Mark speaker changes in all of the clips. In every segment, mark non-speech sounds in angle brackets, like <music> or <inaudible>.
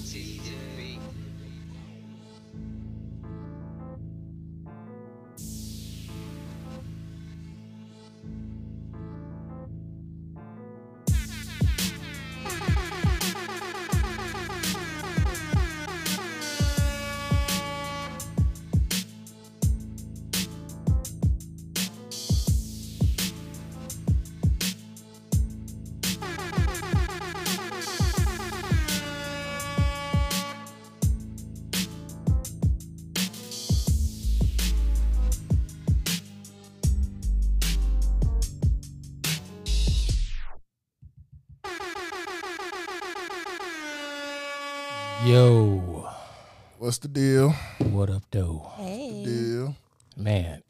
Speaker 1: TV.
Speaker 2: Yo,
Speaker 3: What's the deal?
Speaker 2: what up, though?
Speaker 4: Hey,
Speaker 3: Deal.
Speaker 2: Man,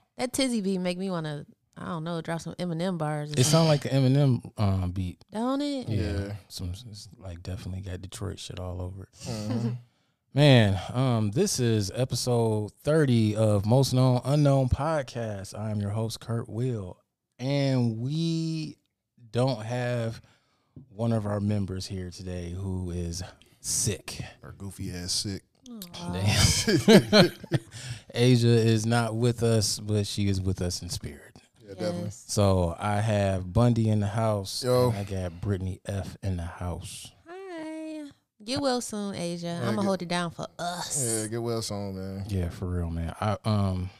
Speaker 2: <clears throat>
Speaker 4: that tizzy beat make me want to. I don't know, drop some Eminem bars. Or
Speaker 2: it
Speaker 4: something.
Speaker 2: sounds like an Eminem um, beat.
Speaker 4: Don't it?
Speaker 2: Yeah,
Speaker 3: Yeah.
Speaker 2: some it's like definitely got Detroit shit all over it.
Speaker 3: Mhm.
Speaker 2: Man, um, this is episode thirty of Most Known Unknown podcast. I am your host Kurt Will, and we don't have one of our members here today who is sick.
Speaker 3: Her goofy ass sick. <laughs>
Speaker 4: Aw.
Speaker 2: <laughs> Damn. <laughs> Asia is not with us, but she is with us in spirit.
Speaker 3: Yeah, definitely.
Speaker 4: Yes.
Speaker 2: So I have Bundy in the house.
Speaker 3: Yo.
Speaker 2: and I got Brittany F in the house.
Speaker 4: Hi. Get well soon, Asia.
Speaker 3: Yeah,
Speaker 4: I'm
Speaker 3: get-
Speaker 4: gonna hold it down for us.
Speaker 3: Yeah, get well soon, man.
Speaker 2: Yeah, for real, man. I um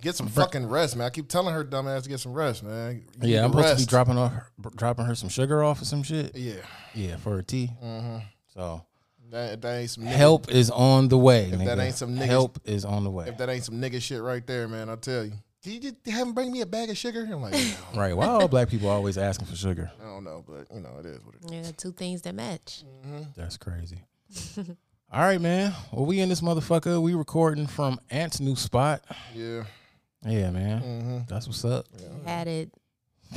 Speaker 3: Get some fucking rest, man. I keep telling her dumb ass to get some rest, man. You need
Speaker 2: yeah, I'm
Speaker 3: to
Speaker 2: supposed to
Speaker 3: rest.
Speaker 2: be dropping off dropping her some sugar off or some shit.
Speaker 3: Yeah.
Speaker 2: Yeah, for her tea.
Speaker 3: Mm-hmm.
Speaker 2: So
Speaker 3: That, that ain't some nigga,
Speaker 2: help is on the way.
Speaker 3: If that
Speaker 2: nigga.
Speaker 3: ain't some niggas-
Speaker 2: help is on the way.
Speaker 3: If that ain't some nigga shit right there, man, I tell you. Can you just have him bring me a bag of sugar?
Speaker 2: <laughs>
Speaker 3: I'm like, yeah,
Speaker 2: right. Why all black people always asking for sugar?
Speaker 3: I don't know, but you know, it is Mm-hmm. what it is.
Speaker 4: Yeah, two things that match.
Speaker 2: That's
Speaker 3: <laughs>
Speaker 2: crazy. all right, man. Well, we in this motherfucker. We recording from Ant's new spot.
Speaker 3: Yeah.
Speaker 2: Yeah, man.
Speaker 3: Mm-hmm.
Speaker 2: That's what's up.
Speaker 4: Had it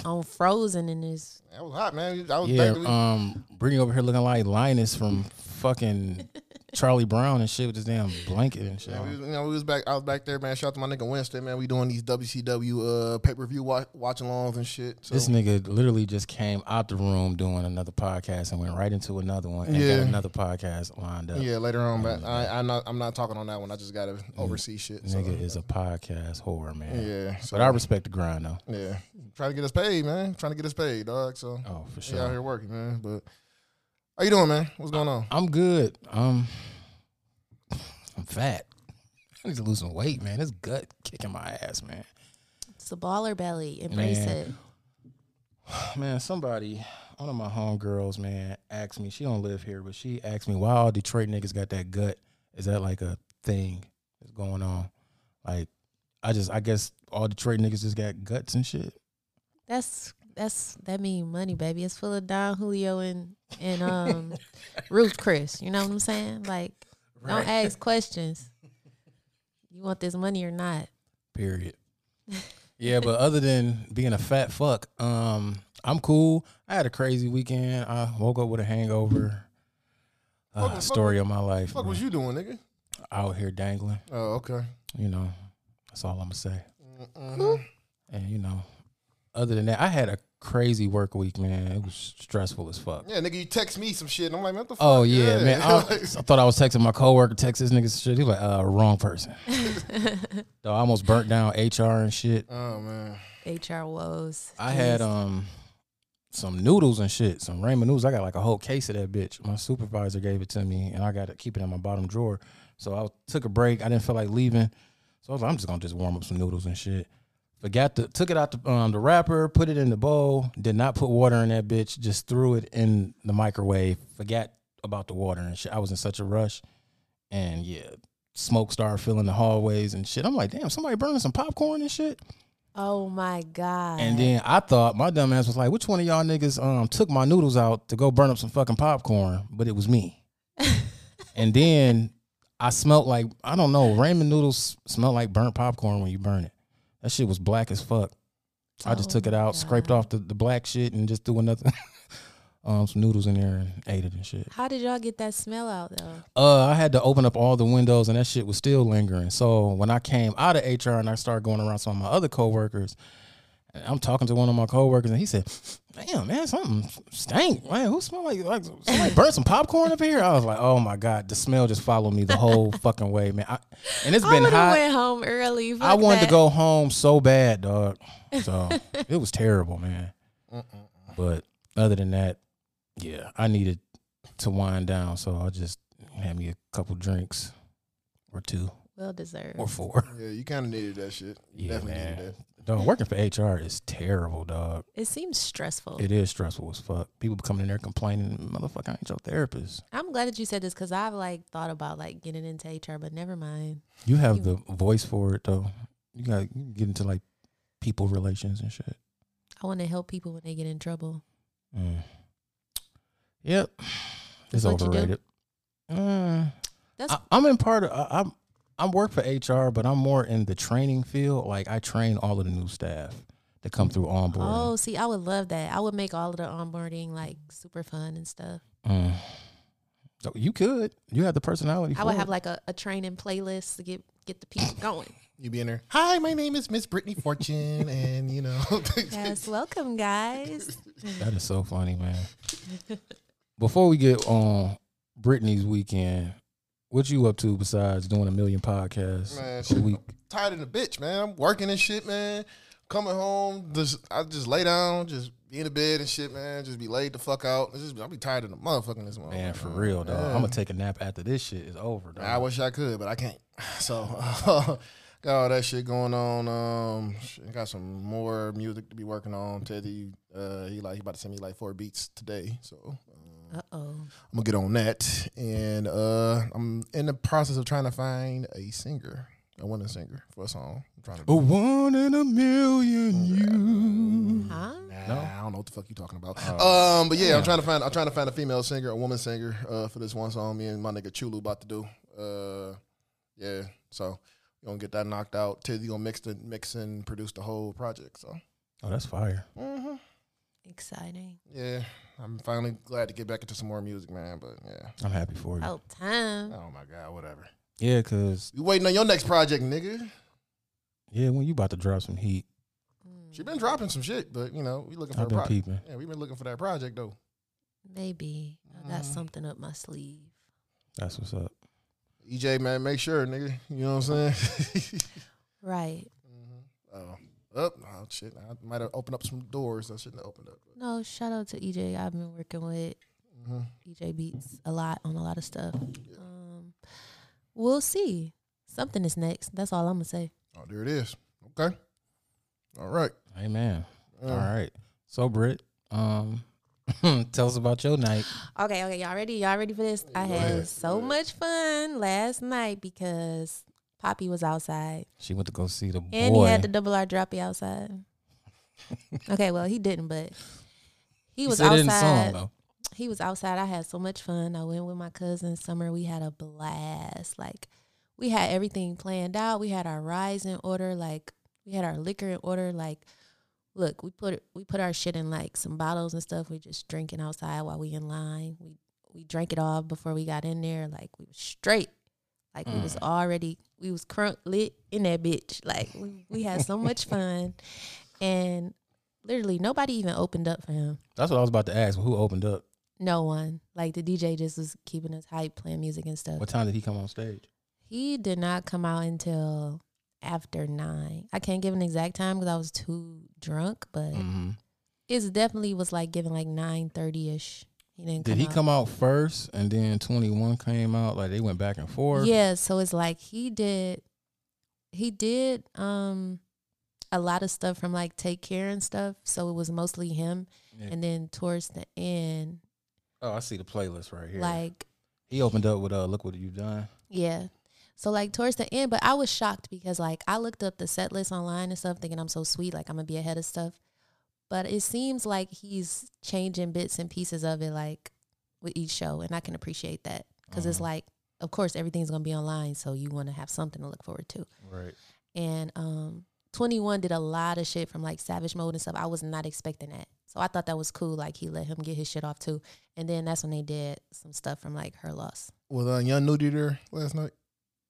Speaker 4: on frozen in this.
Speaker 3: That was hot, man. I was
Speaker 2: Yeah,
Speaker 3: thinking,
Speaker 2: um, Brittany over here looking like Linus from
Speaker 3: <laughs>
Speaker 2: fucking Charlie Brown and shit with his damn blanket and shit.
Speaker 3: Yeah, we was, you know, we was back. I was back there, man. Shout out to my nigga Wednesday, man. We doing these WCW uh, pay per view watch, watch alongs and shit. So
Speaker 2: This nigga literally just came out the room doing another podcast and went right into another one and
Speaker 3: Yeah.
Speaker 2: got another podcast lined up.
Speaker 3: yeah, later on,
Speaker 2: Oh,
Speaker 3: but I, I'm not. I'm not talking on that one. I just gotta oversee shit. So.
Speaker 2: Mm-hmm. Nigga is a podcast whore, man.
Speaker 3: Yeah, so
Speaker 2: But I respect the grind though.
Speaker 3: yeah, trying to get us paid, man. Trying to get us paid, dog. So
Speaker 2: Oh, for
Speaker 3: we out
Speaker 2: sure.
Speaker 3: here working, man. But how you doing, man? What's going on?
Speaker 2: I'm good. Um, <sighs> I'm fat. I need to lose some weight, man. This gut kicking my ass, man.
Speaker 4: It's a baller belly. Embrace
Speaker 2: Man.
Speaker 4: it.
Speaker 2: Man, somebody, one of my homegirls, man, asked me. She don't live here, but she asked me why all Detroit niggas got that gut. Is that like a thing that's going on? Like, I just, I guess all Detroit niggas just got guts and shit.
Speaker 4: That's that's that mean money, baby. It's full of Don Julio and and <laughs> um Ruth Chris. You know what I'm saying? Like, don't ask questions. You want this money or not? <laughs>
Speaker 3: <laughs>
Speaker 2: Period. yeah, but other than being a fat fuck, um, I'm cool. I had a crazy weekend. I woke up with a hangover. Uh,
Speaker 3: Fuck, fuck,
Speaker 2: story of my life.
Speaker 3: Fuck,
Speaker 2: man.
Speaker 3: was you doing, nigga?
Speaker 2: Out here dangling.
Speaker 3: Oh, okay.
Speaker 2: You know, that's all I'm gonna say.
Speaker 3: Mhm.
Speaker 2: And you know, other than that, I had a crazy work week, man. It was stressful as fuck.
Speaker 3: Yeah, nigga, you text me some shit, and I'm like, what the fuck?
Speaker 2: Oh yeah, man.
Speaker 3: <laughs>
Speaker 2: I, I
Speaker 3: Like,
Speaker 2: thought I was texting my coworker, text this nigga shit. He was like, uh, wrong person. Though I almost burnt down HR and shit.
Speaker 3: oh man.
Speaker 4: HR woes.
Speaker 2: I had
Speaker 4: Jeez.
Speaker 2: um some noodles and shit, some ramen noodles. I got like a whole case of that bitch. My supervisor gave it to me, and I got to keep it in my bottom drawer. So I took a break. I didn't feel like leaving, so I was like, I'm just gonna just warm up some noodles and shit. Forgot to took it out the um the wrapper, put it in the bowl. Did not put water in that bitch. Just threw it in the microwave. Forgot about the water and shit. I was in such a rush, and yeah, smoke started filling the hallways and shit. I'm like, damn, somebody burning some popcorn and shit.
Speaker 4: Oh my god.
Speaker 2: And then I thought my dumb ass was like, which one of y'all niggas um took my noodles out to go burn up some fucking popcorn? But it was
Speaker 4: <laughs>
Speaker 2: me. and then I smelled like I don't know, ramen noodles smell like burnt popcorn when you burn it. That shit was black as fuck. I just
Speaker 4: Oh
Speaker 2: took it
Speaker 4: my
Speaker 2: out, scraped
Speaker 4: God.
Speaker 2: off the, the black shit and just threw another <laughs> um some noodles in there and ate it and shit.
Speaker 4: How did y'all get that smell out though?
Speaker 2: Uh, I had to open up all the windows, and that shit was still lingering. So when I came out of HR and I started going around some of my other coworkers, And I'm talking to one of my coworkers, and he said, "Damn, man, something stank. Man, who smell like like somebody burned some popcorn up here?" I was like, "Oh my god, the smell just followed me the
Speaker 4: <laughs>
Speaker 2: whole fucking way, man." I, and it's
Speaker 4: I
Speaker 2: been
Speaker 4: would have
Speaker 2: hot.
Speaker 4: went home early.
Speaker 2: I
Speaker 4: fuck
Speaker 2: wanted to
Speaker 4: that.
Speaker 2: go home so bad, dog.
Speaker 4: <laughs>
Speaker 2: So it was terrible, man. But other than that, yeah, I needed to wind down, so I just had me a couple drinks or two
Speaker 4: Well deserved.
Speaker 2: or four. <laughs>
Speaker 3: Yeah, you kind of needed that shit. You
Speaker 2: Yeah,
Speaker 3: definitely
Speaker 2: man.
Speaker 3: needed
Speaker 2: Dog, working for HR is terrible, dog.
Speaker 4: It seems stressful.
Speaker 2: It is stressful as fuck. People coming in there complaining, motherfucker, I ain't your therapist.
Speaker 4: I'm glad that you said this because I've like thought about like getting into HR, but never mind.
Speaker 2: You have
Speaker 4: You-
Speaker 2: the voice for it though. You got you get into like people relations and shit.
Speaker 4: I want to help people when they get in trouble.
Speaker 2: Mm. Yep, it's
Speaker 4: That's what you do?
Speaker 2: overrated. Mm.
Speaker 4: That's
Speaker 2: I, I'm in part of I, I'm I'm work for HR, but I'm more in the training field. Like I train all of the new staff that come through onboarding.
Speaker 4: oh, see, I would love that. I would make all of the onboarding like super fun and stuff.
Speaker 2: Mm. So you could. You have the personality.
Speaker 4: I would
Speaker 2: for
Speaker 4: have
Speaker 2: it.
Speaker 4: like a, a training playlist to get get the people going.
Speaker 3: that. You be in there. Hi, my name is Miss Brittany Fortune, <laughs> and you know.
Speaker 4: yes, welcome guys.
Speaker 2: That is so funny, man.
Speaker 4: <laughs>
Speaker 2: Before we get on Brittany's weekend, what you up to besides doing a million podcasts
Speaker 3: Man,
Speaker 2: a
Speaker 3: shit,
Speaker 2: week?
Speaker 3: tired in the bitch, man. I'm working and shit, man. Coming home, just I just lay down, just be in the bed and shit, man. Just be laid the fuck out. It's just I'll be tired in the motherfucking this morning.
Speaker 2: Man, for real, dog. I'm gonna take a nap after this shit is over, dog.
Speaker 3: I wish I could, but I can't. <laughs> So got all that shit going on. Um, shit, got some more music to be working on. Teddy, uh, he like he about to send me like four beats today, so um,
Speaker 4: Uh oh.
Speaker 3: I'm gonna get on that. And uh, I'm in the process of trying to find a singer, a winning singer for a song. I'm trying to.
Speaker 2: a one in a million, you.
Speaker 4: Huh?
Speaker 3: Nah,
Speaker 2: No?
Speaker 3: I don't know what the fuck you talking about. um, but yeah, I'm trying to find I'm trying to find a female singer, a woman singer, uh, for this one song me and my nigga Chulu about to do. Uh, yeah, so we gonna get that knocked out. Tizzy gonna mix the mix and produce the whole project. So
Speaker 2: Oh, that's fire.
Speaker 3: hmm
Speaker 4: Exciting.
Speaker 3: yeah, I'm finally glad to get back into some more music, man. But yeah,
Speaker 2: I'm happy for you.
Speaker 4: Oh time.
Speaker 3: oh my god, whatever.
Speaker 2: Yeah, cause
Speaker 3: You waiting on your next project, nigga?
Speaker 2: yeah, when you about to drop some heat,
Speaker 4: Mm.
Speaker 3: She been dropping some shit, but you know we looking for
Speaker 2: I've
Speaker 3: a
Speaker 2: been
Speaker 3: project.
Speaker 2: peeping.
Speaker 3: Yeah, we been looking for that project though.
Speaker 4: Maybe I got
Speaker 3: Mhm.
Speaker 4: something up my sleeve.
Speaker 2: That's what's up.
Speaker 3: EJ E man, make sure, nigga. You know what I'm saying? <laughs>
Speaker 4: Right.
Speaker 3: Mm-hmm. Oh, up! Oh shit! I might have opened up some doors I shouldn't have opened up.
Speaker 4: No, shout out to EJ. I've been working with
Speaker 3: Mm-hmm.
Speaker 4: EJ Beats a lot on a lot of stuff. Um, we'll see. Something is next. That's all I'm gonna say.
Speaker 3: Oh, there it is. Okay. All right.
Speaker 2: Amen.
Speaker 3: Um,
Speaker 2: All right. So Britt, um, <laughs> tell us about your night.
Speaker 4: Okay, okay, y'all ready? Y'all ready for this? I
Speaker 3: Go
Speaker 4: had
Speaker 3: ahead,
Speaker 4: so
Speaker 3: go ahead.
Speaker 4: much fun last night because Poppy was outside
Speaker 2: She went to go see the
Speaker 4: and
Speaker 2: boy.
Speaker 4: he had the double R
Speaker 3: <laughs>
Speaker 4: droppy outside. okay, well he didn't, but he
Speaker 2: He
Speaker 4: was
Speaker 2: said it in the
Speaker 4: outside.
Speaker 2: song, though.
Speaker 4: he was outside. I had so much fun. I went with my cousin Summer. We had a blast. Like we had everything planned out. We had our rides in order. Like we had our liquor in order. Like look, we put we put our shit in like some bottles and stuff. We just drinking outside while we in line. We we drank it all before we got in there. Like we was straight. Like we was already we was crunk lit in that bitch. Like we, we had so much fun. And literally nobody even opened up for him
Speaker 2: That's what I was about to ask. Who opened up?
Speaker 4: no one. Like the DJ just was keeping us hype, playing music and stuff.
Speaker 2: What time did he come on stage?
Speaker 4: He did not come out until after nine. I can't give an exact time because I was too drunk, but
Speaker 2: Mm-hmm.
Speaker 4: it's definitely was like giving like nine thirty ish. He didn't.
Speaker 2: Did
Speaker 4: come
Speaker 2: he
Speaker 4: out.
Speaker 2: come out first and then 21 came out? Like they went back and forth?
Speaker 4: Yeah, so it's like he did he did um a lot of stuff from like Take Care and stuff. So it was mostly him.
Speaker 2: Yeah.
Speaker 4: And then towards the end,
Speaker 2: Oh, I see the playlist right here.
Speaker 4: like
Speaker 2: he opened up with uh, Look What You've Done.
Speaker 4: Yeah. So like towards the end, but I was shocked because like I looked up the set list online and stuff, thinking I'm so sweet, like I'm gonna be ahead of stuff. But it seems like he's changing bits and pieces of it, like with each show, and I can appreciate that because it's
Speaker 2: Uh-huh.
Speaker 4: like, of course, everything's gonna be online, so you want to have something to look forward to.
Speaker 2: Right.
Speaker 4: And um, 21 did a lot of shit from like Savage Mode and stuff. I was not expecting that, so I thought that was cool. Like he let him get his shit off too, and then that's when they did some stuff from like Her Loss.
Speaker 3: Was uh, Young Nudie there last night?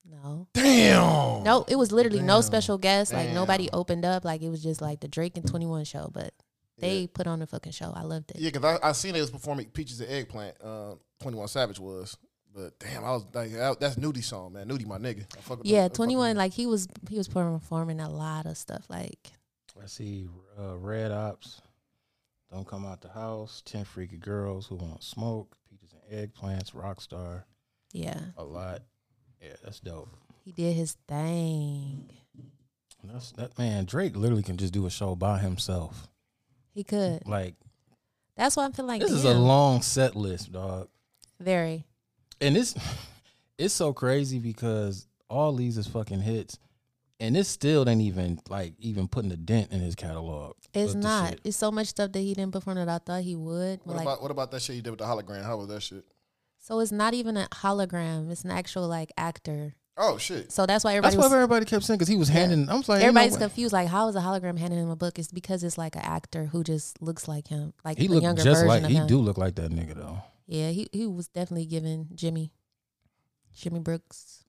Speaker 4: No.
Speaker 3: Damn.
Speaker 4: No, it was literally no
Speaker 3: Damn.
Speaker 4: special guests. Like
Speaker 3: Damn.
Speaker 4: nobody opened up. Like it was just like the Drake and Twenty One show, but they put on a fucking show. I loved it.
Speaker 3: Yeah, because I, I seen it was performing Peaches and Eggplant. Uh, Twenty One Savage was, but damn, I was like, that- that's Nudie song, man. Nudie, my nigga. I fuck with Nudie. I
Speaker 4: Yeah,
Speaker 3: fuck with
Speaker 4: Twenty One.
Speaker 3: Nudie.
Speaker 4: Like he was he was performing a lot of stuff. Like
Speaker 2: I see uh, Red Ops, Don't Come Out the House, 10 Freaky Girls Who Want Smoke, Peaches and Eggplants, Rockstar,
Speaker 4: yeah,
Speaker 2: a lot. Yeah, that's dope.
Speaker 4: he did his thing.
Speaker 2: And That's that man. Drake literally can just do a show by himself.
Speaker 4: He could.
Speaker 2: Like
Speaker 4: That's why I feel like
Speaker 2: this is a
Speaker 4: damn,
Speaker 2: long set list, dog.
Speaker 4: very
Speaker 2: and it's <laughs> it's so crazy because all these is fucking hits, and this still ain't even like even putting a dent in his catalog.
Speaker 4: It's
Speaker 2: of the
Speaker 4: not.
Speaker 2: shit.
Speaker 4: It's so much stuff that he didn't perform that I thought he would. But
Speaker 3: What
Speaker 4: like,
Speaker 3: about what about that shit you did with the hologram? How was that shit?
Speaker 4: so it's not even a hologram. It's an actual like actor.
Speaker 3: Oh shit.
Speaker 4: So that's why everybody
Speaker 2: That's why
Speaker 4: was,
Speaker 2: everybody kept saying because he was handing. I was like, ain't no
Speaker 4: everybody's
Speaker 2: way.
Speaker 4: confused. Like, how is a hologram handing him a book? It's because it's like an actor who just looks like him, like
Speaker 2: He
Speaker 4: a
Speaker 2: looked
Speaker 4: younger
Speaker 2: just
Speaker 4: version
Speaker 2: like
Speaker 4: of
Speaker 2: he
Speaker 4: him.
Speaker 2: do look like that nigga though.
Speaker 4: Yeah, he he was definitely giving Jimmy, Jimmy Brooks.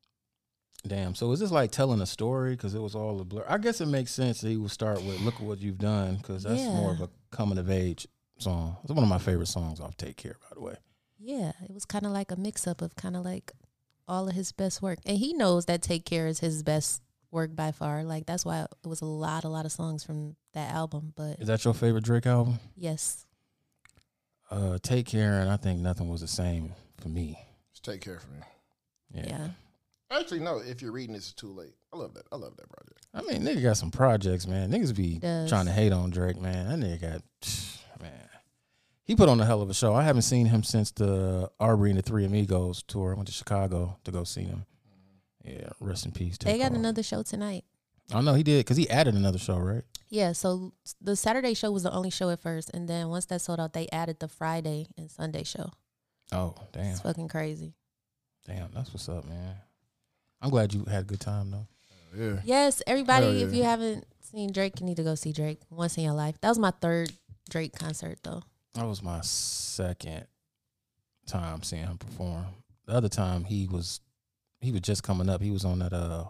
Speaker 2: Damn. So is this like telling a story? Because it was all a blur. I guess it makes sense that he would start with "Look at what you've done" because that's more of
Speaker 4: Yeah.
Speaker 2: a coming of age song. It's one of my favorite songs off "Take Care." By the way,
Speaker 4: Yeah, it was kind of like a mix up of kind of like all of his best work, and he knows that Take Care is his best work by far. Like that's why it was a lot, a lot of songs from that album. But
Speaker 2: is that your favorite Drake album?
Speaker 4: yes,
Speaker 2: Uh, "Take Care" and I think nothing was the same for me.
Speaker 3: Just take care for me.
Speaker 4: yeah.
Speaker 3: Actually, no. If you're reading this, it's too late. I love that. I love that project.
Speaker 2: I mean, nigga got some projects, man. Niggas be
Speaker 4: does.
Speaker 2: trying to hate on Drake, man. That nigga got, <sighs> man. He put on a hell of a show. I haven't seen him since the Arbery and the Three Amigos tour. I went to Chicago to go see him. Yeah, rest in peace.
Speaker 4: They
Speaker 2: Tech
Speaker 4: got
Speaker 2: Hall.
Speaker 4: another show tonight.
Speaker 2: I know he did because he added another show, right?
Speaker 4: Yeah, so s- the Saturday show was the only show at first, and then once that sold out, they added the Friday and Sunday show.
Speaker 2: Oh, damn,
Speaker 4: It's fucking crazy.
Speaker 2: damn. That's what's up, man. I'm glad you had a good time though.
Speaker 3: Yeah.
Speaker 4: Yes, everybody,
Speaker 3: Hell
Speaker 4: if
Speaker 3: yeah.
Speaker 4: you haven't seen Drake, you need to go see Drake once in your life. That was my third Drake concert though.
Speaker 2: That was my second time seeing him perform. The other time he was he was just coming up. He was on that uh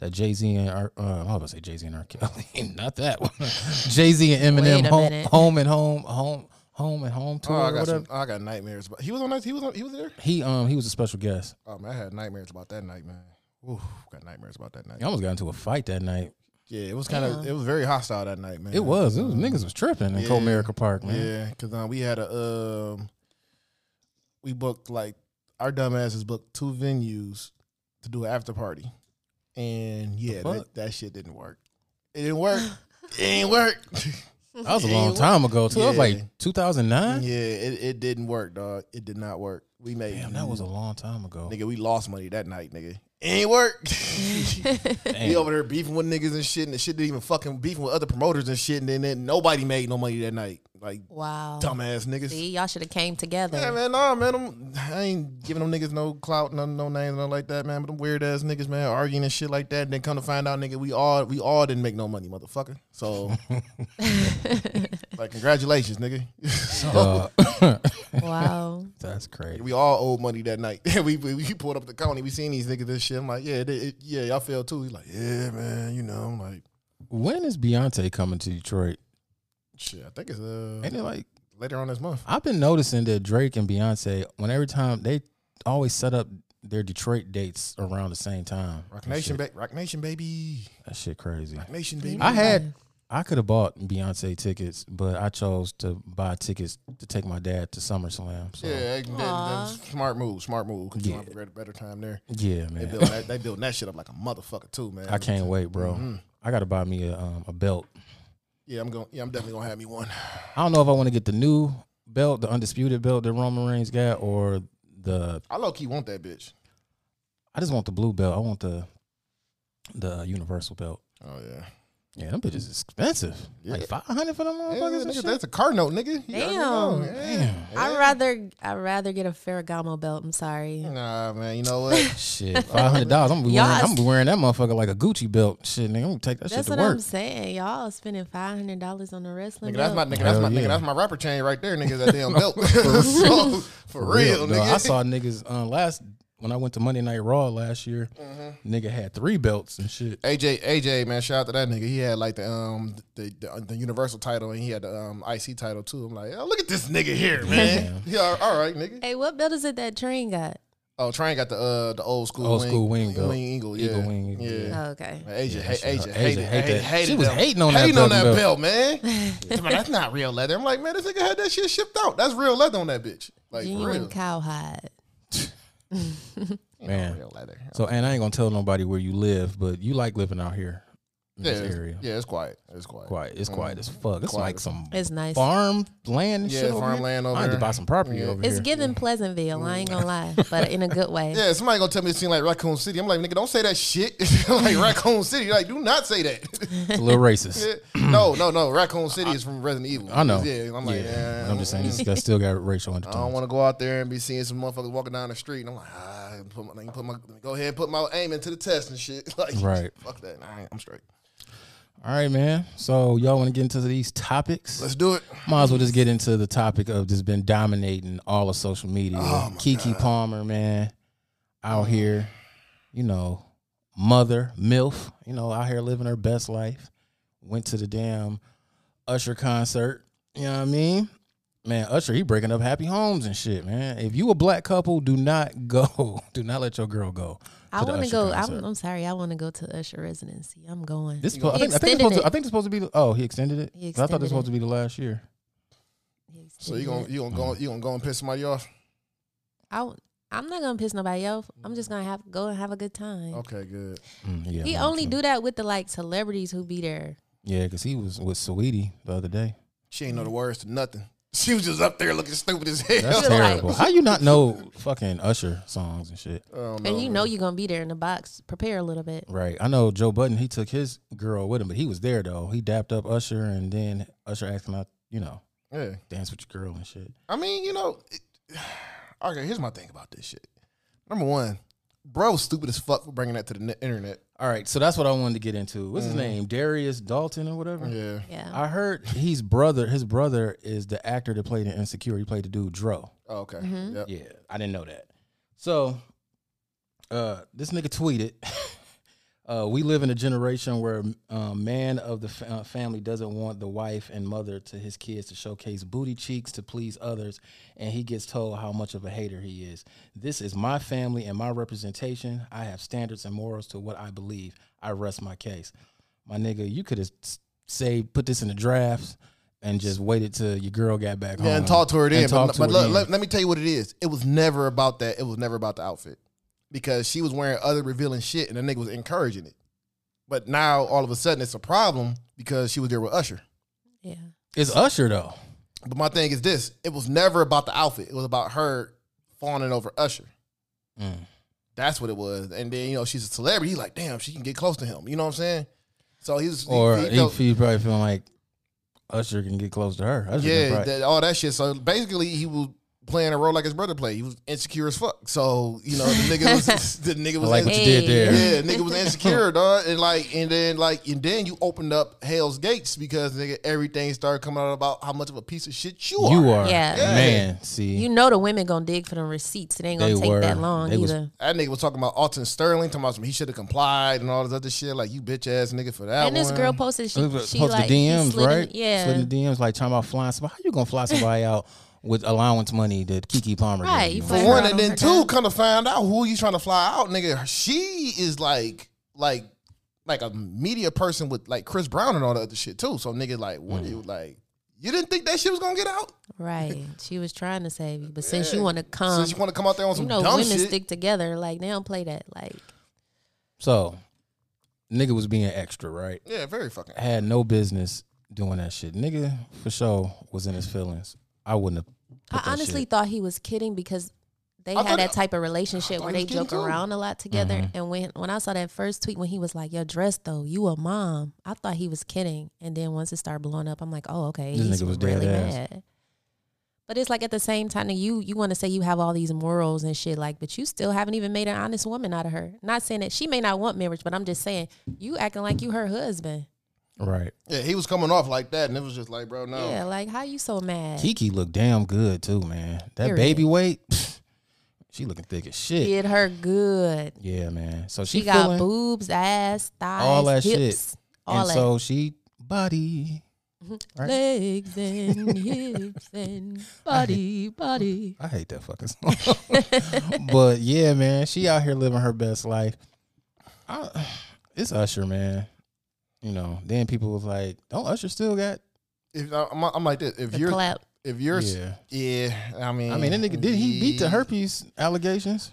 Speaker 2: that Jay Z and R, uh, I was about to say Jay Z and R Kelly, <laughs> not that one. Jay Z and
Speaker 4: Wait
Speaker 2: Eminem
Speaker 4: a
Speaker 2: home,
Speaker 4: minute.
Speaker 2: home and home home home and home tour.
Speaker 3: Oh, I
Speaker 2: or
Speaker 3: got
Speaker 2: whatever.
Speaker 3: some, I got nightmares. But he was on that. He was on. He was there.
Speaker 2: He um he was a special guest.
Speaker 3: Oh man, I had nightmares about that night, man. Ooh, got nightmares about that night.
Speaker 2: I almost got into a fight that night.
Speaker 3: Yeah, it was kind of
Speaker 4: Damn.
Speaker 3: it was very hostile that night, man.
Speaker 2: It was it was niggas was tripping in
Speaker 3: Yeah.
Speaker 2: Comerica Park, man.
Speaker 3: Yeah, because um, we had a um, we booked like our dumbasses booked two venues to do an after party, and yeah,
Speaker 2: fuck?
Speaker 3: that, that shit didn't work. It didn't work. it didn't work. <laughs>
Speaker 2: That was a
Speaker 3: Yeah,
Speaker 2: long
Speaker 3: it
Speaker 2: time ago too. It was
Speaker 3: Yeah.
Speaker 2: like 2009.
Speaker 3: yeah, it, it didn't work, dog. It did not work. We made
Speaker 2: Damn, that was a long time ago.
Speaker 3: nigga. We lost money that night, nigga. It ain't work. <laughs>
Speaker 2: Damn.
Speaker 3: We over there beefing with niggas and shit, and the shit didn't even fucking beefing with other promoters and shit, and then, then nobody made no money that night. Like
Speaker 4: Wow.
Speaker 3: dumbass niggas.
Speaker 4: Oh, See, y'all should have came together.
Speaker 3: Yeah, man, nah, man. them- I ain't giving them niggas no clout, no, no names, nothing like that, man. But them weird ass niggas, man, arguing and shit like that. And then come to find out, nigga, we all we all didn't make no money, motherfucker. So, like, congratulations, nigga.
Speaker 2: Dog.
Speaker 4: <laughs> wow.
Speaker 2: <laughs> That's crazy.
Speaker 3: <laughs> we all owed money that night. <laughs> we, we we pulled up the county. We seen these niggas this shit. I'm like, yeah, it, it, yeah, y'all fell too. He's like, yeah, man. You know, I'm like,
Speaker 2: When is Beyonce coming to Detroit?
Speaker 3: shit. I think it's uh
Speaker 2: Ain't it like
Speaker 3: later on this month.
Speaker 2: I've been noticing that Drake and Beyonce, when every time they always set up their Detroit dates around the same time.
Speaker 3: Rock
Speaker 2: That
Speaker 3: Nation,
Speaker 2: shit-
Speaker 3: ba- Rock Nation, baby.
Speaker 2: that shit crazy.
Speaker 3: Rock Nation, baby.
Speaker 2: I had I could have bought Beyonce tickets, but I chose to buy tickets to take my dad to SummerSlam. So
Speaker 3: Yeah,
Speaker 2: yeah,
Speaker 3: that- that- that's smart move, smart move. Could you
Speaker 2: Yeah.
Speaker 3: have a better- better time there? They
Speaker 2: man.
Speaker 3: build that, they build that shit up like a motherfucker too, man.
Speaker 2: I can't wait, bro.
Speaker 3: Mhm.
Speaker 2: I gotta buy me a um, a belt.
Speaker 3: Yeah, I'm going. Yeah, I'm definitely gonna have me one.
Speaker 2: I don't know if I want to get the new belt, the undisputed belt that Roman Reigns got, or the
Speaker 3: I low key want that bitch.
Speaker 2: I just want the blue belt. I want the the uh, universal belt.
Speaker 3: Oh yeah,
Speaker 2: Yeah, them bitches is expensive. Like
Speaker 3: Yeah.
Speaker 2: five hundred for them
Speaker 3: yeah
Speaker 2: motherfuckers. and
Speaker 3: nigga,
Speaker 2: shit?
Speaker 3: that's a car note, nigga. You already know,
Speaker 4: Damn.
Speaker 3: yeah.
Speaker 4: I'd rather I'd rather get a Ferragamo belt. I'm
Speaker 3: Mm,
Speaker 4: sorry.
Speaker 3: Nah, man. You know
Speaker 4: <laughs>
Speaker 3: what?
Speaker 2: Shit, five hundred dollars. I'm gonna be
Speaker 4: Y'all
Speaker 2: wearing. I'm
Speaker 4: is-
Speaker 2: gonna be wearing that motherfucker like a Gucci belt. Shit, nigga, I'm gonna take that
Speaker 4: That's
Speaker 2: shit
Speaker 4: what
Speaker 2: to work.
Speaker 4: I'm saying. Y'all spending five hundred dollars on the wrestling
Speaker 3: nigga, that's my
Speaker 4: belt.
Speaker 3: nigga. That's my
Speaker 2: Hell yeah.
Speaker 3: nigga. That's my rapper
Speaker 2: <laughs>
Speaker 3: chain right there, nigga. That damn belt. <laughs> So, for, real,
Speaker 2: dog.
Speaker 3: nigga.
Speaker 2: I saw niggas uh, last when I went to Monday Night Raw last year,
Speaker 3: Mm-hmm.
Speaker 2: nigga had three belts and shit.
Speaker 3: AJ, AJ, man, shout out to that nigga. He had like the um the the, the universal title and he had the um IC title too. I'm like, oh, look at this nigga here, man. yeah, all- all right, nigga.
Speaker 4: Hey, what belt is it that Train got?
Speaker 3: Oh, Train got the uh the old school
Speaker 2: Old
Speaker 3: wing,
Speaker 2: school wing belt.
Speaker 3: wing eagle, yeah,
Speaker 2: Eagle wing eagle,
Speaker 3: yeah.
Speaker 2: yeah.
Speaker 4: Oh, okay.
Speaker 3: Man, AJ,
Speaker 2: Yeah,
Speaker 3: ha-
Speaker 2: she-
Speaker 3: AJ,
Speaker 2: Asia
Speaker 3: hated,
Speaker 2: hate
Speaker 3: hated,
Speaker 2: that.
Speaker 3: hated
Speaker 2: She was
Speaker 3: them.
Speaker 2: hating on that
Speaker 3: hating on that
Speaker 2: fucking <laughs>
Speaker 3: belt, man. Come on, that's not real leather. I'm like, man, this nigga had that shit shipped out. That's real leather on that bitch. Like for
Speaker 4: Genuine
Speaker 3: real,
Speaker 4: cowhide.
Speaker 2: Man.
Speaker 3: real leather.
Speaker 2: So, and I ain't gonna tell nobody where you live, but you like living out here in
Speaker 3: Yeah,
Speaker 2: this
Speaker 3: it's,
Speaker 2: area.
Speaker 3: yeah, it's quiet. It's quiet.
Speaker 2: Quiet. It's quiet as fuck. It's
Speaker 3: Quiet
Speaker 2: like
Speaker 3: as
Speaker 2: some
Speaker 4: It's nice.
Speaker 2: farm land. And
Speaker 3: Yeah,
Speaker 2: shit over
Speaker 3: farm
Speaker 2: here.
Speaker 3: land over
Speaker 2: I need to
Speaker 3: there.
Speaker 2: buy some property
Speaker 3: Yeah.
Speaker 2: over
Speaker 4: It's
Speaker 2: here.
Speaker 4: giving Pleasantville. I ain't gonna lie, but in a good way.
Speaker 3: Mm. <laughs> Yeah, somebody gonna tell me it seemed like Raccoon City. I'm like, nigga, don't say that shit. <laughs> like Raccoon City. Like, do not say that. <laughs>
Speaker 2: It's a little racist.
Speaker 3: no, no, no. Raccoon City is from Resident Evil.
Speaker 2: I know.
Speaker 3: Yeah, I'm like, yeah.
Speaker 2: I'm just saying this, that still got racial
Speaker 3: <laughs> I don't
Speaker 2: undertones.
Speaker 3: want to go out there and be seeing some motherfuckers walking down the street. And I'm like, ah, put my, put my, go ahead and put my aim into the test and shit. <laughs> Like,
Speaker 2: Right.
Speaker 3: Fuck that. Nah, I'm straight.
Speaker 2: All right, man. So y'all want to get into these topics?
Speaker 3: Let's do it.
Speaker 2: Might as well just get into the topic of just been dominating all of social media.
Speaker 3: Oh,
Speaker 2: Kiki Palmer, man, out here, you know, mother, MILF, you know, out here living her best life. Went to the damn Usher concert. You know what I mean? Man, Usher, he breaking up happy homes and shit, man. If you a black couple, do not <laughs> go. Do not let your girl go.
Speaker 4: I
Speaker 2: the
Speaker 4: want to
Speaker 2: Usher
Speaker 4: go. I'm,
Speaker 2: concert.
Speaker 4: I'm sorry. I want to go to Usher residency. I'm going.
Speaker 2: This, po- I,
Speaker 4: He
Speaker 2: think, I think
Speaker 4: extended
Speaker 2: it's supposed to,
Speaker 4: it.
Speaker 2: I think it's supposed to be. the- Oh, he extended it.
Speaker 4: He
Speaker 2: 'Cause I thought this was supposed
Speaker 4: extended it.
Speaker 2: to be the last year.
Speaker 4: Yes,
Speaker 3: So you
Speaker 4: yeah.
Speaker 3: gonna you gonna go you gonna go and piss somebody off?
Speaker 4: I, w- I'm not gonna piss nobody off. I'm just gonna have go and have a good time.
Speaker 3: Okay, good.
Speaker 2: Mm, yeah,
Speaker 4: He
Speaker 2: man,
Speaker 4: only
Speaker 2: so-
Speaker 4: do that with the like celebrities who be there.
Speaker 2: Yeah, because he was with Sweetie the other day.
Speaker 3: She ain't know the words to nothing. <laughs> She was just up there looking stupid as hell.
Speaker 2: <laughs> That's
Speaker 4: You're
Speaker 2: terrible.
Speaker 4: like-
Speaker 2: How you not know fucking Usher songs and shit?
Speaker 3: I don't
Speaker 4: And you
Speaker 3: Oh, man.
Speaker 4: know you're gonna be there in the box. Prepare a little bit.
Speaker 2: Right. I know Joe Budden. He took his girl with him, but he was there though. He dapped up Usher, and then Usher asked him out. You know,
Speaker 3: Yeah.
Speaker 2: dance with your girl and shit.
Speaker 3: I mean, you know, it, <sighs> okay. Here's my thing about this shit. Number one, bro, stupid as fuck for bringing that to the net- internet.
Speaker 2: All right, so that's what I wanted to get into. What's his name? Darius Dalton or whatever.
Speaker 3: Yeah.
Speaker 4: Yeah.
Speaker 2: I heard he's brother. His brother is the actor that played in Insecure. He played the dude Dro.
Speaker 3: Oh, okay. Yep.
Speaker 2: Yeah, I didn't know that. So, uh, this nigga tweeted, <laughs> uh, "We live in a generation where a man of the fa- uh, family doesn't want the wife and mother to his kids to showcase booty cheeks to please others, and he gets told how much of a hater he is. This is my family and my representation. I have standards and morals to what I believe. I rest my case. My nigga, you could have say put this in the drafts." And just waited till your girl got back home.
Speaker 3: Yeah, and talk to her then.
Speaker 2: and
Speaker 3: But,
Speaker 2: talk to
Speaker 3: but
Speaker 2: her
Speaker 3: look,
Speaker 2: then.
Speaker 3: let, let me tell you what it is. It was never about that. It was never about the outfit because she was wearing other revealing shit, and the nigga was encouraging it. But now all of a sudden it's a problem because she was there with Usher.
Speaker 4: yeah.
Speaker 2: It's Usher though.
Speaker 3: But my thing is this: it was never about the outfit. It was about her fawning over Usher. That's what it was. And then you know she's a celebrity. He's like, damn, she can get close to him. You know what I'm saying? So he was
Speaker 2: Or
Speaker 3: he,
Speaker 2: he,
Speaker 3: he felt-
Speaker 2: he probably feeling like Usher can get close to her. Usher can
Speaker 3: yeah,
Speaker 2: probably-
Speaker 3: that, all that shit. So basically, he was playing a role like his brother played. He was insecure as fuck. So you know the nigga
Speaker 4: <laughs>
Speaker 3: was the nigga
Speaker 2: I
Speaker 3: was
Speaker 2: like what you did there.
Speaker 3: yeah, nigga was insecure, dog. And like, and then like, and then you opened up hell's gates because nigga everything started coming out about how much of a piece of shit you are.
Speaker 2: You are,
Speaker 4: Yeah. Yeah.
Speaker 2: man. See,
Speaker 4: You know the women gonna dig for them receipts. It ain't gonna
Speaker 2: They
Speaker 4: take
Speaker 2: were.
Speaker 4: that long
Speaker 2: They was-
Speaker 4: either.
Speaker 3: That nigga was talking about Alton Sterling, talking about some he should have complied and all this other shit. Like you bitch ass nigga for that
Speaker 4: and this
Speaker 3: one.
Speaker 4: girl posted she,
Speaker 2: Look,
Speaker 4: she
Speaker 2: post
Speaker 4: like
Speaker 2: the
Speaker 4: he
Speaker 2: DMs,
Speaker 4: slid in-
Speaker 2: right?
Speaker 4: yeah.
Speaker 2: slid in the DMs like talking about flying somebody. How you gonna fly somebody out with allowance money that Kiki Palmer? gave
Speaker 4: Right,
Speaker 2: you?
Speaker 4: you
Speaker 3: For
Speaker 4: Right.
Speaker 3: one, and
Speaker 4: Right on
Speaker 3: then
Speaker 4: her
Speaker 3: two,
Speaker 4: down.
Speaker 3: come to find out who you trying to fly out, nigga. She is like, like, like a media person with like Chris Brown and all that other shit too. So nigga, like,
Speaker 2: Hmm.
Speaker 3: what you like? You didn't think that shit was gonna get out
Speaker 4: Right. She was trying to save you, but since you want to come,
Speaker 3: since you want to come out there on some
Speaker 4: you know
Speaker 3: dumb
Speaker 4: women
Speaker 3: shit.
Speaker 4: stick together. Like they don't play that. Like
Speaker 2: So, nigga was being extra, right?
Speaker 3: yeah, very fucking.
Speaker 2: Had no business doing that shit. Nigga for sure was in his feelings. I wouldn't have. put that
Speaker 4: I honestly
Speaker 2: shit.
Speaker 4: thought he was kidding because they
Speaker 3: I
Speaker 4: had
Speaker 3: thought-
Speaker 4: that type of relationship where
Speaker 3: he
Speaker 4: they
Speaker 3: was kidding
Speaker 4: joke
Speaker 3: too.
Speaker 4: around a lot together. And when when I saw that first tweet when he was like, "Your dress though, you a mom," I thought he was kidding. And then once it started blowing up, I'm like, "Oh, okay,
Speaker 2: This
Speaker 4: he's
Speaker 2: nigga was dead
Speaker 4: really
Speaker 2: ass.
Speaker 4: mad." But it's like at the same time, you you want to say you have all these morals and shit, like, but you still haven't even made an honest woman out of her. Not saying that she may not want marriage, but I'm just saying you acting like you her husband.
Speaker 2: right.
Speaker 3: Yeah, he was coming off like that, and it was just like, bro, no.
Speaker 4: Yeah, like how you so mad?
Speaker 2: Kiki looked damn good too, man. That
Speaker 4: Period.
Speaker 2: baby weight, <laughs> She looking thick as shit. Yeah,
Speaker 4: Did her good.
Speaker 2: man. So she,
Speaker 4: She, got
Speaker 2: feeling
Speaker 4: boobs, ass, thighs,
Speaker 2: all that shit.
Speaker 4: hips, all
Speaker 2: and
Speaker 4: that.
Speaker 2: so she body. right?
Speaker 4: Legs and <laughs> hips and body, body.
Speaker 2: I hate that fucking song. <laughs> but yeah, man, she out here living her best life. I, <sighs> it's Usher, man. You know, then people was like, "Don't Usher still got?"
Speaker 3: If I'm, I'm like this, if
Speaker 4: The
Speaker 3: you're,
Speaker 4: clap.
Speaker 3: if you're, yeah.
Speaker 2: yeah.
Speaker 3: I mean,
Speaker 2: I mean, that nigga did he beat the herpes allegations?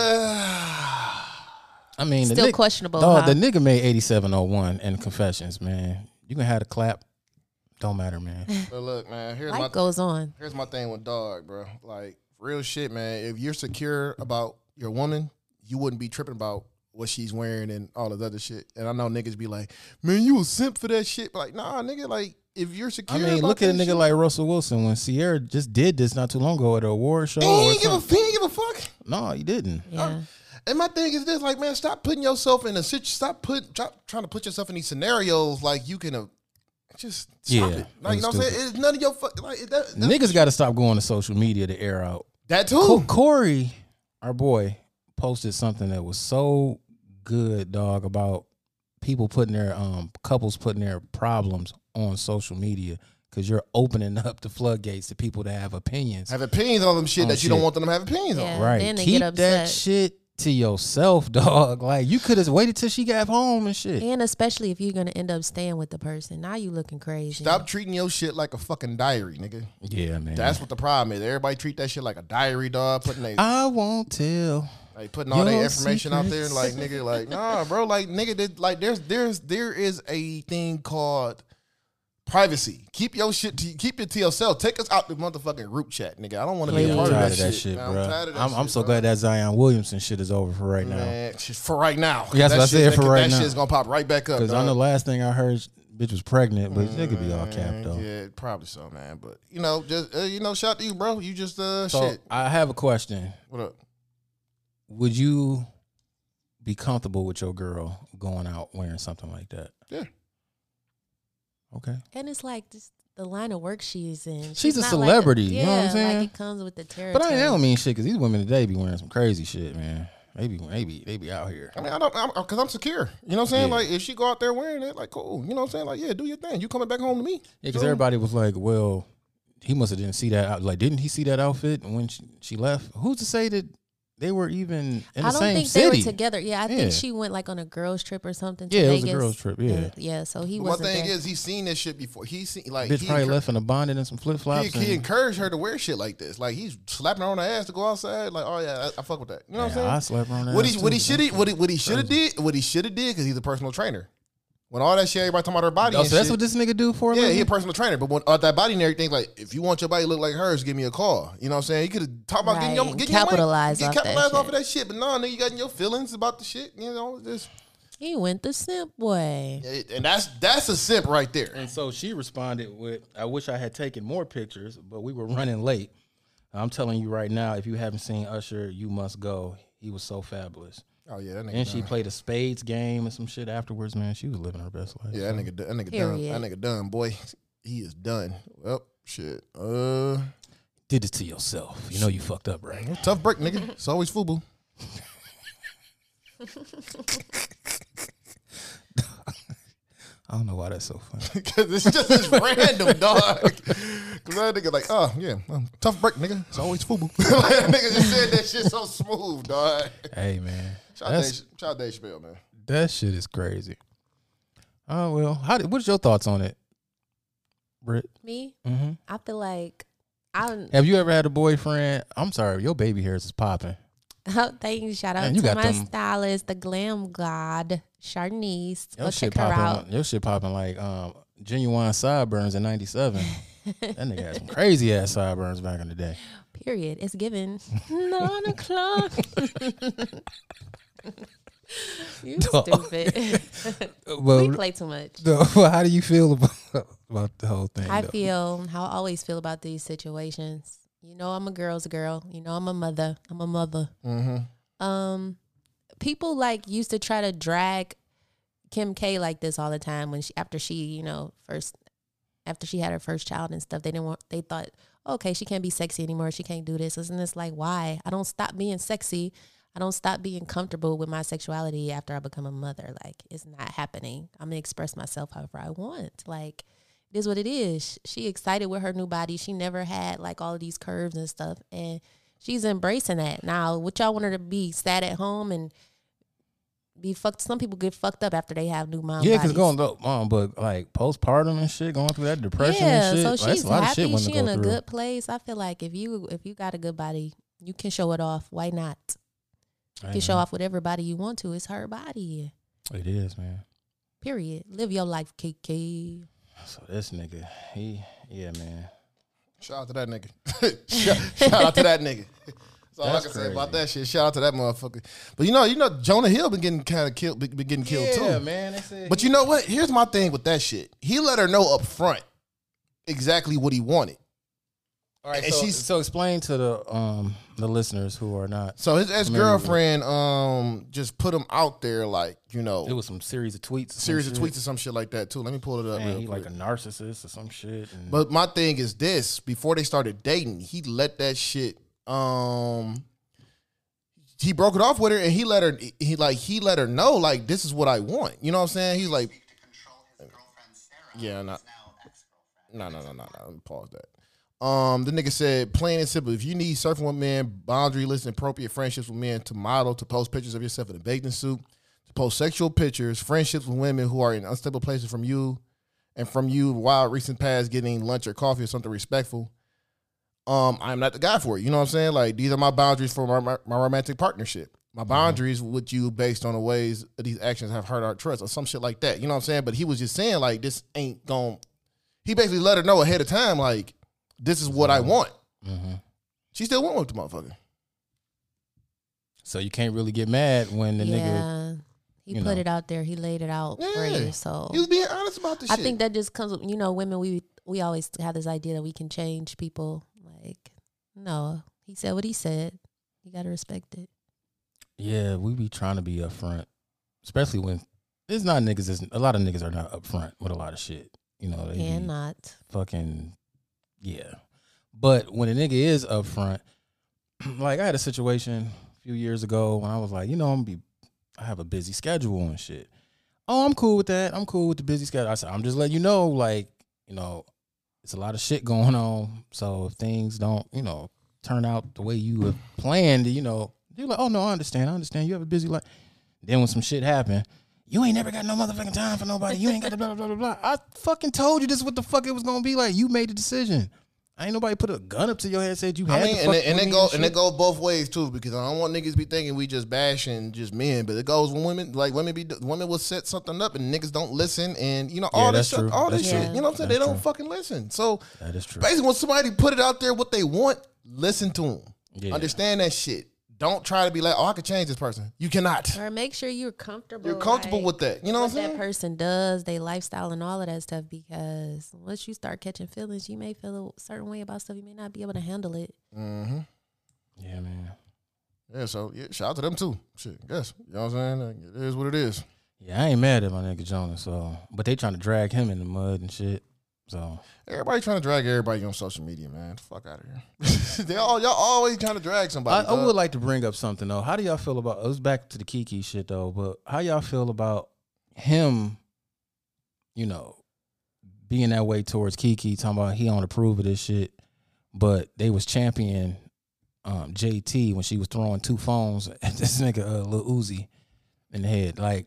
Speaker 3: Uh, <sighs>
Speaker 2: I mean, the
Speaker 4: Still
Speaker 2: nigga,
Speaker 4: questionable.
Speaker 2: dog,
Speaker 4: huh?
Speaker 2: the nigga made eighty seven oh one and confessions, man. You can have the clap. Don't matter,
Speaker 4: <laughs>
Speaker 2: man.
Speaker 3: but look, man, here's my
Speaker 4: Life goes on.
Speaker 3: here's my thing with dog, bro. Like real shit, man. If you're secure about your woman, you wouldn't be tripping about what she's wearing and all this other shit. And I know niggas be like, man, you a simp for that shit. But like, nah, nigga, like if you're secure,
Speaker 2: I mean,
Speaker 3: about
Speaker 2: look at a
Speaker 3: that
Speaker 2: nigga
Speaker 3: shit,
Speaker 2: like Russell Wilson when Sierra just did this not too long ago at an award show.
Speaker 3: He
Speaker 2: Or
Speaker 3: ain't give a
Speaker 2: something.
Speaker 3: he ain't give a fuck.
Speaker 2: no, he didn't.
Speaker 4: Yeah.
Speaker 3: And my thing is this, like, man, stop putting yourself in a situation. Stop put stop trying to put yourself in these scenarios like you can. Uh, just stop
Speaker 2: Yeah,
Speaker 3: it. Like you know, what I'm
Speaker 2: that's
Speaker 3: saying it's none of your fuck. Like that, that,
Speaker 2: Niggas got to stop going to social media to air out.
Speaker 3: that too.
Speaker 2: Co- Corey, our boy, posted something that was so good, dog, about people putting their um couples putting their problems on social media because you're opening <laughs> up the floodgates to people that have opinions.
Speaker 3: Have opinions on them shit
Speaker 2: Oh,
Speaker 3: that you don't
Speaker 2: shit.
Speaker 3: want them to have opinions on.
Speaker 4: Yeah,
Speaker 2: right?
Speaker 4: then they
Speaker 2: Keep
Speaker 4: get upset.
Speaker 2: that shit to yourself, <laughs> dog. Like you could have waited till she got home and shit.
Speaker 4: And especially if you're gonna end up staying with the person, now you looking crazy.
Speaker 3: Stop treating your shit like a fucking diary, nigga.
Speaker 2: Yeah, man.
Speaker 3: That's what the problem is. Everybody treat that shit like a diary, dog. Putting they,
Speaker 2: I won't tell.
Speaker 3: like putting all
Speaker 2: Your
Speaker 3: their information out there,
Speaker 2: secrets.
Speaker 3: like nigga, like nah, bro, like nigga, that- like there's there's there is a thing called privacy. Keep your shit to keep it to yourself. Take us out the motherfucking group chat, nigga. I don't want to be a
Speaker 4: Yeah,
Speaker 2: I'm
Speaker 3: part
Speaker 2: tired
Speaker 3: of
Speaker 2: of
Speaker 3: that,
Speaker 2: that
Speaker 3: shit.
Speaker 2: shit,
Speaker 3: man.
Speaker 2: bro.
Speaker 3: I'm tired of that
Speaker 2: I'm,
Speaker 3: shit.
Speaker 2: I'm so
Speaker 3: bro.
Speaker 2: glad that Zion Williamson shit is over for right now.
Speaker 3: Man, shit, for right now.
Speaker 2: Yeah, that's
Speaker 3: That
Speaker 2: what I
Speaker 3: shit-
Speaker 2: said,
Speaker 3: that-
Speaker 2: for right
Speaker 3: That
Speaker 2: now.
Speaker 3: shit's gonna pop right back up.
Speaker 2: Because I
Speaker 3: dog. Mm,
Speaker 2: know last thing I heard, bitch was pregnant, but it could be all capped though.
Speaker 3: Yeah, probably so, man. But you know, just uh, you know, shout to you, bro. You just uh,
Speaker 2: So
Speaker 3: shit.
Speaker 2: I have a question.
Speaker 3: What up?
Speaker 2: Would you be comfortable with your girl going out wearing something like that?
Speaker 3: Yeah.
Speaker 2: Okay.
Speaker 4: and it's like just the line of work she's in. She's,
Speaker 2: a
Speaker 4: not
Speaker 2: celebrity,
Speaker 4: Like a,
Speaker 2: you
Speaker 4: yeah,
Speaker 2: know what I'm saying?
Speaker 4: like it comes with the territory.
Speaker 2: But I that don't mean shit because these women today be wearing some crazy shit, man. Maybe maybe they be out here.
Speaker 3: I mean, I don't, I'm, cause I'm secure. You know what I'm saying?
Speaker 2: Yeah.
Speaker 3: Like, if she go out there wearing it, like, cool. You know what I'm saying? Like, yeah, do your thing. You coming back home to me?
Speaker 2: Yeah, because everybody was like, well, he must have didn't see that. out- Like, didn't he see that outfit when she, she left? Who's to say that they were even in the
Speaker 4: I don't
Speaker 2: same
Speaker 4: think
Speaker 2: city?
Speaker 4: they were together. Yeah, I
Speaker 2: Yeah.
Speaker 4: think she went like on a girls trip or something. To
Speaker 2: Yeah, it was
Speaker 4: Vegas.
Speaker 2: a girls' trip, yeah.
Speaker 4: And- yeah. So he
Speaker 3: But my
Speaker 4: wasn't
Speaker 3: thing
Speaker 4: there.
Speaker 3: is, he's seen this shit before. He seen like
Speaker 2: Bitch
Speaker 3: he,
Speaker 2: probably
Speaker 3: encour-
Speaker 2: left in a bonnet and some flip
Speaker 3: he,
Speaker 2: flops.
Speaker 3: he encouraged her to wear shit like this. Like he's slapping her on the ass to go outside. Like, oh yeah, I, I fuck with that. You know what I'm saying?
Speaker 2: I slept on that.
Speaker 3: What he what he should what he, what he should have did what he should have did because he's a personal trainer. When all that shit, everybody talking about her body.
Speaker 2: Oh,
Speaker 3: and
Speaker 2: so that's
Speaker 3: shit,
Speaker 2: what this nigga do for a
Speaker 3: Yeah,
Speaker 2: living?
Speaker 3: he a personal trainer, but when uh, that body and everything, like if you want your body to look like hers, give me a call. You know what I'm saying? You could have talked about getting your
Speaker 4: Right,
Speaker 3: getting your money.
Speaker 4: capitalize
Speaker 3: You
Speaker 4: off that
Speaker 3: capitalize off of
Speaker 4: shit.
Speaker 3: that shit, but no, nigga, you got in your feelings about the shit. You know, just
Speaker 4: he went the simp way.
Speaker 3: it- and that's that's a simp right there.
Speaker 2: And so she responded with, I wish I had taken more pictures, but we were running late. I'm telling you right now, if you haven't seen Usher, you must go. He was so fabulous.
Speaker 3: Oh yeah, that nigga.
Speaker 2: And she
Speaker 3: done.
Speaker 2: played a spades game and some shit afterwards, man. She was living her best life.
Speaker 3: yeah, that nigga, done- that nigga done. That
Speaker 4: Period.
Speaker 3: nigga done, boy. He is done. Well, shit. Uh,
Speaker 2: Did this to yourself. You know you fucked up, right?
Speaker 3: tough break, nigga. It's always FUBU.
Speaker 2: I don't know why that's so funny.
Speaker 3: <laughs> Cause it's just
Speaker 4: <laughs>
Speaker 3: it's random, dog. Cause that nigga like, oh yeah, um, tough break, nigga. It's always FUBU. like, nigga just said <laughs> that shit so smooth, dog.
Speaker 2: <laughs> hey, <laughs> man.
Speaker 3: Shout out, Dave, shout out Dave Chappelle, man.
Speaker 2: That shit is crazy. Oh well, how did, what's your thoughts on it, Britt?
Speaker 4: Me,
Speaker 2: Mm-hmm.
Speaker 4: I feel like I.
Speaker 2: Have you ever had a boyfriend? I'm sorry, your baby hairs is popping.
Speaker 4: <laughs> Thank you. Shout out
Speaker 2: Man, you
Speaker 4: to
Speaker 2: got
Speaker 4: my
Speaker 2: them-
Speaker 4: stylist, the glam god, Charnice.
Speaker 2: Your
Speaker 4: Go
Speaker 2: shit
Speaker 4: check her out.
Speaker 2: popping. Your shit popping like um, genuine sideburns in
Speaker 4: <laughs>
Speaker 2: '97. that nigga had some crazy ass sideburns back in the day.
Speaker 4: Period.
Speaker 2: <laughs>
Speaker 4: It's given nine o'clock. you
Speaker 2: <laughs>
Speaker 4: stupid. <laughs>
Speaker 2: Well,
Speaker 4: we play too much.
Speaker 2: <laughs> how do you feel about about the whole thing?
Speaker 4: I feel how I always feel about these situations. You know, I'm a girl's girl. You know, I'm a mother. I'm a mother.
Speaker 2: Mm-hmm.
Speaker 4: Um, people like used to try to drag Kim K like this all the time when she after she you know first after she had her first child and stuff. They didn't want. They thought, okay, she can't be sexy anymore. She can't do this. Isn't this like why? I don't stop being sexy. I don't stop being comfortable with my sexuality after I become a mother. Like it's not happening. I'm gonna express myself however I want. Like it is what it is. She excited with her new body. She never had like all of these curves and stuff, and she's embracing that now. What y'all want her to be? Sat at home and be fucked. Some people get fucked up after they have new mom.
Speaker 2: Yeah, because
Speaker 4: bodies.
Speaker 2: going though, um, but like postpartum and shit, going through that depression and shit.
Speaker 4: so
Speaker 2: like, that's
Speaker 4: she's
Speaker 2: a lot
Speaker 4: happy.
Speaker 2: of shit women
Speaker 4: she
Speaker 2: go
Speaker 4: in a
Speaker 2: through.
Speaker 4: good place. I feel like if you if you got a good body, you can show it off. Why not? You
Speaker 2: Hey,
Speaker 4: can show
Speaker 2: man.
Speaker 4: off with everybody you want to. It's her body.
Speaker 2: It is, man.
Speaker 4: Period. Live your life, KK.
Speaker 2: So this nigga, he, yeah, man.
Speaker 3: Shout out to that nigga. <laughs> shout, shout out to that nigga. That's all
Speaker 2: That's
Speaker 3: I can say about
Speaker 2: crazy.
Speaker 3: that shit. Shout out to that motherfucker. But you know, you know, Jonah Hill been getting kind of killed, been been getting killed too.
Speaker 2: yeah, man. They said
Speaker 3: But you know what? Here's my thing with that shit. He let her know up front exactly what he wanted.
Speaker 2: All right,
Speaker 3: And
Speaker 2: so,
Speaker 3: she's-
Speaker 2: so explain to the um the listeners who are not.
Speaker 3: So his ex girlfriend um just put him out there like, you know,
Speaker 2: It was some series of tweets, some
Speaker 3: series of
Speaker 2: shit.
Speaker 3: tweets or some shit like that too. Let me pull it up
Speaker 2: Man,
Speaker 3: real
Speaker 2: he
Speaker 3: quick.
Speaker 2: like a narcissist or some shit. and-
Speaker 3: But my thing is this: before they started dating, he let that shit. Um, he broke it off with her, and he let her. He like he let her know like this is what I want. You know what I'm saying? He's like, yeah, not. No, no, no, no, no. Let me pause that. Um, the nigga said, plain and simple, if you need surfing with men, boundaryless and appropriate friendships with men to model, to post pictures of yourself in a bathing suit, to post sexual pictures, friendships with women who are in unstable places from you, and from you while recent past getting lunch or coffee or something respectful, um, I'm not the guy for it. You know what I'm saying? Like these are my boundaries for my, my, my romantic partnership. My boundaries with you based on the ways that these actions have hurt our trust or some shit like that. You know what I'm saying? But he was just saying like this ain't going he basically let her know ahead of time, like, this is what I want.
Speaker 2: Mhm.
Speaker 3: She still went with the motherfucker.
Speaker 2: so you can't really get mad when the nigga.
Speaker 4: yeah, he
Speaker 2: you
Speaker 4: put
Speaker 2: know.
Speaker 4: it out there. He laid it out for
Speaker 3: Yeah.
Speaker 4: you. So
Speaker 3: He was being honest about this
Speaker 4: I
Speaker 3: shit.
Speaker 4: think that just comes with you know women. We we always have this idea that we can change people. Like no, he said what he said. You gotta respect it.
Speaker 2: Yeah, we be trying to be upfront, especially when it's not niggas. It's, a lot of niggas are not upfront with a lot of shit. You know, they be
Speaker 4: and not.
Speaker 2: fucking yeah. But when a nigga is upfront, <clears throat> like I had a situation a few years ago when I was like, you know, I'm be I have a busy schedule and shit. Oh, I'm cool with that. I'm cool with the busy schedule. I said, I'm just letting you know, like, you know, it's a lot of shit going on. So if things don't, you know, turn out the way you have planned, you know, they're like, oh no, I understand, I understand. You have a busy life. Then when some shit happened, you ain't never got no motherfucking time for nobody. You ain't got the blah blah blah blah. blah. I fucking told you this is what the fuck it was gonna be like. You made the decision. I ain't nobody put a gun up to your head said you had
Speaker 3: I mean,
Speaker 2: to
Speaker 3: and
Speaker 2: fuck
Speaker 3: it, and
Speaker 2: with
Speaker 3: it
Speaker 2: me
Speaker 3: go
Speaker 2: shit.
Speaker 3: and it go both ways too, because I don't want niggas be thinking we just bashing just men, but it goes when women like women be women will set something up and niggas don't listen, and you know all
Speaker 2: that's
Speaker 3: this shit,
Speaker 2: true.
Speaker 3: all this
Speaker 2: That's
Speaker 3: shit,
Speaker 4: true.
Speaker 3: you know what I'm saying?
Speaker 2: That's
Speaker 3: they don't
Speaker 2: true.
Speaker 3: fucking listen. So
Speaker 2: That is true.
Speaker 3: basically, when somebody put it out there what they want, listen to them,
Speaker 2: Yeah.
Speaker 3: understand that shit. Don't try to be like, oh, I could change this person. You cannot.
Speaker 4: Or make sure you're comfortable.
Speaker 3: You're comfortable
Speaker 4: like,
Speaker 3: with that. You know what I'm
Speaker 4: what that
Speaker 3: saying?
Speaker 4: person does, their lifestyle, and all of that stuff. Because once you start catching feelings, you may feel a certain way about stuff. You may not be able to handle it.
Speaker 3: mm-hmm.
Speaker 2: Yeah, man.
Speaker 3: Yeah, so yeah, shout out to them too. Shit, yes, you know what I'm saying. Like, it is what it is.
Speaker 2: Yeah, I ain't mad at my nigga Jonah. So, but they trying to drag him in the mud and shit. So
Speaker 3: Everybody trying to drag everybody on social media, man. Fuck out of here. <laughs> they all y'all always trying to drag
Speaker 2: I,
Speaker 3: somebody.
Speaker 2: I would like to bring up something though. How do y'all feel about? It was back to the Kiki shit though. But how y'all feel about him? You know, being that way towards Kiki, talking about he don't approve of this shit. But they was champion um, JT when she was throwing two phones <laughs> at this nigga uh, Lil Uzi in the head. Like,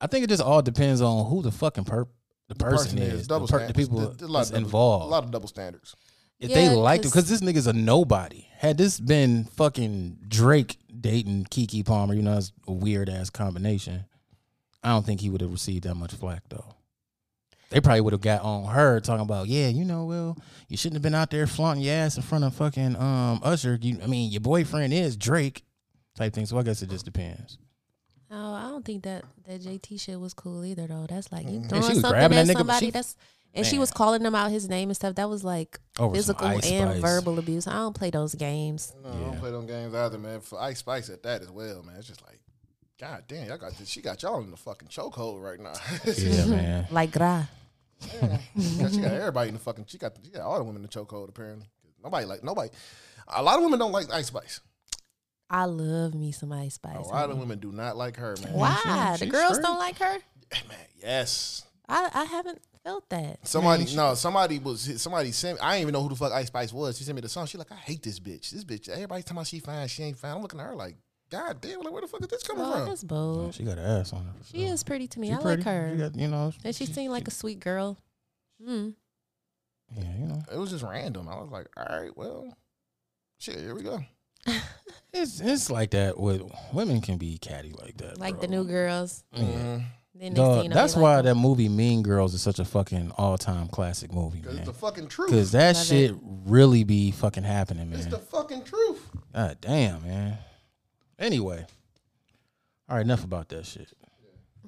Speaker 2: I think it just all depends on who the fucking per the person, is, the, per- the
Speaker 3: standards.
Speaker 2: people
Speaker 3: There's a lot of
Speaker 2: that's
Speaker 3: double-
Speaker 2: involved.
Speaker 3: A lot of double standards.
Speaker 2: If
Speaker 4: Yeah,
Speaker 2: they liked him,
Speaker 4: 'cause-
Speaker 2: because this nigga's a nobody. Had this been fucking Drake dating Kiki Palmer, you know, it's a weird ass combination. I don't think he would have received that much flack though. They probably would have got on her talking about, yeah, you know, well, you shouldn't have been out there flaunting your ass in front of fucking um Usher. You, I mean, your boyfriend is Drake type thing. So I guess it just depends.
Speaker 4: Oh, I don't think that that JT shit was cool either, though. That's like you
Speaker 3: Mm.
Speaker 4: throwing
Speaker 2: she was
Speaker 4: something at
Speaker 2: grabbing that nigga, but
Speaker 4: somebody.
Speaker 2: she-
Speaker 4: that's and she
Speaker 2: Man.
Speaker 4: was calling him out his name and stuff. That was like
Speaker 2: Over some
Speaker 4: physical and
Speaker 2: Ice Spice.
Speaker 4: verbal abuse. I don't play those games.
Speaker 3: No, I don't
Speaker 2: Yeah.
Speaker 3: play them games either, man. For Ice Spice at that as well, man. It's just like, god damn, y'all got this. She got y'all in the fucking chokehold right now. <laughs>
Speaker 2: Yeah,
Speaker 4: <laughs>
Speaker 2: man.
Speaker 4: Like gra.
Speaker 3: Yeah. she got everybody in the fucking. She got she got all the women in the chokehold apparently. Nobody like nobody. A lot of women don't like Ice Spice.
Speaker 4: I love me some Ice Spice.
Speaker 3: A lot of
Speaker 4: honey.
Speaker 3: women do not like her, man.
Speaker 4: Why?
Speaker 2: She-
Speaker 4: the
Speaker 2: she
Speaker 4: girls
Speaker 2: Oh, straight.
Speaker 4: don't like her?
Speaker 3: Man, yes.
Speaker 4: I, I haven't felt that.
Speaker 3: Somebody
Speaker 2: Man, she-
Speaker 3: no, somebody was somebody sent. I didn't even know who the fuck Ice Spice was. She sent me the song. She like, I hate this bitch. This bitch. Everybody talking about she fine, she ain't fine. I'm looking at her like, God damn, like where the fuck is this coming
Speaker 4: Oh,
Speaker 3: from?
Speaker 4: that's bold.
Speaker 2: She got an ass on her.
Speaker 4: She is pretty to me.
Speaker 2: She
Speaker 4: I
Speaker 2: pretty.
Speaker 4: like her.
Speaker 2: She got, you know.
Speaker 4: and she seemed like a sweet girl. Mm.
Speaker 2: Yeah, you know.
Speaker 3: It was just random. I was like, all right, well, shit, here we go.
Speaker 2: It's it's like that with women can be catty like that.
Speaker 4: <laughs> Like the
Speaker 2: bro.
Speaker 4: new girls.
Speaker 2: Yeah.
Speaker 3: Mhm.
Speaker 4: Then next
Speaker 2: Dog,
Speaker 4: thing you know,
Speaker 2: that's
Speaker 4: you
Speaker 2: why
Speaker 4: like
Speaker 2: that movie Mean Girls is such a fucking all time classic movie,
Speaker 3: Cause it's
Speaker 2: man.
Speaker 3: the fucking truth.
Speaker 2: Because that
Speaker 4: Love it.
Speaker 2: shit really be fucking happening,
Speaker 3: it's
Speaker 2: man.
Speaker 3: the fucking truth.
Speaker 2: God damn, man. Anyway, all right, enough about that shit.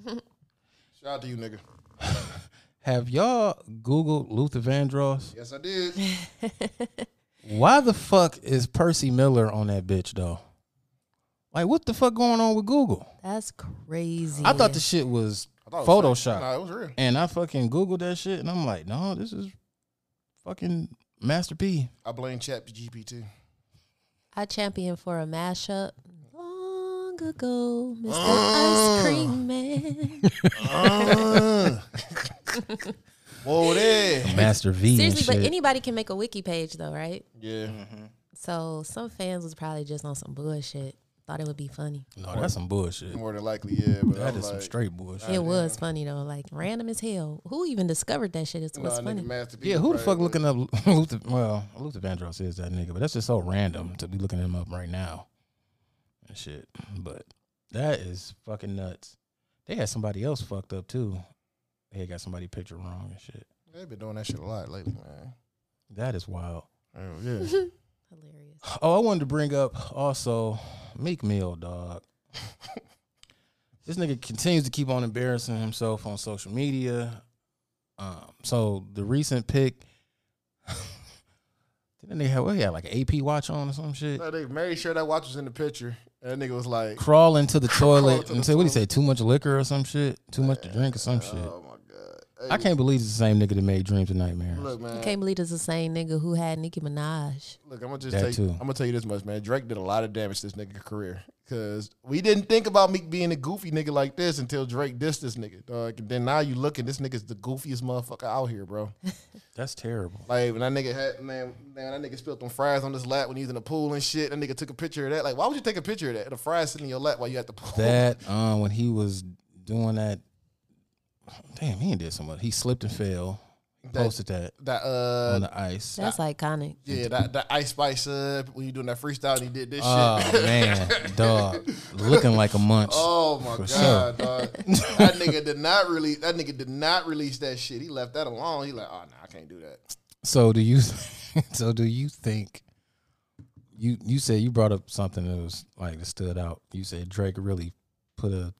Speaker 3: Shout out to you, nigga.
Speaker 2: Have y'all Googled Luther Vandross?
Speaker 3: Yes,
Speaker 2: <laughs>
Speaker 3: I did.
Speaker 2: Why the fuck is Percy Miller on that bitch though? Like, what the fuck going on with Google?
Speaker 4: That's crazy.
Speaker 2: I thought the shit was
Speaker 3: I thought it was fake.
Speaker 2: Photoshop,
Speaker 3: Nah, it was real.
Speaker 2: and I fucking Googled that shit, and I'm like, no, this is fucking Master P.
Speaker 3: I blame Chat GPT.
Speaker 4: I championed for a mashup long ago, Mr.
Speaker 2: Ah.
Speaker 4: Ice
Speaker 2: <laughs>
Speaker 4: Cream Man.
Speaker 2: Uh.
Speaker 3: <laughs>
Speaker 2: <laughs>
Speaker 3: Whoa there.
Speaker 2: <laughs> Master V. and
Speaker 4: Seriously, but
Speaker 2: shit.
Speaker 4: anybody can make a wiki page though, right?
Speaker 3: Yeah.
Speaker 4: So some fans was probably just on some bullshit. Thought it would be funny.
Speaker 2: no, that's some bullshit.
Speaker 3: More than likely, yeah. But
Speaker 2: That
Speaker 3: I'm
Speaker 2: is some
Speaker 3: like,
Speaker 2: straight bullshit.
Speaker 4: it was funny though, like random as hell. Who even discovered that shit? Is
Speaker 3: nah,
Speaker 4: what's
Speaker 3: nigga,
Speaker 4: funny.
Speaker 3: Master P
Speaker 2: Yeah, who the
Speaker 3: probably
Speaker 2: fuck
Speaker 3: was-
Speaker 2: looking up <laughs> Luther? Well, Luther Vandross is that nigga, but that's just so random to be looking him up right now and shit. But that is fucking nuts. They had somebody else fucked up too. They had got somebody picture wrong and shit.
Speaker 3: They've been doing that shit a lot lately, man.
Speaker 2: That is wild.
Speaker 3: Oh,
Speaker 4: <laughs>
Speaker 3: yeah.
Speaker 4: Hilarious.
Speaker 2: Oh, I wanted to bring up also Meek Mill,
Speaker 3: <laughs>
Speaker 2: dog. this nigga continues to keep on embarrassing himself on social media. Um, so the recent <laughs> pick, did that nigga have what he had like an AP watch on or some shit?
Speaker 3: no, they made sure that watch was in the picture. That nigga was like,
Speaker 2: Crawl into
Speaker 3: <laughs>
Speaker 2: the toilet
Speaker 3: to
Speaker 2: and
Speaker 3: the
Speaker 2: say what he
Speaker 3: toilet.
Speaker 2: say? Too much liquor or some shit? Too much to drink or some shit?
Speaker 3: oh my God. Hey,
Speaker 2: I can't believe it's the same nigga that made dreams and nightmares.
Speaker 3: Look, man.
Speaker 4: Can't believe it's the same nigga who had Nicki Minaj.
Speaker 3: Look, I'm gonna just
Speaker 2: That
Speaker 3: tell you,
Speaker 2: too.
Speaker 3: I'm gonna tell you this much, man. Drake did a lot of damage to this nigga career because we didn't think about Meek being a goofy nigga like this until Drake dissed this nigga. Dog. And then now you looking, this nigga's the goofiest motherfucker out here, bro.
Speaker 2: That's terrible.
Speaker 3: Like when that nigga had man, man, that nigga spilled them fries on his lap when he was in the pool and shit. That nigga took a picture of that. Like, why would you take a picture of that? The fries sitting in your lap while you at the pool.
Speaker 2: That um, when he was doing that, damn, he ain't did so much. He slipped and fell. He
Speaker 3: That-
Speaker 2: posted Oh, that
Speaker 3: that uh,
Speaker 2: on the ice.
Speaker 4: That's iconic.
Speaker 3: yeah, that, that Ice Spice uh, when you doing that freestyle and he did this
Speaker 2: Oh
Speaker 3: shit.
Speaker 2: man, dog, looking like a munch.
Speaker 3: <laughs> Oh my
Speaker 2: For
Speaker 3: god, dog. that nigga did not release. That nigga did not release that shit. He left that alone. He like, oh no, I can't do that.
Speaker 2: So do you? <laughs> So do you think? You you said you brought up something that was like that stood out. You said Drake really put a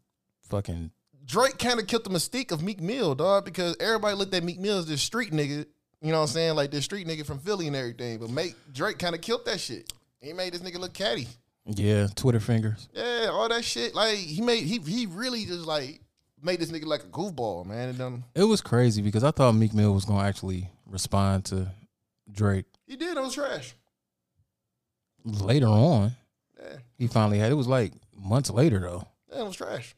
Speaker 2: fucking
Speaker 3: Drake kind of killed the mystique of Meek Mill, dog, because everybody looked at Meek Mill as this street nigga. You know what I'm saying? Like this street nigga from Philly and everything. But make Drake kind of killed that shit. He made this nigga look catty.
Speaker 2: yeah Twitter fingers.
Speaker 3: Yeah, all that shit. Like he made he he really just like made this nigga like a goofball, man. And um,
Speaker 2: It was crazy because I thought Meek Mill was gonna actually respond to Drake
Speaker 3: he did. It was trash.
Speaker 2: later on.
Speaker 3: Yeah,
Speaker 2: He finally had. It was like months later though.
Speaker 3: yeah it was trash.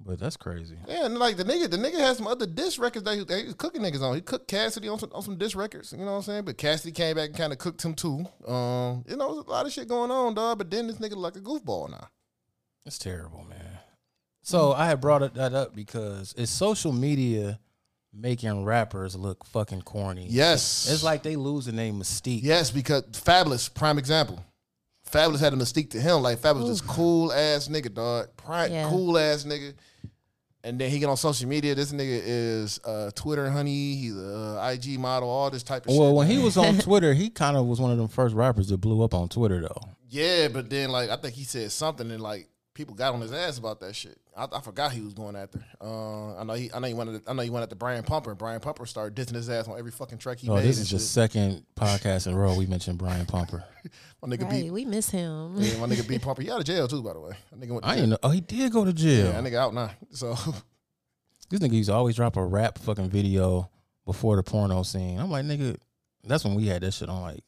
Speaker 2: But that's crazy.
Speaker 3: Yeah, and like the nigga, the nigga had some other diss records that he, that he was cooking niggas on. He cooked Cassidy on some on some diss records, you know what I'm saying? But Cassidy came back and kind of cooked him too. Um, you know, there's a lot of shit going on, dog. But then this nigga like a goofball now.
Speaker 2: It's terrible, man. So I had brought it- that up because it's social media making rappers look fucking corny.
Speaker 3: Yes,
Speaker 2: It's like they losing their mystique.
Speaker 3: yes because Fabulous prime example. Fabulous had a mystique to him. Like Fabulous, this cool ass nigga, dog. Prime
Speaker 4: Yeah.
Speaker 3: cool ass nigga. And then he get on social media. This nigga is uh, Twitter honey. He's a uh, IG model. All this type of shit.
Speaker 2: Well, when he was
Speaker 3: <laughs>
Speaker 2: on Twitter, he kind of was one of them first rappers that blew up on Twitter, though.
Speaker 3: Yeah, but then like I think he said something and like people got on his ass about that shit. I, I forgot he was going after. Uh, I know he I know he wanted I know he went after Brian Pumper and Brian Pumper started dissing his ass on every fucking track he
Speaker 2: Oh,
Speaker 3: made.
Speaker 2: this
Speaker 3: and
Speaker 2: is the
Speaker 3: shit.
Speaker 2: second podcast in a row we mentioned Brian
Speaker 3: <laughs>
Speaker 2: Pumper.
Speaker 3: my nigga
Speaker 4: Right,
Speaker 3: beat
Speaker 4: we miss him.
Speaker 3: yeah, my
Speaker 4: <laughs>
Speaker 3: nigga beat Pumper. He out of jail too, by the way. That nigga went to
Speaker 2: I
Speaker 3: jail.
Speaker 2: didn't know. Oh, he did go to jail.
Speaker 3: Yeah, that nigga out now. So <laughs>
Speaker 2: This nigga used to always drop a rap fucking video before the porno scene. I'm like, nigga, that's when we had that shit on like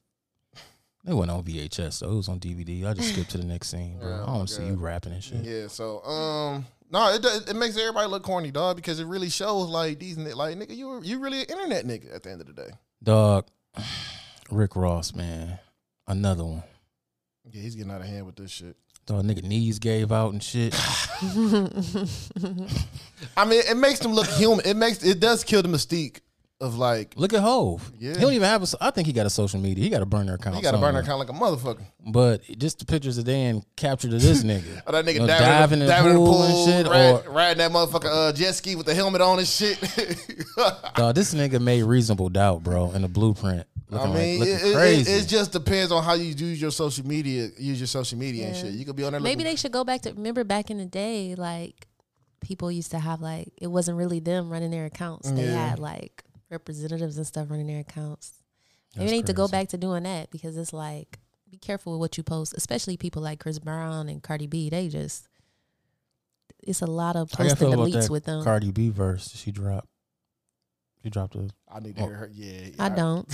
Speaker 2: It wasn't on VHS, so it was on DVD. I just skipped to the next scene, bro.
Speaker 3: Oh,
Speaker 2: I
Speaker 3: my
Speaker 2: don't see
Speaker 3: God.
Speaker 2: you rapping and shit.
Speaker 3: Yeah, so um, no, it, does- it makes everybody look corny, dog, because it really shows like these ni- like nigga, you you really an internet nigga at the end of the day.
Speaker 2: Dog, Rick Ross, man, another one.
Speaker 3: Yeah, he's getting out of hand with this shit.
Speaker 2: Dog, nigga knees gave out and shit.
Speaker 3: I mean, it makes them look human. It makes it does kill the mystique of like
Speaker 2: Look at Hove.
Speaker 3: Yeah.
Speaker 2: He don't even have a. so- I think he got a social media. He got a burner account.
Speaker 3: he got a
Speaker 2: somewhere.
Speaker 3: burner kind of like a motherfucker.
Speaker 2: But just the pictures that they in captured of
Speaker 3: <laughs>
Speaker 2: this nigga.
Speaker 3: Or that nigga
Speaker 2: You know,
Speaker 3: diving, in the, diving in the pool,
Speaker 2: and shit.
Speaker 3: ride-
Speaker 2: Or
Speaker 3: riding that motherfucker uh, jet ski with the helmet on and shit. <laughs>
Speaker 2: dog, this nigga made reasonable doubt, bro, in the blueprint.
Speaker 3: I
Speaker 2: Looking
Speaker 3: mean,
Speaker 2: like,
Speaker 3: it,
Speaker 2: looking
Speaker 3: it-
Speaker 2: crazy.
Speaker 3: it just depends on how you use your social media. Use your social media and
Speaker 4: Yeah.
Speaker 3: shit. You could be on there.
Speaker 4: Maybe
Speaker 3: looking-
Speaker 4: they should go back to remember back in the day, like people used to have like it wasn't really them running their accounts. They
Speaker 3: Yeah.
Speaker 4: had like representatives and stuff running their accounts. Maybe
Speaker 2: That's
Speaker 4: they need to go
Speaker 2: crazy.
Speaker 4: back to doing that because it's like be careful with what you post, especially people like Chris Brown and Cardi B. They just it's a lot of
Speaker 2: How y'all
Speaker 4: posting
Speaker 2: feel about
Speaker 4: deletes
Speaker 2: that
Speaker 4: with them.
Speaker 2: Cardi B verse she dropped. She dropped a
Speaker 3: I need to hear her. Yeah,
Speaker 4: I don't.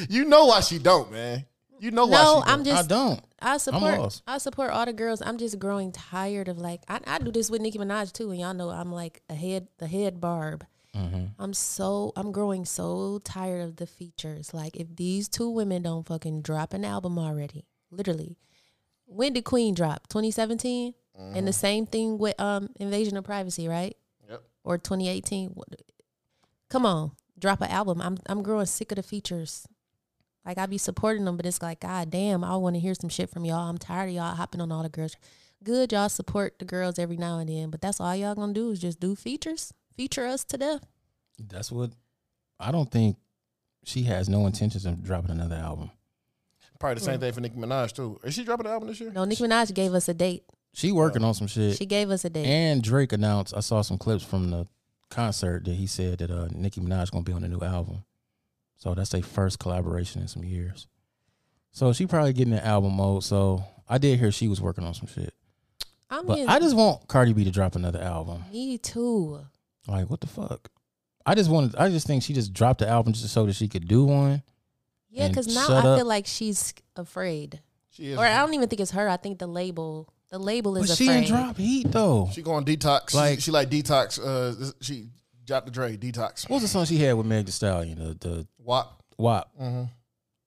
Speaker 3: <laughs> you know why she don't, man. You know why.
Speaker 4: No,
Speaker 3: she
Speaker 4: I'm
Speaker 3: don't.
Speaker 2: I
Speaker 4: just
Speaker 2: don't.
Speaker 4: I support
Speaker 2: lost.
Speaker 4: I support all the girls. I'm just growing tired of like I, I do this with Nicki Minaj too, and y'all know I'm like a head the head barb.
Speaker 2: Mm-hmm.
Speaker 4: I'm so I'm growing so tired of the features. Like if these two women don't fucking drop an album already, literally. When did Queen drop? 2017, and the same thing with um Invasion of Privacy, right?
Speaker 3: Yep.
Speaker 4: Or 2018. What- Come on, drop an album. I'm I'm growing sick of the features. Like I be supporting them, but it's like, God damn, I want to hear some shit from y'all. I'm tired of y'all hopping on all the girls. Good, y'all support the girls every now and then, but that's all y'all gonna do is just do features, feature us to death.
Speaker 2: That's what I don't think she has no intentions of dropping another album.
Speaker 3: probably the same thing for Nicki Minaj too. Is she dropping an album this year?
Speaker 4: Mm. No, Nicki Minaj gave us a date.
Speaker 2: She working on some shit.
Speaker 4: She gave us a date.
Speaker 2: and Drake announced I saw some clips from the concert that he said that uh Nicki Minaj gonna be on the new album. So that's their first collaboration in some years. So she probably getting in album mode. So I did hear she was working on some shit.
Speaker 4: I
Speaker 2: But
Speaker 4: mean,
Speaker 2: I just want Cardi B to drop another album.
Speaker 4: me too.
Speaker 2: Like what the fuck? I just wanted I just think she just dropped the album just so that she could do one.
Speaker 4: Yeah,
Speaker 2: And
Speaker 4: because now
Speaker 2: shut
Speaker 4: I
Speaker 2: up.
Speaker 4: feel like she's afraid,
Speaker 3: She is.
Speaker 4: or I don't even think it's her. I think the label, the label is
Speaker 2: But she
Speaker 4: afraid.
Speaker 2: didn't drop heat though.
Speaker 3: she going detox. Like
Speaker 2: Like-
Speaker 3: she, she like detox. Uh, this- she dropped the Dre detox.
Speaker 2: What was the song she had with Meg Thee Stallion? The the
Speaker 3: What?
Speaker 2: WAP.
Speaker 3: Mm-hmm.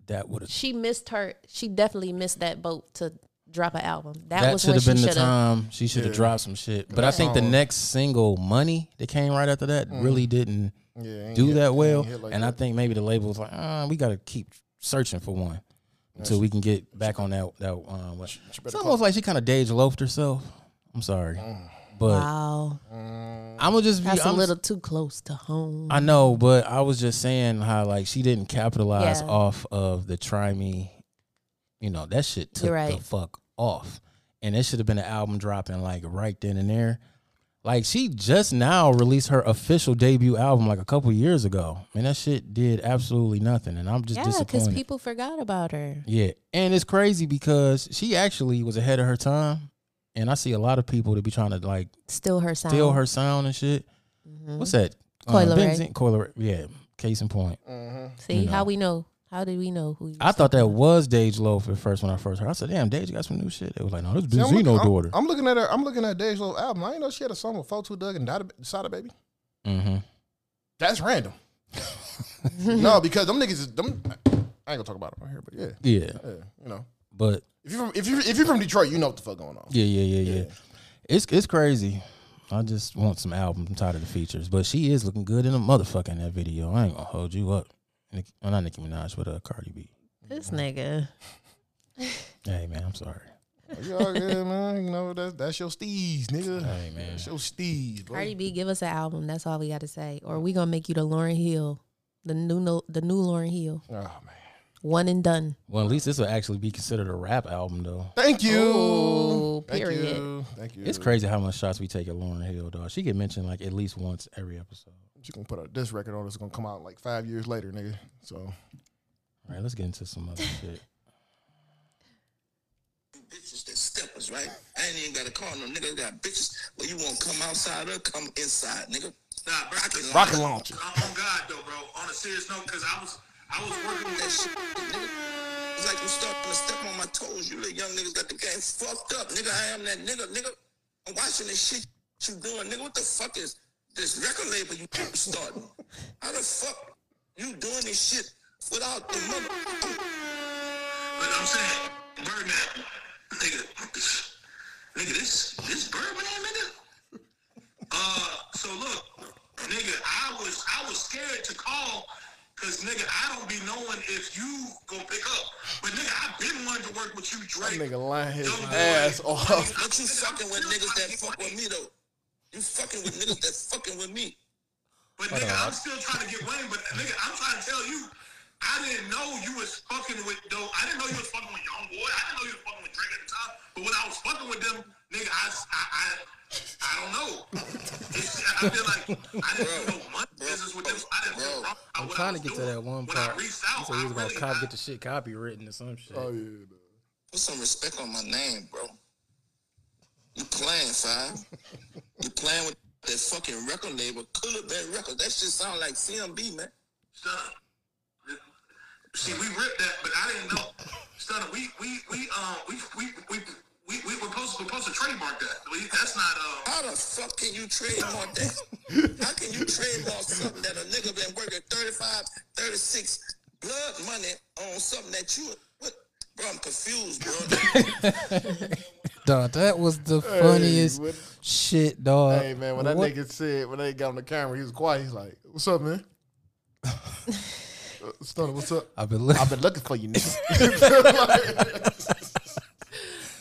Speaker 2: That would have
Speaker 4: She missed her. She definitely missed that boat to drop an album. That,
Speaker 2: that,
Speaker 4: was
Speaker 2: should
Speaker 4: when
Speaker 2: have been
Speaker 4: she
Speaker 2: the
Speaker 4: should have.
Speaker 2: time she should have
Speaker 3: Yeah.
Speaker 2: dropped some shit. But I
Speaker 3: That
Speaker 2: think the
Speaker 3: song-
Speaker 2: next single, "Money," that came right after that, really didn't
Speaker 3: Yeah. Mm. ain't
Speaker 2: do
Speaker 3: hit-
Speaker 2: that
Speaker 3: ain't
Speaker 2: well.
Speaker 3: hit like
Speaker 2: and I
Speaker 3: that.
Speaker 2: think maybe the label was like, ah, we got to keep searching for one until we can get back on that. That um, what-
Speaker 3: she better
Speaker 2: it's almost like she kind of Dej loafed herself. I'm sorry,
Speaker 3: Mm.
Speaker 2: but
Speaker 4: Wow,
Speaker 2: I'm gonna just be.
Speaker 4: that's
Speaker 2: I'm,
Speaker 4: a little too close to home.
Speaker 2: I know, but I was just saying how like she didn't capitalize
Speaker 4: Yeah.
Speaker 2: off of the try me. You know that shit took
Speaker 4: You're
Speaker 2: the
Speaker 4: right.
Speaker 2: fuck off, and it should have been an album dropping like right then and there. Like she just now released her official debut album like a couple years ago, and that shit did absolutely nothing. And I'm just
Speaker 4: yeah, because
Speaker 2: disappointed.
Speaker 4: people forgot about her.
Speaker 2: yeah, and it's crazy because she actually was ahead of her time, and I see a lot of people that be trying to like
Speaker 4: Still her sound.
Speaker 2: steal her sound and shit. What's that?
Speaker 4: Coil Ray.
Speaker 2: benzene, Coil Ray. Yeah, case in point.
Speaker 4: See how we know? How did we know who?
Speaker 2: I thought that was Dage Loaf at first when I first heard. I said, "Damn, Dage got some new shit." It was like, "No, this is
Speaker 3: See, I'm looking-
Speaker 2: Benzino
Speaker 3: I'm-
Speaker 2: daughter."
Speaker 3: I'm looking at her. I'm looking at Dej little album. I ain't know she had a song with Fotu Doug and Dada- Sada Baby.
Speaker 2: hmm
Speaker 3: That's random. <laughs> no, because them niggas is them. I ain't gonna talk about them right here, but yeah,
Speaker 2: Yeah,
Speaker 3: yeah, you know,
Speaker 2: but
Speaker 3: if you from if you if you from Detroit, you know what the fuck going on.
Speaker 2: yeah, yeah, yeah, yeah,
Speaker 3: Yeah.
Speaker 2: It's it's crazy. I just want some albums. I'm tired of the features, but she is looking good in a motherfucker in that video. I ain't gonna hold you up. Nicki, well, not Nicki Minaj, but uh, Cardi B.
Speaker 4: this nigga.
Speaker 2: Hey man, I'm sorry.
Speaker 3: You all good, oh, man. You know that's that's your steez, nigga.
Speaker 2: Hey, man.
Speaker 3: that's your steez, bro.
Speaker 4: Cardi B, give us an album. That's all we got to say. Or we gonna make you the Lauren Hill, the new no, the new Lauren Hill,
Speaker 3: Oh man,
Speaker 4: one and done.
Speaker 2: Well, at least this will actually be considered a rap album, though.
Speaker 3: thank you.
Speaker 4: Ooh,
Speaker 3: Thank
Speaker 4: period.
Speaker 3: you. Thank you.
Speaker 2: It's crazy how much shots we take at Lauren Hill, dog. She get mentioned like at least once every episode.
Speaker 3: She gonna put out this record on. It's gonna come out like five years later, nigga. So
Speaker 2: All right, let's get into some other shit.
Speaker 1: bitches that steppers, right? I ain't even got to call no nigga. They got bitches where you want to come outside or come inside, nigga. Nah, bro, I can Oh,
Speaker 3: Rocket launcher.
Speaker 1: On God, though, bro. On a serious note, because I was I was working with that shit, nigga. It's like you starting to step on my toes. You little young niggas got the game fucked up, nigga. I am that nigga, nigga. I'm watching this shit you doing, nigga. What the fuck is this record label you starting? How the fuck you doing this shit without the mother? But I'm saying, Birdman, nigga, nigga, this this Birdman, nigga. Uh, so look, nigga, I was I was scared to call because nigga, I don't be knowing if you gonna pick up. But nigga, I've been wanting to work with you,
Speaker 3: That
Speaker 1: Drake.
Speaker 3: nigga lying his
Speaker 1: Young boy.
Speaker 3: ass off.
Speaker 1: Don't you fucking with niggas that fuck with me though. You fucking with niggas that fucking with me. But nigga, I'm still trying to get Wayne. But nigga, I'm trying to tell you, I didn't know you was fucking with though. I didn't know you was fucking with Young Boy. I didn't know you was fucking with Drake at the time. But when I was fucking with them, nigga, I I I, I don't know. It's, I feel like I didn't know much business with them. so I didn't know.
Speaker 2: <laughs> I'm trying to get to that one
Speaker 1: when
Speaker 2: part.
Speaker 1: I reached out,
Speaker 2: So he was
Speaker 1: I
Speaker 2: about to
Speaker 1: really-
Speaker 2: cop, get the shit copywritten or some shit.
Speaker 3: <laughs> Oh yeah, no.
Speaker 1: Put some respect on my name, bro. You playing, five. you playing with that fucking record label. Could have been record. That shit sound like CMB, man. Son, see, we ripped that, but I didn't know. Son, we we we um we we we. We, we were supposed to, supposed to trademark that. We, that's not. Uh... How the fuck can you trademark that? How can you trademark something that a nigga been working 35, 36 blood money on something that you. What? Bro, I'm confused, bro.
Speaker 2: Dog, that was the funniest
Speaker 3: what-
Speaker 2: shit, dog.
Speaker 3: Hey man, when that
Speaker 2: What-
Speaker 3: nigga said when they got on the camera, he was quiet. He's like, "What's
Speaker 2: <laughs>
Speaker 3: up, man? uh, Stunner, what's up?
Speaker 2: I've been looking,
Speaker 3: I've been looking for you, nigga.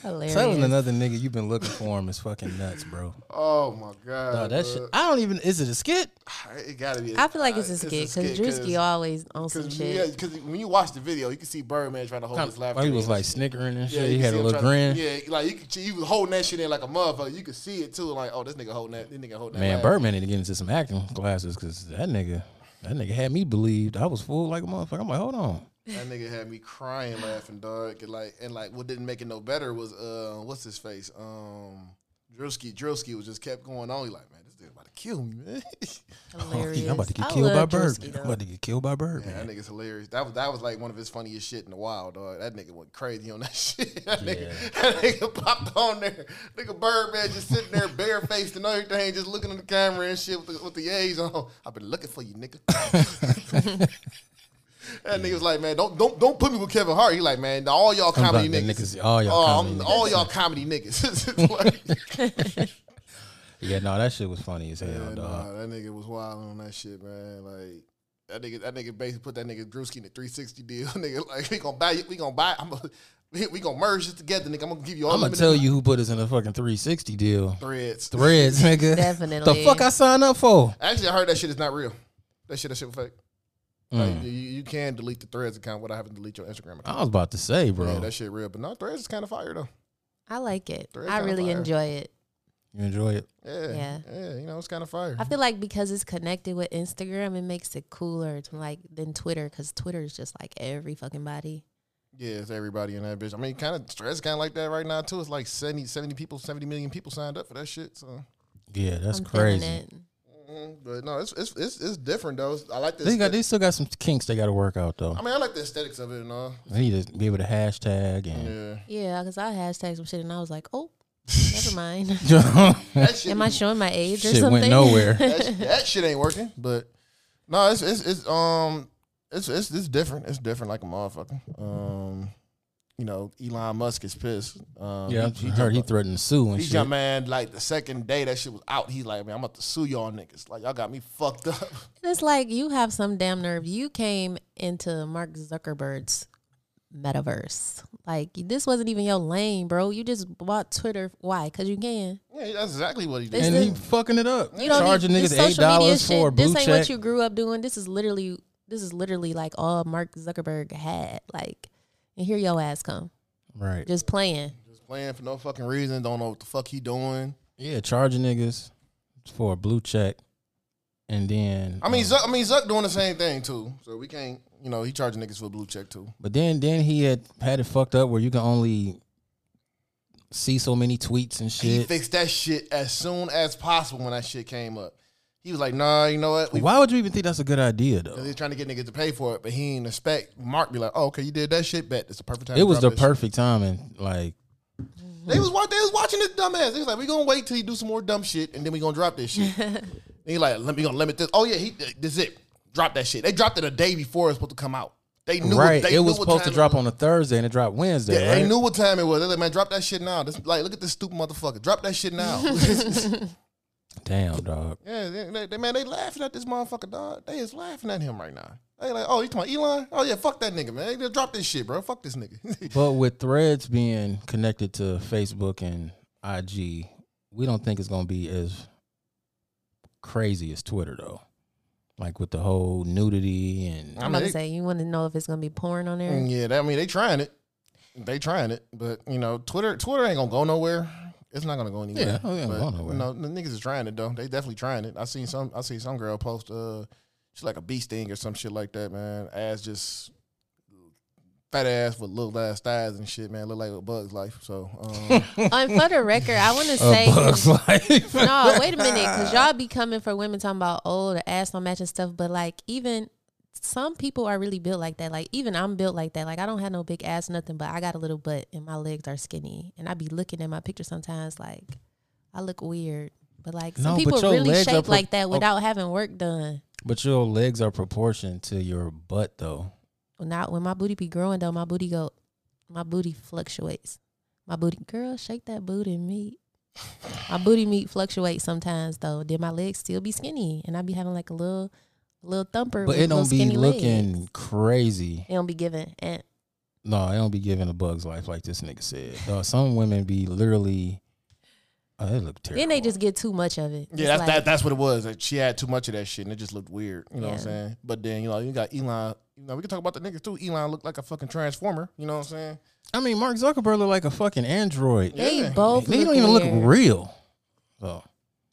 Speaker 4: Hilarious.
Speaker 2: <laughs> telling another nigga you've been looking for him is fucking nuts, bro.
Speaker 3: <laughs> oh my god,
Speaker 2: Dog, that
Speaker 3: bro.
Speaker 2: shit. I don't even. Is it a skit?
Speaker 3: It gotta be. a-
Speaker 4: I feel like it's
Speaker 3: uh,
Speaker 4: a skit because
Speaker 3: skit,
Speaker 4: Drewski always on some
Speaker 3: <laughs> Cause,
Speaker 4: shit.
Speaker 3: yeah, 'cause when you watch the video, you can see Birdman trying to hold his laugh.
Speaker 2: Why he was like snickering and shit.
Speaker 3: you
Speaker 2: he
Speaker 3: can
Speaker 2: had
Speaker 3: see
Speaker 2: a
Speaker 3: him
Speaker 2: little
Speaker 3: trying
Speaker 2: grin.
Speaker 3: to- yeah, like you could, see- he was holding that shit in like a motherfucker. You could see it too. Like, oh, this nigga holding that. This nigga holding
Speaker 2: Man,
Speaker 3: that. laugh.
Speaker 2: Birdman need to get into some acting classes because that nigga, that nigga had me believed I was fooled like a motherfucker. I'm like, hold on.
Speaker 3: That nigga had me crying, laughing, dog. And like, and like, what didn't make it no better was, uh, what's his face? Um, Drillski. Drillski was just kept going on. He like, man, this nigga about to kill me, man. <laughs>
Speaker 4: Hilarious.
Speaker 2: Oh, I'm about to get
Speaker 4: I
Speaker 2: killed by
Speaker 4: love
Speaker 2: Bird.
Speaker 4: Drewski,
Speaker 2: I'm
Speaker 4: though.
Speaker 2: about to get killed by Bird,
Speaker 3: Man,
Speaker 2: man.
Speaker 3: that nigga's hilarious. That was that was like one of his funniest shit in a while, dog. That nigga went crazy on that <laughs> shit. That, nigga, that nigga popped on there. Nigga Birdman just sitting there barefaced and everything, just looking at the camera and shit with the, with the A's on. I've been looking for
Speaker 2: <laughs>
Speaker 3: you, nigga. that nigga was like, man, don't don't don't put me with Kevin Hart. He like, man, all y'all
Speaker 2: I'm
Speaker 3: comedy
Speaker 2: about the
Speaker 3: niggas.
Speaker 2: niggas- all y'all
Speaker 3: Oh,
Speaker 2: comedy
Speaker 3: I'm-
Speaker 2: niggas.
Speaker 3: all y'all comedy niggas. <laughs> Like-
Speaker 2: Yeah, no, that shit was funny as hell,
Speaker 3: Yeah,
Speaker 2: dog.
Speaker 3: nah, uh, that nigga was wild on that shit, man. Like that nigga, that nigga basically put that nigga Drewski in the 360 deal. <laughs> nigga, like we gonna buy, you- we gonna buy, I'm gonna, we we gonna merge this together, nigga. I'm gonna give you all.
Speaker 2: I'm gonna
Speaker 3: limited
Speaker 2: tell you who put us in a fucking 360 deal.
Speaker 3: threads. <laughs>
Speaker 2: Threads, nigga. <laughs> The
Speaker 4: Definitely.
Speaker 2: fuck I signed up for?
Speaker 3: Actually, I heard that shit is not real. That shit, that shit was fake.
Speaker 2: Mm.
Speaker 3: Like, you, you can delete the threads account without having to delete your Instagram account.
Speaker 2: I was about to say,
Speaker 3: Yeah,
Speaker 2: Ah, bro.
Speaker 3: that shit real, but no, threads is kind of fire though.
Speaker 4: I like it.
Speaker 3: Threads
Speaker 4: I
Speaker 3: kinda
Speaker 4: really
Speaker 3: fire.
Speaker 4: enjoy it.
Speaker 2: you enjoy it?
Speaker 3: Yeah, yeah,
Speaker 4: Yeah.
Speaker 3: you know, it's kind of fire.
Speaker 4: I feel like because it's connected with Instagram, it makes it cooler to like than Twitter because Twitter is just like every fucking body.
Speaker 3: yeah, it's everybody in that bitch. I mean, kind of threads, kind of like that right now too. It's like 70, 70 people, seventy million people signed up for that shit. So.
Speaker 2: Yeah, that's
Speaker 4: I'm feeling
Speaker 2: crazy.
Speaker 4: it.
Speaker 3: Mhm, But no, it's it's it's, it's different though. I like this.
Speaker 2: They got they still got some kinks they got to work out though.
Speaker 3: I mean, I like the aesthetics of it and all.
Speaker 2: They need to be able to hashtag and.
Speaker 3: Yeah,
Speaker 4: Yeah, because I hashtag some shit and I was like,
Speaker 2: <laughs>
Speaker 4: oh, never mind. <laughs>
Speaker 3: that shit.
Speaker 4: Am I showing my age or
Speaker 2: Shit
Speaker 4: something?
Speaker 2: went nowhere.
Speaker 3: that, sh- that shit ain't working. But no, it's it's it's um it's it's it's different. It's different like a motherfucker. Um, you know, Elon Musk is pissed. Um,
Speaker 2: <laughs> yeah, I heard he
Speaker 3: jumped-
Speaker 2: threatened to sue and
Speaker 3: He
Speaker 2: shit.
Speaker 3: jumped, man, like the second day that shit was out, he's like, man, I'm about to sue y'all niggas. Like, y'all got me fucked up.
Speaker 4: <laughs>
Speaker 3: <laughs>
Speaker 4: It's like you have some damn nerve. You came into Mark Zuckerberg's metaverse. Like this wasn't even your lane, bro. You just bought Twitter. Why? Cause you can.
Speaker 3: yeah, that's exactly what he did.
Speaker 4: They
Speaker 2: and he
Speaker 4: still-
Speaker 2: fucking it up.
Speaker 4: You don't
Speaker 2: Charging
Speaker 4: need, this
Speaker 2: niggas eight
Speaker 4: social media
Speaker 2: dollars for a
Speaker 4: shit,
Speaker 2: blue
Speaker 4: This ain't
Speaker 2: check.
Speaker 4: what you grew up doing. This is literally this is literally like all Mark Zuckerberg had. Like, and here your ass come
Speaker 2: right?
Speaker 4: just playing.
Speaker 3: Just playing for no fucking reason. Don't know what the fuck he doing.
Speaker 2: yeah, charging niggas for a blue check, and then
Speaker 3: I mean,
Speaker 2: um,
Speaker 3: Zuck, I mean, Zuck doing the same thing too. So we can't, you know, he charging niggas for a blue check too.
Speaker 2: But then then he had had it fucked up where you can only see so many tweets and
Speaker 3: He
Speaker 2: shit.
Speaker 3: fixed that shit as soon as possible when that shit came up. He was like, nah, you know what? We
Speaker 2: Why would you even think that's a good idea though?
Speaker 3: Cause he's trying to get niggas to pay for it, but he ain't expect Mark be like, "Oh, okay, you did that shit. Bet it's the perfect time." to
Speaker 2: It was the
Speaker 3: drop this shit."
Speaker 2: perfect timing. Like
Speaker 3: They was wa- they was watching this dumbass. They was like, "We gonna wait till he do some more dumb shit, and then we gonna drop this
Speaker 2: <laughs>
Speaker 3: shit." and he like, "Let me gonna limit this." Oh yeah, he this it. Drop that shit. They dropped it a day before it was supposed to come out. They knew
Speaker 2: right,
Speaker 3: They
Speaker 2: it
Speaker 3: knew
Speaker 2: was
Speaker 3: what
Speaker 2: supposed to
Speaker 3: time it
Speaker 2: drop
Speaker 3: was.
Speaker 2: on a Thursday and it dropped Wednesday.
Speaker 3: Yeah, they
Speaker 2: right?
Speaker 3: knew what time it was. They like, man, drop that shit now. This, like, look at this stupid motherfucker. Drop that shit
Speaker 4: <laughs>
Speaker 3: now. <laughs>
Speaker 2: Damn dog.
Speaker 3: yeah, they, they- they- man, they laughing at this motherfucker, dog. They is laughing at him right now. They like, oh, you talking about Elon? Oh yeah, fuck that nigga, man. Just drop this shit, bro. Fuck this nigga. <laughs>
Speaker 2: But with threads being connected to Facebook and IG, we don't think it's gonna be as crazy as Twitter though. Like with the whole nudity and
Speaker 4: I'm
Speaker 3: mean,
Speaker 4: about to
Speaker 3: it-
Speaker 4: say you want to know if it's gonna be porn on there.
Speaker 3: Mm, Yeah, that, I mean they trying it. They trying it, but you know, Twitter Twitter ain't gonna go nowhere. It's not gonna go anywhere.
Speaker 2: Yeah, it ain't
Speaker 3: But,
Speaker 2: going nowhere.
Speaker 3: You know, the niggas is trying it though. They definitely trying it. I seen some. I seen some girl post uh, she's like a bee sting or some shit like that. Man, ass just fat ass with little ass thighs and shit. Man, look like a bug's life. So
Speaker 2: <laughs>
Speaker 3: um,
Speaker 4: And for the record, I want to
Speaker 2: a
Speaker 4: say
Speaker 2: bug's <laughs> life.
Speaker 4: no. Wait a minute, because y'all be coming for women talking about oh the ass don't match and stuff, but like even some people are really built like that. Like even I'm built like that. Like I don't have no big ass, nothing, but I got a little butt and my legs are skinny, and I be looking at my picture sometimes like I look weird. But like some
Speaker 2: No, but
Speaker 4: people
Speaker 2: your
Speaker 4: really
Speaker 2: legs are
Speaker 4: shaped
Speaker 2: pro-
Speaker 4: like that without having work done.
Speaker 2: But your legs are proportioned to your butt though.
Speaker 4: Well, not when my booty be growing though. My booty go, my booty fluctuates. My booty, girl, shake that booty meat. My booty meat fluctuates sometimes though. Then my legs still be skinny, and I be having like a little, little thumper.
Speaker 2: But
Speaker 4: with
Speaker 2: it
Speaker 4: little
Speaker 2: don't be
Speaker 4: skinny
Speaker 2: looking
Speaker 4: legs.
Speaker 2: crazy.
Speaker 4: It don't be giving. And
Speaker 2: No, it don't be giving a bug's life like this nigga said. Dawg, some women be literally oh, they look terrible.
Speaker 4: then they just get too much of it. It's
Speaker 3: yeah, that's,
Speaker 4: like,
Speaker 3: that, that's what it was. Like, she had too much of that shit, and it just looked weird. You know what I'm
Speaker 4: Yeah.
Speaker 3: saying? But then you know you got Elon. You know we can talk about the niggas too. Elon looked like a fucking transformer. You know what I'm saying?
Speaker 2: I mean Mark Zuckerberg look like a fucking android.
Speaker 4: They
Speaker 3: Yeah.
Speaker 4: both.
Speaker 2: They don't even look real. Oh. So,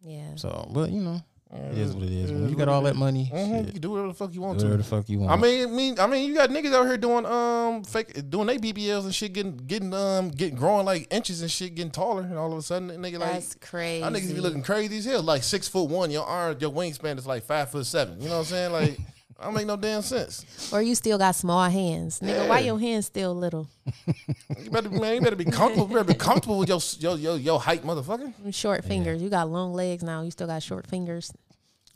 Speaker 4: Yeah.
Speaker 2: so, but you know, it is what it is.
Speaker 3: it
Speaker 2: When
Speaker 3: is
Speaker 2: you got
Speaker 3: what
Speaker 2: all
Speaker 3: it
Speaker 2: that money,
Speaker 3: Mhm, You
Speaker 2: shit,
Speaker 3: can do whatever the fuck you
Speaker 2: do
Speaker 3: want
Speaker 2: whatever the
Speaker 3: to.
Speaker 2: fuck you want.
Speaker 3: I mean, I mean, I mean, you got niggas out here doing um fake, doing they BBLs and shit, getting getting um getting growing like inches and shit, getting taller, and all of a sudden, a nigga like.
Speaker 4: That's crazy.
Speaker 3: I niggas be looking crazy as hell, like six foot one. Your arm, your wingspan is like five foot seven. You know what I'm saying? Like, <laughs> I don't make no damn sense.
Speaker 4: or you still got small hands, nigga. Why
Speaker 3: Yeah.
Speaker 4: your hands still little?
Speaker 3: You better, man, you better be comfortable. You better be comfortable with your your your, your height, motherfucker.
Speaker 4: Short fingers. You got long legs now. You still got short fingers.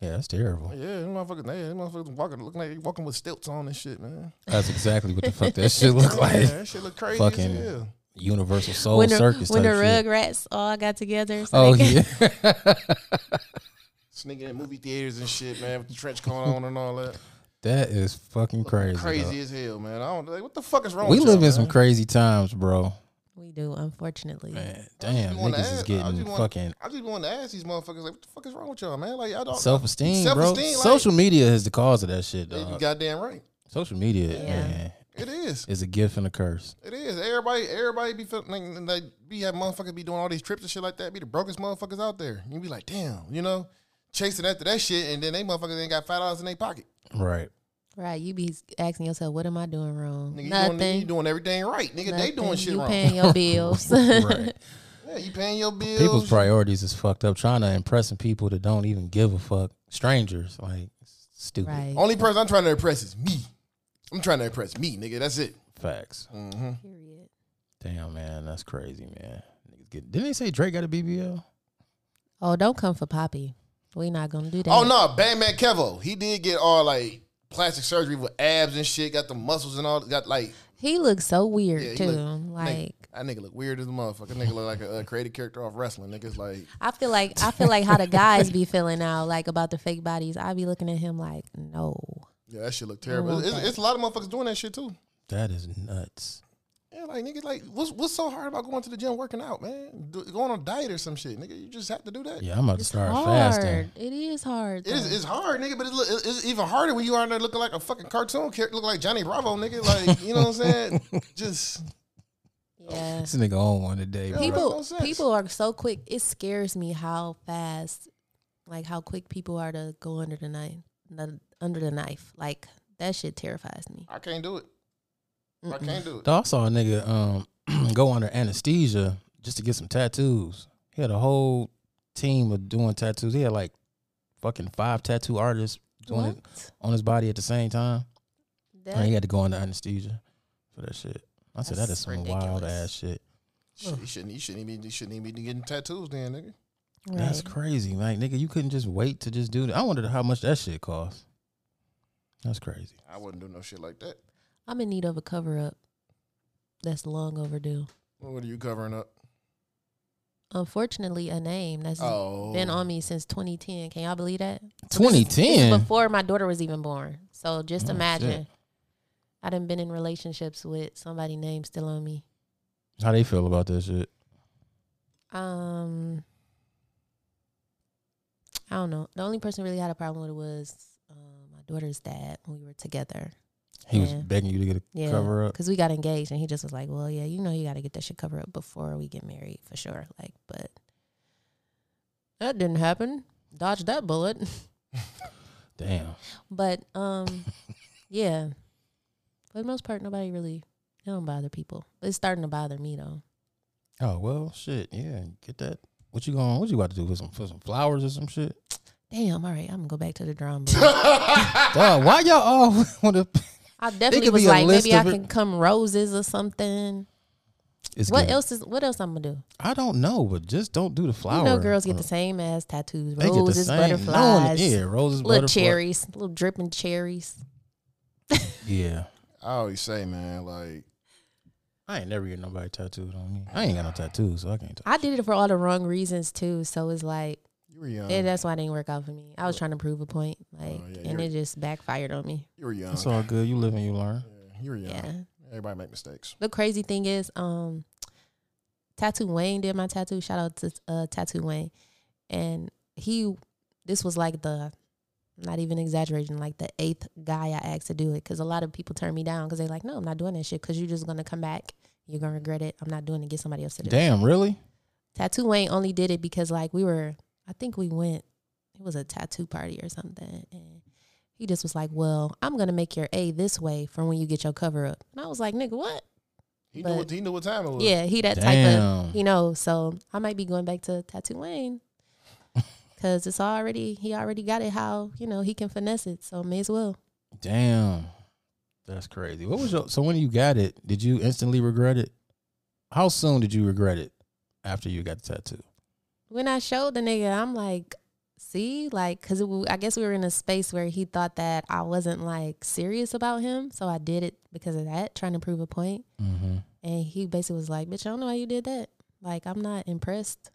Speaker 2: yeah, that's terrible.
Speaker 3: Yeah, them motherfuckers, yeah, them motherfuckers walking, looking like they walking with stilts on and shit, man.
Speaker 2: That's exactly what the fuck that shit look
Speaker 3: <laughs> Yeah,
Speaker 2: like.
Speaker 3: that shit look crazy
Speaker 2: Fucking-
Speaker 3: as hell.
Speaker 2: Universal Soul
Speaker 4: when the,
Speaker 2: Circus
Speaker 4: when the
Speaker 2: type
Speaker 4: rug
Speaker 2: shit.
Speaker 4: rats all got together. It's
Speaker 2: Oh
Speaker 4: <laughs> like,
Speaker 2: yeah,
Speaker 3: sneaking in movie theaters and shit, man, with the trench coat on and all that.
Speaker 2: that is fucking crazy.
Speaker 3: Crazy
Speaker 2: dawg.
Speaker 3: as hell, man. I don't like what the fuck is wrong.
Speaker 2: We
Speaker 3: with
Speaker 2: live
Speaker 3: y'all,
Speaker 2: in some
Speaker 3: man?
Speaker 2: crazy times, bro.
Speaker 4: We do, unfortunately.
Speaker 2: Man, damn,
Speaker 3: I just wanna
Speaker 2: niggas is
Speaker 3: ask- I
Speaker 2: getting
Speaker 3: just wanna-
Speaker 2: fucking
Speaker 3: I just want to ask these motherfuckers, like, what the fuck is wrong with y'all, man? Like, I don't.
Speaker 2: self esteem, bro.
Speaker 3: Self-esteem, like-
Speaker 2: Social media is the cause of that shit,
Speaker 3: You
Speaker 2: dog.
Speaker 3: goddamn right.
Speaker 2: Social media,
Speaker 4: Yeah.
Speaker 2: man,
Speaker 3: It is.
Speaker 2: is a gift and a curse.
Speaker 3: It is. Everybody, everybody be feeling like, like be have motherfuckers be doing all these trips and shit like that. Be the brokest motherfuckers out there. You be like, damn, you know, chasing after that shit, and then they motherfuckers ain't got five dollars in their pocket.
Speaker 2: Right.
Speaker 4: Right. You be asking yourself, what am I doing wrong?
Speaker 3: Nigga, you
Speaker 4: Nothing.
Speaker 3: doing, you doing everything right, nigga. They doing
Speaker 4: nothing.
Speaker 3: shit
Speaker 4: you
Speaker 3: wrong.
Speaker 4: paying
Speaker 2: <laughs>
Speaker 4: your bills.
Speaker 2: Right.
Speaker 3: Yeah, you paying your bills.
Speaker 2: People's priorities is fucked up. Trying to impressing people that don't even give a fuck. Strangers, like it's stupid
Speaker 4: right.
Speaker 3: Only person I'm trying to impress is me. I'm trying to impress me, nigga. That's it.
Speaker 2: facts.
Speaker 3: Oh.
Speaker 4: Period.
Speaker 2: Damn, man, that's crazy, man. Niggas get, didn't they say Drake got a BBL?
Speaker 4: Oh, don't come for Poppy. We not gonna do that.
Speaker 3: Oh no, Batman Kevo. He did get all like plastic surgery with abs and shit. Got the muscles and all. Got like
Speaker 4: He looks so weird
Speaker 3: yeah, he
Speaker 4: too.
Speaker 3: look-
Speaker 4: like
Speaker 3: nigga, that nigga look weird as a motherfucker. That nigga look like a, uh creative character off wrestling. Niggas like
Speaker 4: I feel like I feel like how the guys be feeling now, like about the fake bodies. I be looking at him like, no.
Speaker 3: yeah, that shit look terrible. It's, it's, it's a lot of motherfuckers doing that shit too.
Speaker 2: That is nuts.
Speaker 3: Yeah, like niggas like what's what's so hard about going to the gym working out, man? Do, going on a diet or some shit, nigga. You just have to do that.
Speaker 2: Yeah, I'm about to
Speaker 4: It's
Speaker 2: start
Speaker 4: hard.
Speaker 2: fasting.
Speaker 4: It is hard.
Speaker 3: It is,
Speaker 4: though.
Speaker 3: it's hard, nigga, but it's, look- it's even harder when you are in there looking like a fucking cartoon character, look like Johnny Bravo, nigga. Like, you know what I'm saying? Just
Speaker 4: yeah.
Speaker 2: This nigga on one today, bro.
Speaker 3: Right.
Speaker 4: people
Speaker 3: Makes no sense.
Speaker 4: people are so quick. It scares me how fast, like how quick people are to go under the knife, the- under the knife. Like that shit terrifies me.
Speaker 3: I can't do it. I can't do it.
Speaker 2: Dog, I saw a nigga um <clears throat> go under anesthesia just to get some tattoos. He had a whole team of doing tattoos. He had like fucking five tattoo artists doing it
Speaker 4: What?
Speaker 2: on his body at the same time. And he
Speaker 4: That,
Speaker 2: had to go into anesthesia for that shit. I said that is
Speaker 4: That's
Speaker 2: some wild
Speaker 4: ridiculous.
Speaker 2: ass shit.
Speaker 3: Shit, You shouldn't. You shouldn't even. You shouldn't even be getting tattoos, then, nigga.
Speaker 2: That's
Speaker 4: right.
Speaker 2: crazy, like nigga. You couldn't just wait to just do that. I wondered how much that shit cost. That's crazy.
Speaker 3: I wouldn't do no shit like that.
Speaker 4: I'm in need of a cover up. That's long overdue.
Speaker 3: Well, what are you covering up?
Speaker 4: Unfortunately, a name that's
Speaker 3: Oh,
Speaker 4: been on me since 2010. Can y'all believe that?
Speaker 2: Twenty
Speaker 4: It's
Speaker 2: ten.
Speaker 4: before my daughter was even born. So just
Speaker 2: Oh,
Speaker 4: imagine.
Speaker 2: shit.
Speaker 4: I done been in relationships with somebody name still on me.
Speaker 2: How they feel about that shit?
Speaker 4: Um, I don't know. The only person who really had a problem with it was um, my daughter's dad when we were together.
Speaker 2: He was
Speaker 4: Yeah.
Speaker 2: begging you to get a
Speaker 4: Yeah,
Speaker 2: cover up.
Speaker 4: because we got engaged, and he just was like, "Well, yeah, you know, you got to get that shit covered up before we get married for sure." Like, but that didn't happen. Dodged that bullet. <laughs>
Speaker 2: Damn.
Speaker 4: But
Speaker 2: <laughs>
Speaker 4: um, yeah, for the most part, nobody really it don't bother people. It's starting to bother me though.
Speaker 2: Oh well, shit. Yeah, get that. What you going? What you about to do? Put some put some flowers or some shit?
Speaker 4: Damn. All right, I'm gonna go back to the
Speaker 2: <laughs>
Speaker 4: drawing board. Ah!
Speaker 2: Dog, why y'all all <laughs> want to?
Speaker 4: I
Speaker 2: It
Speaker 4: definitely
Speaker 2: could
Speaker 4: was
Speaker 2: be a
Speaker 4: like,
Speaker 2: list
Speaker 4: maybe I
Speaker 2: of it.
Speaker 4: can come roses or something.
Speaker 2: It's
Speaker 4: what
Speaker 2: good.
Speaker 4: else is what else I'm gonna do?
Speaker 2: I don't know, but just don't do the flower.
Speaker 4: You know, girls get
Speaker 2: Uh,
Speaker 4: the same ass tattoos,
Speaker 2: They get the
Speaker 4: roses,
Speaker 2: same.
Speaker 4: butterflies,
Speaker 2: No, yeah, roses,
Speaker 4: little
Speaker 2: butterflies.
Speaker 4: cherries, little dripping cherries.
Speaker 2: Yeah.
Speaker 3: I always say, man, like
Speaker 2: I ain't never get nobody tattooed on me. I ain't got no tattoos, so I can't. T-
Speaker 4: I did it for all the wrong reasons too, so it's like
Speaker 3: you were
Speaker 2: Uh,
Speaker 3: young.
Speaker 4: eh, that's why it didn't work out for me. I was trying to prove a point, like,
Speaker 3: yeah,
Speaker 4: and
Speaker 3: you're-
Speaker 4: it just backfired on me.
Speaker 3: you were young.
Speaker 2: it's all good. You live and you learn.
Speaker 3: You were young.
Speaker 4: yeah.
Speaker 3: Everybody make mistakes.
Speaker 4: The crazy thing is, um, Tattoo Wayne did my tattoo. Shout out to uh, Tattoo Wayne, and he. This was like the, not even exaggerating, like the eighth guy I asked to do it because a lot of people turn me down because they're like, no, I'm not doing that shit because you're just gonna come back, you're gonna regret it. I'm not doing it. Get somebody else to do it.
Speaker 2: Damn, really?
Speaker 4: Tattoo Wayne only did it because like we were, I think we went, it was a tattoo party or something, and he just was like, well, I'm gonna make your A this way for when you get your cover up, and I was like, nigga, what?
Speaker 3: He
Speaker 4: But-
Speaker 3: knew what he knew what time it was.
Speaker 4: Yeah, he that type
Speaker 2: Damn.
Speaker 4: of you know. So I might be going back to Tattoo Wayne because it's already he already got it. How you know he can finesse it, so may as well.
Speaker 2: Damn. That's crazy. What was your? So when you got it, did you instantly regret it? How soon did you regret it after you got the tattoo?
Speaker 4: When I showed the nigga, I'm like, see, like, cause it, w- I guess we were in a space where he thought that I wasn't like serious about him, so I did it because of that, trying to prove a point.
Speaker 2: Mm-hmm.
Speaker 4: And he basically was like, bitch, I don't know how you did that. Like, I'm not impressed.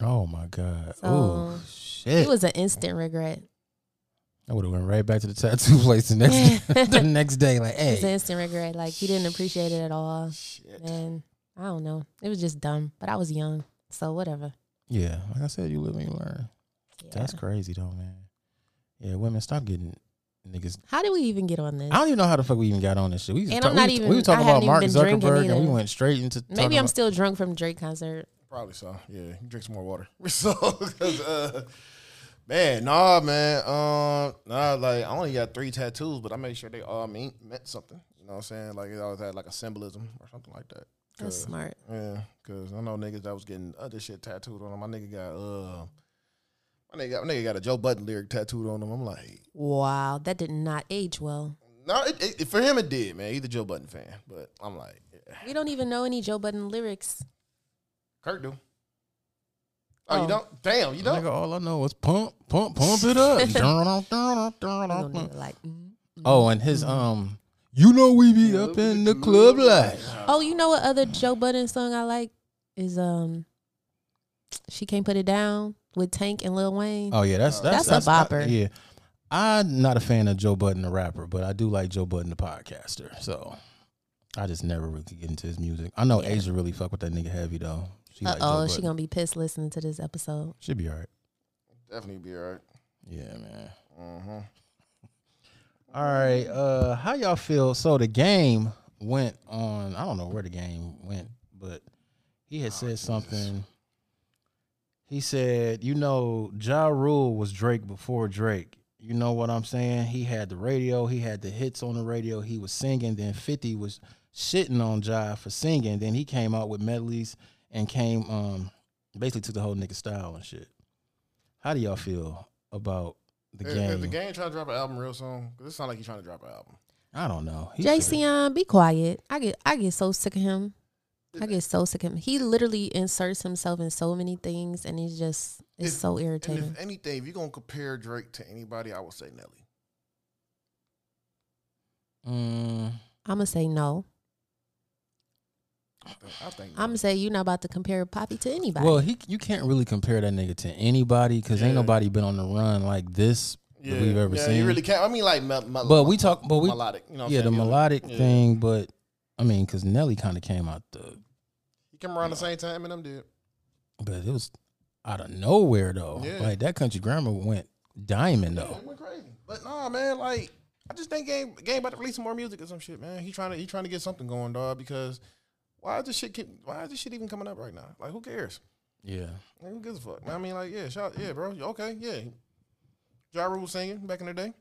Speaker 2: Oh my god. oh
Speaker 4: So,
Speaker 2: shit.
Speaker 4: It was an instant regret.
Speaker 2: I would have went right back to the tattoo <laughs> place the next <laughs> the next day. Like,
Speaker 4: It was an
Speaker 2: hey,
Speaker 4: instant regret. Like he didn't appreciate it at all.
Speaker 3: Shit.
Speaker 4: And I don't know. It was just dumb, but I was young, so whatever.
Speaker 2: yeah. Like I said, you live and you learn.
Speaker 4: Yeah.
Speaker 2: That's crazy though, man. Yeah, women, stop getting niggas.
Speaker 4: How did we even get on this?
Speaker 2: I don't even know how the fuck we even got on this shit. We just
Speaker 4: And
Speaker 2: talk-
Speaker 4: I'm not
Speaker 2: we,
Speaker 4: even-
Speaker 2: we were talking
Speaker 4: I haven't
Speaker 2: about Mark
Speaker 4: even been drinking
Speaker 2: Zuckerberg and we
Speaker 4: either.
Speaker 2: went straight into
Speaker 4: Maybe
Speaker 2: talking
Speaker 4: I'm
Speaker 2: about-
Speaker 4: still drunk from Drake concert.
Speaker 3: Probably so. Yeah, drink some more water. <laughs> so, 'cause, uh, man, nah, man, um, nah, like I only got three tattoos, but I made sure they all mean meant something. You know what I'm saying? Like it always had like a symbolism or something like that.
Speaker 4: That's
Speaker 3: Cause-
Speaker 4: smart.
Speaker 3: Yeah, cause I know niggas that was getting other shit tattooed on them. My nigga got uh, my nigga, got, my nigga got a Joe Button lyric tattooed on him. I'm like,
Speaker 4: Wow, that did not age well.
Speaker 3: no, it, it, for him it did, man. He's a Joe Button fan, but I'm like, yeah.
Speaker 4: We don't even know any Joe Budden lyrics.
Speaker 3: Kirk do. Oh,
Speaker 4: Oh.
Speaker 3: you don't? Damn, you don't.
Speaker 2: Nigga, all I know was pump, pump, pump it
Speaker 4: <laughs>
Speaker 2: up.
Speaker 4: We don't even like. mm.
Speaker 2: oh, and his um, you know we be up in the club like.
Speaker 4: Oh, you know what other Joe Budden song I like is um, she can't put it down with Tank and Lil Wayne.
Speaker 2: Oh yeah, that's that's,
Speaker 4: That's a
Speaker 2: I-
Speaker 4: bopper.
Speaker 2: yeah, I'm not a fan of Joe Budden the rapper, but I do like Joe Budden the podcaster. So I just never really could get into his music. I know
Speaker 4: Yeah.
Speaker 2: Asia really fuck with that nigga heavy though. She
Speaker 4: Uh
Speaker 2: like Joe
Speaker 4: oh, she
Speaker 2: Budden.
Speaker 4: gonna be pissed listening to this episode.
Speaker 2: She'll be all right.
Speaker 3: Definitely be all right.
Speaker 2: Yeah, man.
Speaker 3: Mm-hmm.
Speaker 2: All right. Uh, how y'all feel? So the game went on. I don't know where the game went, but he
Speaker 3: Oh,
Speaker 2: had said something. He said, "You know, Ja Rule was Drake before Drake. You know what I'm saying? He had the radio. He had the hits on the radio. He was singing. Then Fifty was shitting on Ja for singing. Then he came out with medleys and came um basically took the whole nigga style and shit. How do y'all feel about the
Speaker 3: Is-
Speaker 2: game.
Speaker 3: Is Uh, the game trying to drop an album real soon? 'Cause it sounds like he's trying to drop an album.
Speaker 2: I don't know. He should've-
Speaker 4: JCon, be quiet. I get I get so sick of him. I get so sick of him. He literally inserts himself in so many things, and it's just it's
Speaker 3: If-
Speaker 4: so
Speaker 3: And
Speaker 4: irritating.
Speaker 3: if anything, if you're gonna compare Drake to anybody, I would say Nelly.
Speaker 2: Mm,
Speaker 4: I'm gonna say no.
Speaker 3: I think. I think
Speaker 4: I'm gonna say you're not about to compare Poppy to anybody.
Speaker 2: well, he you can't really compare that nigga to anybody because
Speaker 3: Yeah.
Speaker 2: ain't nobody been on the run like this that we've ever
Speaker 3: yeah,
Speaker 2: seen.
Speaker 3: You really can't. I mean, like, mel- mel-
Speaker 2: but we talk, but we
Speaker 3: melodic. You know, what
Speaker 2: yeah,
Speaker 3: I'm
Speaker 2: the
Speaker 3: saying?
Speaker 2: melodic
Speaker 3: Yeah.
Speaker 2: thing. But I mean, because Nelly kind of came out the,
Speaker 3: He came around the same time Eminem did.
Speaker 2: but it was out of nowhere though.
Speaker 3: Yeah.
Speaker 2: Like that country grammar went diamond
Speaker 3: Yeah,
Speaker 2: though.
Speaker 3: it went crazy. But nah, man, like I just think game game about to release some more music or some shit, man. He trying to he trying to get something going, dog. Because why is this shit keep, why is this shit even coming up right now? Like who cares?
Speaker 2: Yeah,
Speaker 3: Like, who gives a fuck? I mean, like yeah, shout yeah, bro. Okay, yeah. Ja Rule singing back in the day.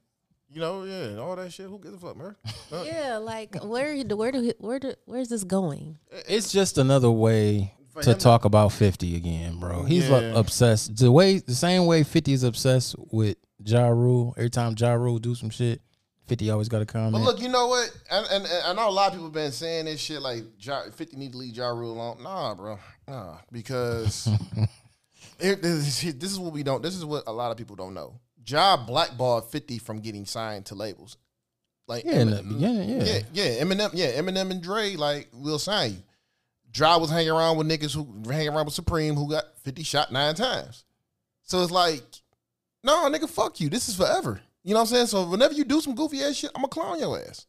Speaker 3: You know, yeah, all that shit. Who gives a fuck, man? Uh,
Speaker 4: yeah, like where where do where do where's this going?
Speaker 2: it's just another way
Speaker 3: For
Speaker 2: to
Speaker 3: him-
Speaker 2: talk about Fifty again, bro. He's like
Speaker 3: Yeah.
Speaker 2: obsessed the way the same way Fifty is obsessed with Ja Rule. Every time Ja Rule do some shit, Fifty always got a comment.
Speaker 3: But look, you know what? And, and, and I know a lot of people been saying this shit like ja, 50 need to leave Ja Rule alone. Nah, bro. Nah, because
Speaker 2: <laughs>
Speaker 3: here- this, is- this is what we don't, this is what a lot of people don't know. Ja blackballed 50 from getting signed to labels. Like
Speaker 2: yeah, in the beginning, yeah.
Speaker 3: yeah, yeah, Eminem, yeah, Eminem and Dre, like, will sign you. Dry was hanging around with niggas who hanging around with Supreme who got 50 shot nine times. So it's like, no, nigga, fuck you. This is forever. You know what I'm saying? So whenever you do some goofy ass shit, I'ma clown your ass.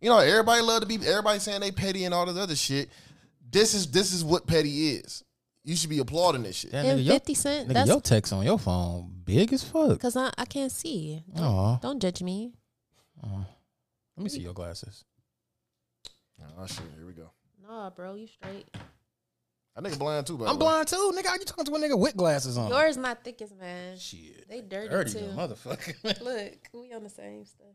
Speaker 3: You know, everybody love to be everybody saying they petty and all this other shit. This is this is what petty is. You should be applauding this shit.
Speaker 2: That
Speaker 4: And
Speaker 2: nigga, your,
Speaker 4: Fifty Cent,
Speaker 2: nigga,
Speaker 4: that's
Speaker 2: your text on your phone big as fuck.
Speaker 4: because I, I can't see.
Speaker 2: Oh,
Speaker 4: Don't judge me.
Speaker 2: let
Speaker 4: Mm.
Speaker 2: me see your glasses.
Speaker 3: Oh shit, here we go.
Speaker 4: Nah, bro, you straight.
Speaker 3: I nigga blind too, by
Speaker 2: I'm
Speaker 3: the way.
Speaker 2: blind too, nigga. How you talking to a nigga with glasses on?
Speaker 4: Yours not thick as mine.
Speaker 2: Shit.
Speaker 4: They dirty,
Speaker 2: Dirty
Speaker 4: too.
Speaker 2: little motherfucker. <laughs>
Speaker 4: Look, we on the same stuff.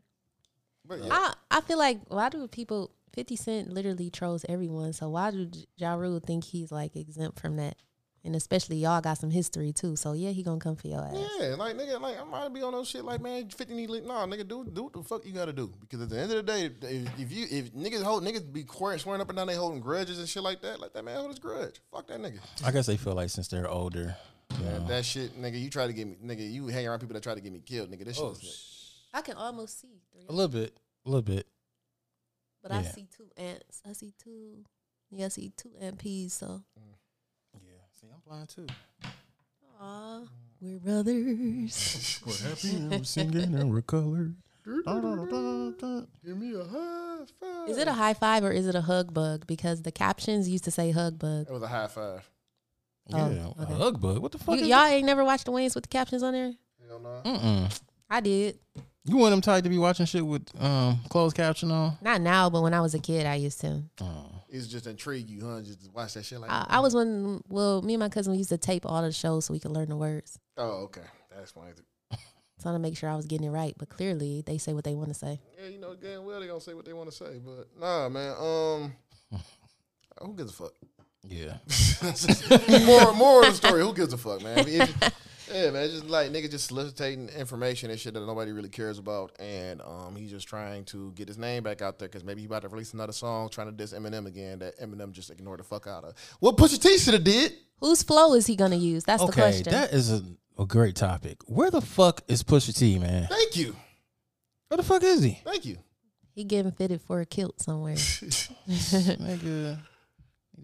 Speaker 3: But yeah.
Speaker 4: I I feel like why do people Fifty Cent literally trolls everyone? So why do J- Ja Rule think he's like exempt from that? And especially y'all got some history too. So yeah, he gonna come for your ass.
Speaker 3: Yeah, like nigga, like I'm about to be on those shit. Like man, fifty need lit. Nah, nigga, do do what the fuck you gotta do. Because at the end of the day, if, if you if niggas hold niggas be swearing, swearing up and down, they holding grudges and shit like that. Like that man hold his grudge. Fuck that nigga.
Speaker 2: I guess they feel like since they're older. you know.
Speaker 3: That shit, nigga. You try to get me, nigga. You hang around people that try to get me killed, nigga. This shit.
Speaker 2: Oh,
Speaker 3: is,
Speaker 4: I can almost see three,
Speaker 2: a little bit, a little bit.
Speaker 4: but I
Speaker 2: yeah.
Speaker 4: see two ants. I see two. Yeah, I see two MPs. So
Speaker 2: Yeah. See, I'm blind too.
Speaker 4: aw, we're brothers.
Speaker 2: We're happy and we're singing and we're colored.
Speaker 3: give me a high five.
Speaker 4: <laughs> is it a high five or is it a hug bug? Because the captions used to say hug bug.
Speaker 3: It was a high five.
Speaker 2: Yeah,
Speaker 4: Oh,
Speaker 2: a
Speaker 4: okay.
Speaker 2: hug bug. What the fuck?
Speaker 4: You,
Speaker 2: is
Speaker 4: y'all ain't never watched the wings with the captions on there.
Speaker 3: Hell no.
Speaker 2: that? Mm-mm.
Speaker 4: I did.
Speaker 2: You want them tight to be watching shit with um closed caption on?
Speaker 4: Not now, but when I was a kid, I used to.
Speaker 2: Oh.
Speaker 3: It's just intrigue you, huh? Just watch that shit like.
Speaker 4: I, I was one. Well, me and my cousin we used to tape all the shows so we could learn the words.
Speaker 3: oh, okay. That explains it.
Speaker 4: Trying to make sure I was getting it right, but clearly they say what they want to say.
Speaker 3: Yeah, you know damn well they gonna say what they want to say, but nah, man. Um, who gives a fuck?
Speaker 2: Yeah.
Speaker 3: <laughs> more, more of the story. Who gives a fuck, man? I mean, it- yeah, man. It's just like nigga just soliciting information and shit that nobody really cares about, and um, he's just trying to get his name back out there because maybe he about to release another song trying to diss Eminem again that Eminem just ignored the fuck out of. Well, Pusha T should have did.
Speaker 4: Whose flow is he gonna use? That's the
Speaker 2: Okay,
Speaker 4: question.
Speaker 2: that is a, a great topic. Where the fuck is Pusha T, man?
Speaker 3: Thank you,
Speaker 2: Where the fuck is he?
Speaker 3: thank you.
Speaker 4: he getting fitted for a kilt
Speaker 2: <laughs>
Speaker 4: somewhere.
Speaker 2: nigga.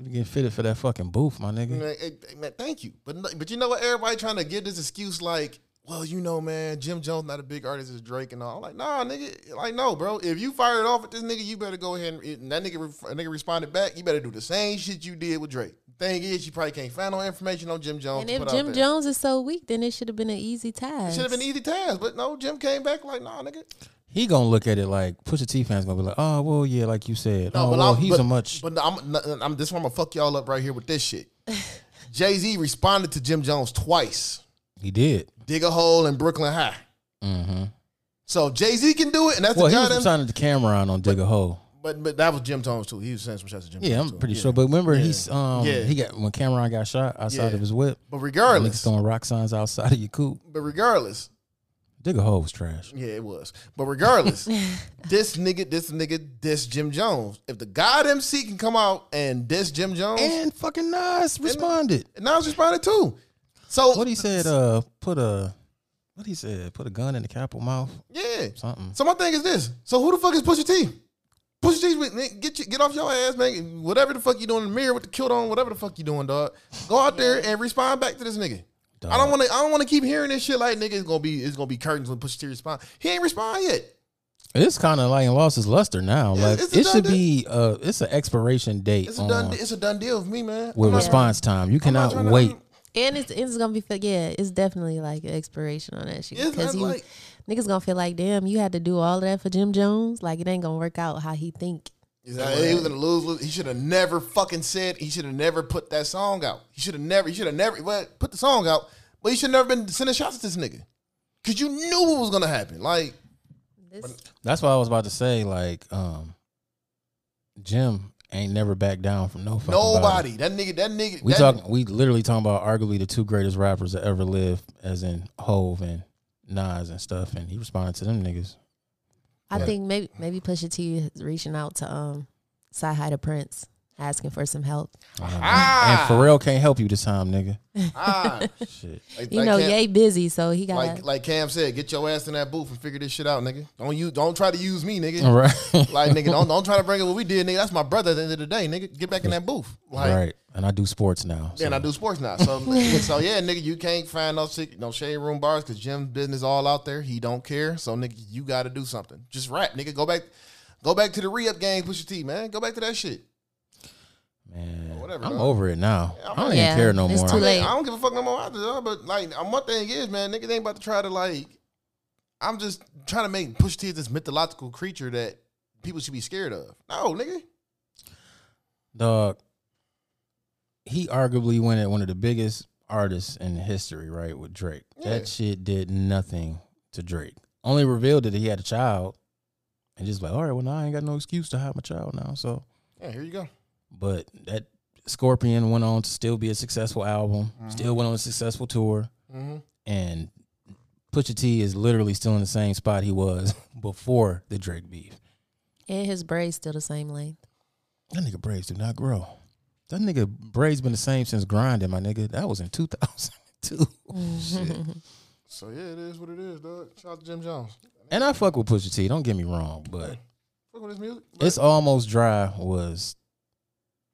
Speaker 2: You getting fitted for that fucking booth, my
Speaker 4: Mm-hmm.
Speaker 2: nigga.
Speaker 3: Man, eh, eh, man, thank you, but no- but you know what? Everybody trying to give this excuse like. Well, you know, man, Jim Jones not a big artist as Drake and all. I'm like, nah, nigga, like no, bro. If you fired off at this nigga, you better go ahead and, and that nigga, re- nigga responded back. You better do the same shit you did with Drake. Thing is, you probably can't find no information on Jim Jones.
Speaker 4: and
Speaker 3: to
Speaker 4: if
Speaker 3: put out
Speaker 4: Jim
Speaker 3: there.
Speaker 4: Jones is so weak, then it should have been an easy
Speaker 3: it
Speaker 4: task.
Speaker 3: should have been easy task, but no, Jim came back like, nah, nigga.
Speaker 2: He gonna look at it like Pusha T fans gonna be like, oh well, yeah, like you said.
Speaker 3: No,
Speaker 2: oh
Speaker 3: but
Speaker 2: well,
Speaker 3: I'm,
Speaker 2: he's
Speaker 3: but,
Speaker 2: a much.
Speaker 3: But I'm, n- I'm this one. I'm gonna fuck y'all up right here with this
Speaker 4: <laughs>
Speaker 3: shit. Jay Z responded to Jim Jones twice.
Speaker 2: He did.
Speaker 3: Dig a hole in Brooklyn High.
Speaker 2: Mm-hmm.
Speaker 3: So Jay Z can do it, and that's
Speaker 2: Well,
Speaker 3: the
Speaker 2: he
Speaker 3: guy.
Speaker 2: was
Speaker 3: That,
Speaker 2: signing the Cameron on dig a hole.
Speaker 3: but but that was Jim Jones too. He was saying some shots to Jim.
Speaker 2: Yeah, I'm
Speaker 3: Jones too.
Speaker 2: pretty
Speaker 3: Yeah.
Speaker 2: sure. But remember,
Speaker 3: Yeah.
Speaker 2: he's um
Speaker 3: Yeah.
Speaker 2: he got when Cameron got shot outside
Speaker 3: Yeah.
Speaker 2: of his whip.
Speaker 3: But
Speaker 2: Niggas
Speaker 3: regardless,
Speaker 2: throwing rock signs outside of your coop.
Speaker 3: but regardless,
Speaker 2: Digger Hole was trash.
Speaker 3: Yeah, it was. But regardless, this nigga, this nigga, this Jim Jones. If the god MC can come out and diss Jim Jones, and,
Speaker 2: And fucking Nas responded.
Speaker 3: Nas responded too. So
Speaker 2: What he said? Uh, put a what he said? Put a gun in the capital mouth.
Speaker 3: Yeah.
Speaker 2: Something.
Speaker 3: So my thing is this. So who the fuck is Pusha T? Pusha T, man, get you, get off your ass, man. Whatever the fuck you doing in the mirror with the kilt on, whatever the fuck you doing, dog. Go out there and respond back to this nigga. I
Speaker 2: Dog.
Speaker 3: don't want to. I don't want to keep hearing this shit. Like nigga, it's gonna be it's gonna be curtains when Pusha T respond. He ain't respond yet.
Speaker 2: It's kind of like lost its luster now.
Speaker 3: Yeah,
Speaker 2: Like
Speaker 3: it's a
Speaker 2: it
Speaker 3: done
Speaker 2: should
Speaker 3: deal.
Speaker 2: be. Uh, it's an expiration date
Speaker 3: It's a done.
Speaker 2: on,
Speaker 3: It's a done deal with me, man.
Speaker 2: Uh, with
Speaker 3: I'm not-
Speaker 2: response time. You
Speaker 3: I'm not
Speaker 2: cannot
Speaker 3: trying to-
Speaker 2: wait.
Speaker 4: And it's it's gonna be fe- yeah, it's definitely like an expiration on that shit
Speaker 3: It's
Speaker 4: because
Speaker 3: not
Speaker 4: you
Speaker 3: like-
Speaker 4: niggas gonna feel like damn, you had to do all of that for Jim Jones. Like it ain't gonna work out how he think.
Speaker 3: Exactly. He was gonna lose. lose. He should have never fucking said. He should have never put that song out. He should have never. He should have never. Well, put the song out, but he should never been sending shots at this nigga, cause you knew what was gonna happen. Like,
Speaker 4: This,
Speaker 2: That's what I was about to say. Like, um, Jim ain't never back down from no fucking body.
Speaker 3: Nobody. That nigga. That nigga.
Speaker 2: We
Speaker 3: that,
Speaker 2: talk. We literally talking about arguably the two greatest rappers that ever lived, as in Hove and Nas and stuff. And he responded to them niggas.
Speaker 4: I
Speaker 3: Right.
Speaker 4: think maybe maybe Pusha T is reaching out to um Sci Hi to Prince, asking for some help.
Speaker 3: Ah.
Speaker 2: And Pharrell can't help you this time, nigga.
Speaker 4: <laughs>
Speaker 3: Ah,
Speaker 2: Shit.
Speaker 3: like,
Speaker 4: You
Speaker 3: like
Speaker 4: know,
Speaker 3: Cam,
Speaker 4: yay busy, so he got
Speaker 3: Like like Cam said, get your ass in that booth and figure this shit out, nigga. Don't you don't try to use me, nigga.
Speaker 2: All <laughs> right.
Speaker 3: Like nigga, don't don't try to bring up what we did, nigga. That's my brother at the end of the day, nigga. Get back in that booth. Like
Speaker 2: right. And I do sports now. so-
Speaker 3: Yeah, and I do sports now. So, so yeah, nigga, you can't find no sick, no shade room bars because Jim's business all out there. He don't care. So nigga, you got to do something. Just rap, nigga. Go back, go back to the re up game. Push your T, man. Go back to that shit.
Speaker 2: Man,
Speaker 3: Whatever,
Speaker 2: I'm
Speaker 3: dog.
Speaker 2: over it now. I don't even
Speaker 4: Yeah,
Speaker 2: care no
Speaker 4: it's
Speaker 2: more.
Speaker 4: too late.
Speaker 3: I don't give a fuck no more either. dog, But like, um, one thing is, man, niggas ain't about to try to like. I'm just trying to make Push T this mythological creature that people should be scared of. No, nigga.
Speaker 2: Dog. He arguably went at one of the biggest artists in history, right? With Drake.
Speaker 3: Yeah.
Speaker 2: That shit did nothing to Drake. Only revealed that he had a child. And just like, all right, well now I ain't got no excuse to hide my child now. So
Speaker 3: Yeah, here you go.
Speaker 2: but that Scorpion went on to still be a successful album, still went on a successful tour, and Pusha T is literally still in the same spot he was <laughs> before the Drake beef.
Speaker 4: and his braids still the same length.
Speaker 2: That nigga braids do not grow. That nigga braids been the same since grinding, my nigga. That was in 2002. Shit.
Speaker 3: So yeah, it is what it is, dog. Shout out to Jim Jones.
Speaker 2: And I fuck with Pusha T, don't get me wrong, but
Speaker 3: Fuck with his music.
Speaker 2: It's Almost Dry was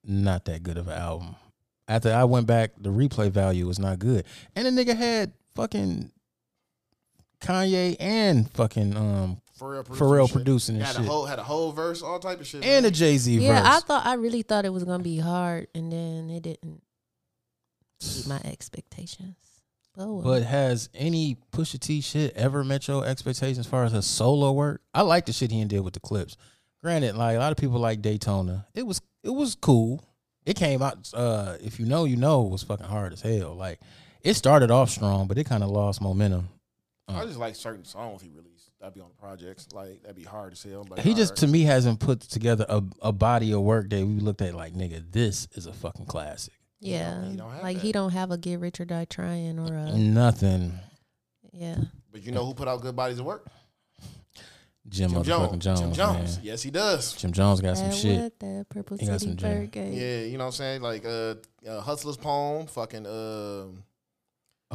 Speaker 2: not that good of an album. After I went back, the replay value was not good. And the nigga had fucking Kanye and fucking um
Speaker 3: Pharrell produced
Speaker 2: Pharrell
Speaker 3: some shit.
Speaker 2: producing and
Speaker 3: Had a
Speaker 2: shit.
Speaker 3: whole had a whole verse, all type of shit.
Speaker 2: And
Speaker 3: man.
Speaker 2: a Jay Z
Speaker 4: Yeah, I
Speaker 2: verse.
Speaker 4: thought I really thought it was gonna be hard, and then it didn't meet my expectations. Oh, well.
Speaker 2: But has any Pusha T shit ever met your expectations as far as his solo work? I like the shit he did with the clips. Granted, like a lot of people like Daytona. It was it was cool. It came out uh if you know, you know it was fucking hard as hell. Like it started off strong, but it kind of lost momentum.
Speaker 3: I just like certain songs he released. That'd be on projects. Like that'd be hard to sell. But
Speaker 2: He just to me hasn't put together a, a body of work that we looked at like nigga, this is a fucking classic.
Speaker 4: yeah,
Speaker 3: he don't have
Speaker 4: like
Speaker 3: that.
Speaker 4: he don't have a get rich or die trying or a
Speaker 2: Nothing.
Speaker 4: yeah.
Speaker 3: but you know who put out good bodies of work?
Speaker 2: Jim,
Speaker 3: Jim
Speaker 2: motherfucking
Speaker 3: Jones.
Speaker 2: Jones.
Speaker 3: Jim Jones.
Speaker 2: man.
Speaker 3: Yes, he does.
Speaker 2: Jim Jones got some
Speaker 4: That
Speaker 2: shit.
Speaker 4: what, that purple
Speaker 2: He got
Speaker 4: city
Speaker 2: some jam.
Speaker 4: bird gave.
Speaker 3: Yeah, you know what I'm saying? Like uh, uh Hustler's Poem, fucking uh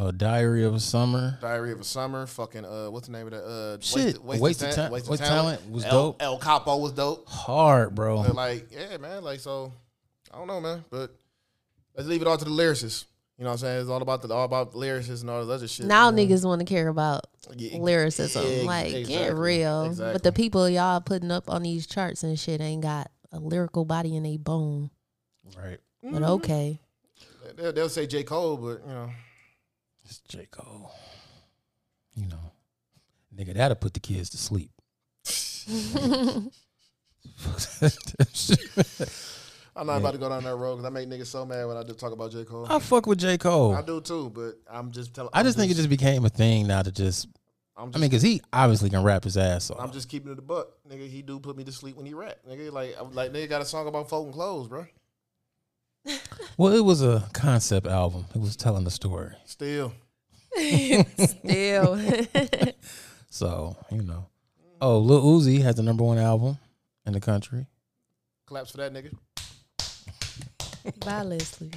Speaker 2: A Diary of a Summer.
Speaker 3: Diary of a Summer, fucking uh what's the name of that? Uh
Speaker 2: Shit, Waste of
Speaker 3: Ta-
Speaker 2: Ta- Waste of Talent was
Speaker 3: El,
Speaker 2: dope.
Speaker 3: El Capo was dope.
Speaker 2: hard, bro.
Speaker 3: But like, yeah, man, like so I don't know, man. But let's leave it all to the lyricists. You know what I'm saying? It's all about the all about the lyricists and all this other shit.
Speaker 4: Now
Speaker 3: man.
Speaker 4: niggas want to care about
Speaker 3: Yeah, ex-
Speaker 4: lyricism,
Speaker 3: ex-
Speaker 4: like get
Speaker 3: exactly,
Speaker 4: real. But
Speaker 3: exactly.
Speaker 4: the people y'all putting up on these charts and shit ain't got a lyrical body in a bone.
Speaker 2: Right.
Speaker 4: But okay,
Speaker 3: They'll, they'll say J. Cole, but you know,
Speaker 2: It's J. Cole. You know, nigga, that'll put the kids to sleep. <laughs>
Speaker 3: I'm not about to go down that road because I make niggas so mad when I do talk about J. Cole.
Speaker 2: I fuck with J.
Speaker 3: I
Speaker 2: Cole.
Speaker 3: do too, but I'm just telling.
Speaker 2: Oh. I just think it just became a thing now to just,
Speaker 3: I'm
Speaker 2: I
Speaker 3: just,
Speaker 2: mean, because he obviously can rap his ass
Speaker 3: I'm
Speaker 2: off.
Speaker 3: just keeping it a buck, nigga. He do put me to sleep when he rap, nigga. Like, I'm- like nigga got a song about folding clothes, bro.
Speaker 2: Well, it was a concept album, it was telling the story.
Speaker 3: Still,
Speaker 4: <laughs> Still.
Speaker 2: So you know. Oh, Lil Uzi has the number one album in the country.
Speaker 3: Claps for that nigga. <laughs>
Speaker 4: <laughs> Bye, Leslie.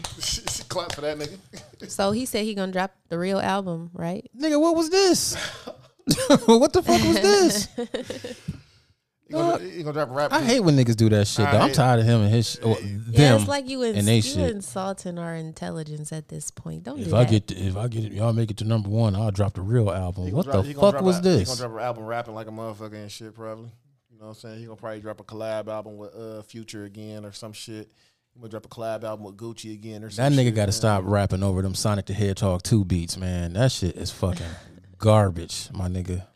Speaker 3: Claps for that nigga.
Speaker 4: So he said he gonna drop the real album, right?
Speaker 2: Nigga, what was this? <laughs> what the fuck was this?
Speaker 3: You gonna, you gonna drop a rap?
Speaker 2: I
Speaker 3: too.
Speaker 2: hate when niggas do that shit. Though.
Speaker 3: I
Speaker 2: I'm
Speaker 3: hate-
Speaker 2: tired of him and his sh- well,
Speaker 4: Yeah,
Speaker 2: them.
Speaker 4: it's like you, ins-
Speaker 2: and they
Speaker 4: you
Speaker 2: shit.
Speaker 4: insulting our intelligence at this point. Don't do
Speaker 2: if
Speaker 4: that.
Speaker 2: I get to, if I get it, y'all make it to number one, I'll drop the real album.
Speaker 3: He gonna
Speaker 2: What
Speaker 3: drop-
Speaker 2: the
Speaker 3: he gonna
Speaker 2: fuck
Speaker 3: drop
Speaker 2: was
Speaker 3: a- He gonna
Speaker 2: this?
Speaker 3: drop an album rapping like a motherfucker and shit, probably. You know what I'm saying? He gonna probably drop a collab album with uh, Future again or some shit. He gonna drop a collab album with Gucci again or some
Speaker 2: That nigga
Speaker 3: shit,
Speaker 2: got to
Speaker 3: man.
Speaker 2: stop rapping over them Sonic the Hedgehog two beats, man. That shit is fucking garbage, my nigga.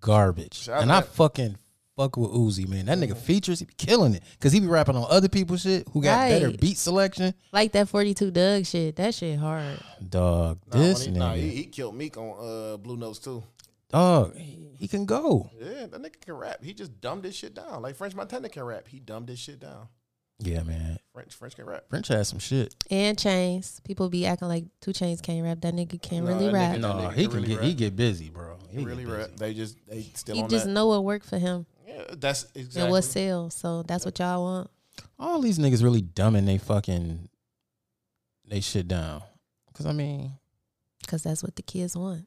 Speaker 2: Garbage.
Speaker 3: Shout out
Speaker 2: and
Speaker 3: to
Speaker 2: I
Speaker 3: that-
Speaker 2: fucking fuck with Uzi, man. That nigga features, he be killing it because he be rapping on other people's shit who got better
Speaker 4: Right.
Speaker 2: beat selection.
Speaker 4: like that 42 Doug shit. That shit hard.
Speaker 2: Dog,
Speaker 3: Nah, when
Speaker 2: this
Speaker 3: he,
Speaker 2: nigga,
Speaker 3: Nah, he, he killed Meek on uh, Blue Notes too.
Speaker 2: dog, he, he can go.
Speaker 3: Yeah, that nigga can rap. He just dumbed this shit down. Like French Montana can rap. He dumbed this shit down.
Speaker 2: Yeah, man.
Speaker 3: French French can rap.
Speaker 2: French has some shit.
Speaker 4: And Chains. People be acting like Two Chains can't rap. That nigga can't
Speaker 3: No,
Speaker 4: really
Speaker 3: that
Speaker 4: rap.
Speaker 3: nigga-
Speaker 2: No,
Speaker 3: nigga
Speaker 2: he
Speaker 3: can
Speaker 2: can
Speaker 3: really
Speaker 2: get he
Speaker 3: rap.
Speaker 2: get busy, bro. He get
Speaker 3: really
Speaker 2: busy.
Speaker 3: rap. They just they still
Speaker 4: He
Speaker 3: on
Speaker 4: just
Speaker 3: that.
Speaker 4: know what worked for him
Speaker 3: Yeah, that's exactly.
Speaker 4: and what sells. So that's what y'all want.
Speaker 2: All these niggas really dumbing they fucking they shit down. Cause I mean,
Speaker 4: Because that's what the kids want.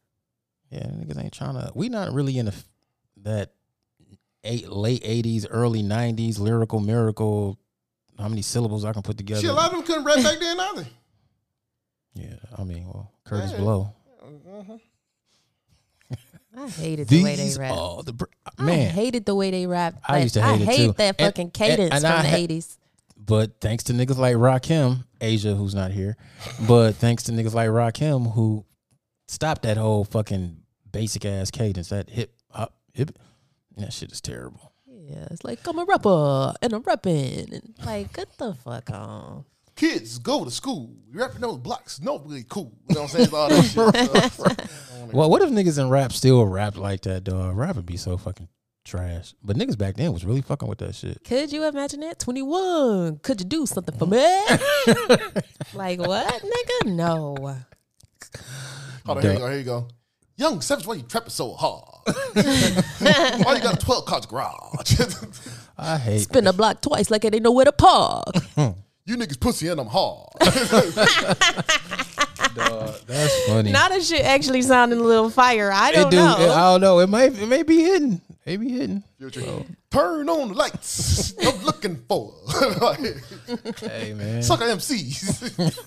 Speaker 2: yeah, niggas ain't trying to. We not really in the f- that eight, late eighties, early nineties lyrical miracle. How many syllables I can put together?
Speaker 3: Shit, a lot of them couldn't rap back then either.
Speaker 2: yeah, I mean, well, Curtis
Speaker 3: Yeah.
Speaker 2: Blow.
Speaker 3: Mhm.
Speaker 4: I hated the way they
Speaker 2: These
Speaker 4: rap.
Speaker 2: are the br-
Speaker 4: I
Speaker 2: man.
Speaker 4: hated the way they rap.
Speaker 2: I
Speaker 4: Like,
Speaker 2: used to hate it too.
Speaker 4: that
Speaker 2: And-
Speaker 4: fucking
Speaker 2: and-
Speaker 4: cadence
Speaker 2: and
Speaker 4: from
Speaker 2: I
Speaker 4: the
Speaker 2: ha-
Speaker 4: 80s.
Speaker 2: But thanks to niggas like Rakim, Asia, who's not here, but thanks to niggas like Rakim who stopped that whole fucking basic ass cadence, that hip hop hip. That shit is terrible.
Speaker 4: Yeah, it's like I'm a rapper and I'm rapping. And like, get the fuck on.
Speaker 3: Kids go to school. You rapping those blocks. No, really cool. You know what I'm saying? It's all that
Speaker 2: <laughs>
Speaker 3: shit. So,
Speaker 2: Well, what if niggas in rap still rap like that, dog? Rap would be so fucking trash. But niggas back then was really fucking with that shit.
Speaker 4: Could you imagine that? 21. Could you do something
Speaker 2: <laughs>
Speaker 4: for me? like, what, nigga? No.
Speaker 3: Hold on, here Oh, you go, here you go. Young Savage, why you trapping so hard? <laughs> why you got a 12 car garage? <laughs>
Speaker 2: I hate
Speaker 4: Spin a block twice like it ain't nowhere to park.
Speaker 3: you niggas pussy and I'm hard.
Speaker 2: that's
Speaker 4: <laughs>
Speaker 2: funny.
Speaker 4: Now that shit actually sounding a little fire. I
Speaker 2: it
Speaker 4: don't
Speaker 2: do.
Speaker 4: know.
Speaker 2: It, I don't know. It might. It may be hidden. It be hidden.
Speaker 3: Future. Turn on the lights. <laughs> I'm looking for like,
Speaker 2: Hey man,
Speaker 3: sucker
Speaker 4: <laughs>
Speaker 3: MCs.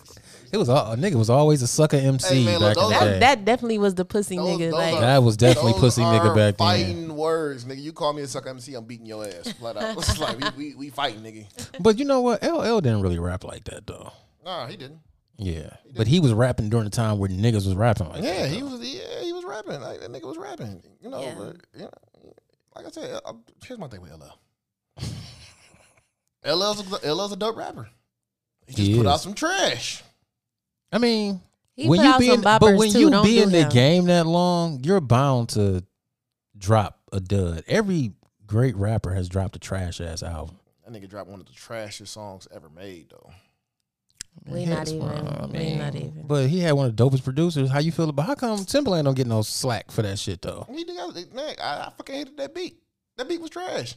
Speaker 2: it was all, a nigga was always a sucker MC
Speaker 3: Hey, man,
Speaker 2: back
Speaker 3: look,
Speaker 2: in the
Speaker 3: those-
Speaker 2: day.
Speaker 4: that, that definitely was the pussy
Speaker 3: Those-
Speaker 4: nigga.
Speaker 3: those
Speaker 4: like,
Speaker 3: are-
Speaker 2: That was definitely
Speaker 3: Those
Speaker 2: pussy nigga
Speaker 3: are
Speaker 2: back then.
Speaker 3: Fighting words, nigga. You call me a sucker MC, I'm beating your ass. Flat out. <laughs> It's like we, we, we fighting, nigga.
Speaker 2: But you know what? LL didn't really rap like that though.
Speaker 3: Nah, he didn't.
Speaker 2: Yeah, but he was rapping during the time where niggas was rapping like
Speaker 3: Yeah,
Speaker 2: that.
Speaker 3: he was. Yeah, he was rapping. Like, that nigga was rapping. You know,
Speaker 4: Yeah.
Speaker 3: but, you know, like I said, I, here's my thing with LL. <laughs> LL's a, LL's a dope rapper. He just
Speaker 2: He
Speaker 3: put
Speaker 2: is.
Speaker 3: out some trash.
Speaker 2: I mean,
Speaker 4: He
Speaker 2: when
Speaker 4: put
Speaker 2: you
Speaker 4: out
Speaker 2: be
Speaker 4: some
Speaker 2: in, but
Speaker 4: boppers,
Speaker 2: when
Speaker 4: too.
Speaker 2: you
Speaker 4: Don't
Speaker 2: be
Speaker 4: do
Speaker 2: in the
Speaker 4: him.
Speaker 2: game that long, you're bound to drop a dud. Every great rapper has dropped a trash ass album.
Speaker 3: That nigga dropped one of the trashiest songs ever made, though.
Speaker 4: we not
Speaker 2: Hits,
Speaker 4: even.
Speaker 2: I
Speaker 4: we
Speaker 2: mean,
Speaker 4: not even.
Speaker 2: <laughs> But he had one of the dopest producers. How you feel about? How come Timbaland don't get no slack for that shit though?
Speaker 3: He did, man, I, I fucking hated that beat. That beat was trash.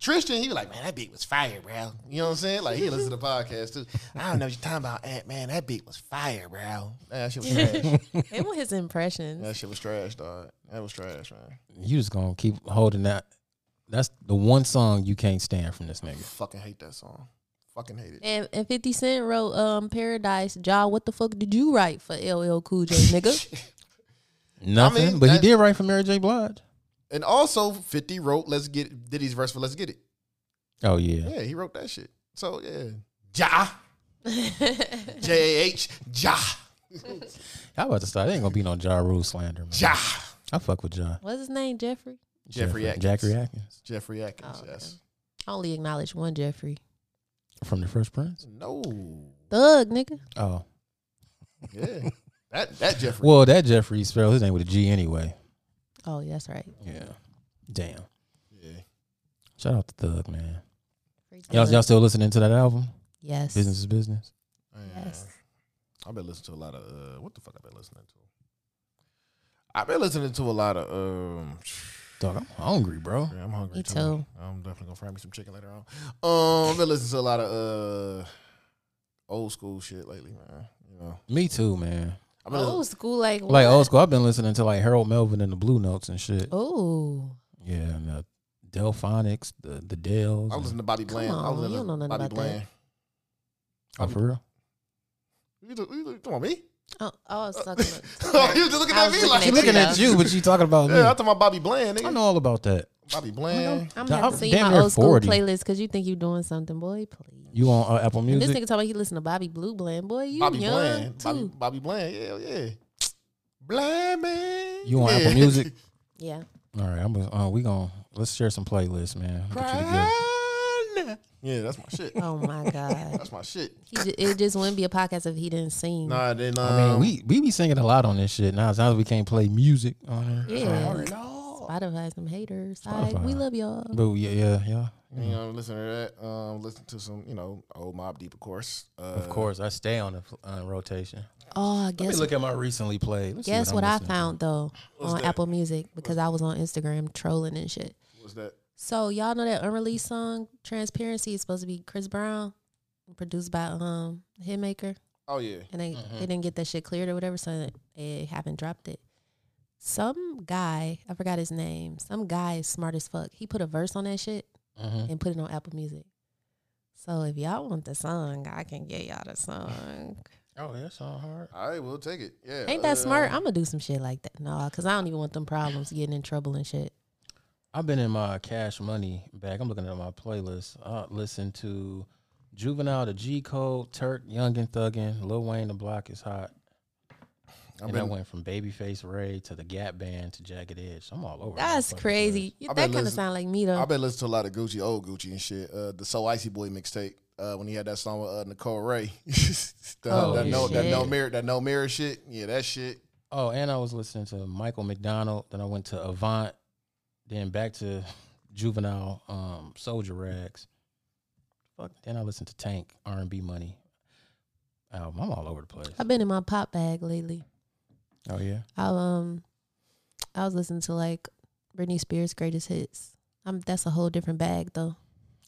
Speaker 3: Tristan, he was like, man, that beat was fire, bro. You know what I'm saying? Like, he listened to the podcast, too. I don't know what you're talking about, Ant, man. That beat was fire, bro. Man, That shit was trash.
Speaker 4: Him with his impressions.
Speaker 3: that shit was trash, dog. That was trash, man.
Speaker 2: You just gonna keep holding that. That's the one song you can't stand from this nigga.
Speaker 3: Fucking hate that song. Fucking hate it.
Speaker 4: And, and 50 Cent wrote um, Paradise. Ja, what the fuck did you write for LL Cool
Speaker 2: <laughs>
Speaker 4: J, nigga?
Speaker 2: Nothing.
Speaker 3: mean,
Speaker 2: but he
Speaker 3: that-
Speaker 2: did write for Mary J. Blige.
Speaker 3: <laughs> And also, 50 wrote Let's Get Diddy's verse for Let's Get It.
Speaker 2: Oh yeah.
Speaker 3: Yeah, he wrote that shit. So, yeah.
Speaker 4: <laughs>
Speaker 3: Ja. J A H. Ja.
Speaker 2: I'm about to start. It ain't gonna be no Ja Rule slander, man.
Speaker 3: Ja.
Speaker 2: I fuck with Ja.
Speaker 4: What's his name, Jeffrey?
Speaker 3: Jeffrey Atkins.
Speaker 2: Jeffrey Atkins.
Speaker 3: Jeffrey Atkins,
Speaker 4: Oh, okay.
Speaker 3: yes.
Speaker 4: I only acknowledge one Jeffrey.
Speaker 2: From the Fresh Prince.
Speaker 3: No.
Speaker 4: Thug, nigga.
Speaker 2: Oh.
Speaker 3: Yeah. That that Jeffrey.
Speaker 2: Well, that Jeffrey spelled his name with a G anyway.
Speaker 4: Oh, yeah, that's right.
Speaker 2: Yeah. Damn.
Speaker 3: Yeah.
Speaker 2: Shout out to Thug, man.
Speaker 4: Free
Speaker 2: Y'all,
Speaker 4: Thug.
Speaker 2: y'all still listening to that album?
Speaker 4: yes.
Speaker 2: Business is business.
Speaker 3: I've been listening to a lot of uh, what the fuck I've been listening to. I've been listening to a lot of. um
Speaker 2: Dog, I'm hungry, bro.
Speaker 3: yeah, I'm hungry
Speaker 4: Me
Speaker 3: too.
Speaker 4: too.
Speaker 3: I'm definitely gonna fry me some chicken later on. Um, I've been listening to a lot of uh old school shit lately, man. You know,
Speaker 2: Me too, man.
Speaker 3: I've been
Speaker 4: Old school, like
Speaker 2: Like old school, I've been listening to like Harold Melvin and the Blue Notes and shit.
Speaker 4: Oh,
Speaker 2: Yeah, and the Delphonics, the the Dells.
Speaker 3: I was
Speaker 2: and-
Speaker 3: listening to Bobby
Speaker 4: Come
Speaker 3: Bland. I was
Speaker 4: on, you
Speaker 3: listening
Speaker 4: don't know
Speaker 3: to
Speaker 4: nothing
Speaker 3: Bobby
Speaker 4: about that.
Speaker 3: Bland.
Speaker 2: oh, for real?
Speaker 3: You, do- you do- come on, me? <laughs>
Speaker 4: oh, I was talking. about-
Speaker 3: Oh,
Speaker 2: <laughs>
Speaker 3: you just looking at
Speaker 4: I was
Speaker 3: me like
Speaker 2: She looking at you, but she talking about me.
Speaker 3: <laughs> Yeah, I'm talking about Bobby Bland,
Speaker 2: I
Speaker 3: nigga.
Speaker 2: know all about that.
Speaker 3: Bobby Bland.
Speaker 4: I'm gonna have to
Speaker 2: I'm
Speaker 4: send you
Speaker 2: damn
Speaker 4: my
Speaker 2: near
Speaker 4: old school
Speaker 2: 40.
Speaker 4: playlist because you think you doing something, boy. Please.
Speaker 2: You on uh, Apple
Speaker 4: And this
Speaker 2: Music?
Speaker 4: nigga talking about he listen to Bobby Blue Bland, boy. You
Speaker 3: Bobby
Speaker 4: young
Speaker 3: Bland.
Speaker 4: too.
Speaker 3: Bobby, Bobby Bland. Yeah, yeah. Bland man.
Speaker 2: You on
Speaker 3: yeah.
Speaker 2: Apple Music?
Speaker 3: <laughs>
Speaker 4: Yeah.
Speaker 2: All right, I'm gonna uh, we gonna let's share some playlists, man. Get you together.
Speaker 3: Crying. Yeah, that's my shit.
Speaker 4: Oh my god.
Speaker 3: That's my shit.
Speaker 4: He ju- it just wouldn't be a podcast if he didn't sing.
Speaker 3: Nah, then um,
Speaker 2: I mean, we we be singing a lot on this shit now. As long as we can't play music on here,
Speaker 4: yeah.
Speaker 3: no.
Speaker 4: Spotify some haters. All right,
Speaker 2: Spotify.
Speaker 4: we love y'all.
Speaker 2: but yeah, yeah, yeah.
Speaker 3: You know, listen to that. Um, listen to some, you know, old Mob Deep, of course. Uh,
Speaker 2: Of course, I stay on the uh, rotation.
Speaker 4: Oh,
Speaker 2: Let me
Speaker 4: guess
Speaker 2: look at my recently played. Let's see
Speaker 4: guess
Speaker 2: I'm
Speaker 4: what I
Speaker 2: listening to.
Speaker 4: found though on Apple Music because I was on Instagram trolling and shit.
Speaker 3: What's that?
Speaker 4: So y'all know that unreleased song "Transparency" is supposed to be Chris Brown, produced by um Hitmaker,
Speaker 3: Oh yeah.
Speaker 4: and they
Speaker 2: Mm-hmm.
Speaker 4: they didn't get that shit cleared or whatever, so they haven't dropped it. Some guy, I forgot his name. Some guy is smart as fuck. He put a verse on that shit
Speaker 2: Mm-hmm.
Speaker 3: Mm-hmm.
Speaker 4: and put it on Apple Music. So if y'all want the song, I can get y'all the song.
Speaker 2: Oh, that's all hard.
Speaker 3: All right, we'll take it. Yeah.
Speaker 4: Ain't that
Speaker 3: uh,
Speaker 4: smart? I'm gonna do some shit like that. No, cause I don't even want them problems getting in trouble and shit.
Speaker 2: I've been in my cash money bag. I'm looking at my playlist. I listen to Juvenile, the G Code, Turk, Young and Thuggin, Lil Wayne, The Block is Hot.
Speaker 3: I've
Speaker 2: and I
Speaker 3: been,
Speaker 2: went from Babyface Ray to the Gap Band to Jagged Edge. I'm all over.
Speaker 4: That's
Speaker 2: that motherfucker.
Speaker 4: crazy.
Speaker 3: I
Speaker 4: that
Speaker 3: been
Speaker 4: kind of
Speaker 3: listen-
Speaker 4: sound like me though.
Speaker 3: I've been listening to a lot of Gucci, old Gucci and shit. Uh, the So Icy Boy mixtape. Uh, when he had that song with uh, Nicole Ray. <laughs> that,
Speaker 2: Oh,
Speaker 3: that no, that
Speaker 4: shit.
Speaker 3: no mirror, that no mirror shit. Yeah, that shit.
Speaker 2: Oh, and I was listening to Michael McDonald. Then I went to Avant. Then back to Juvenile, um, Soldier Rags. Fuck. Then I listened to Tank, R and B Money. Album. I'm all over the place.
Speaker 4: I've been in my pop bag lately.
Speaker 2: Oh yeah.
Speaker 4: I um I was listening to like Britney Spears greatest hits. Um that's a whole different bag though.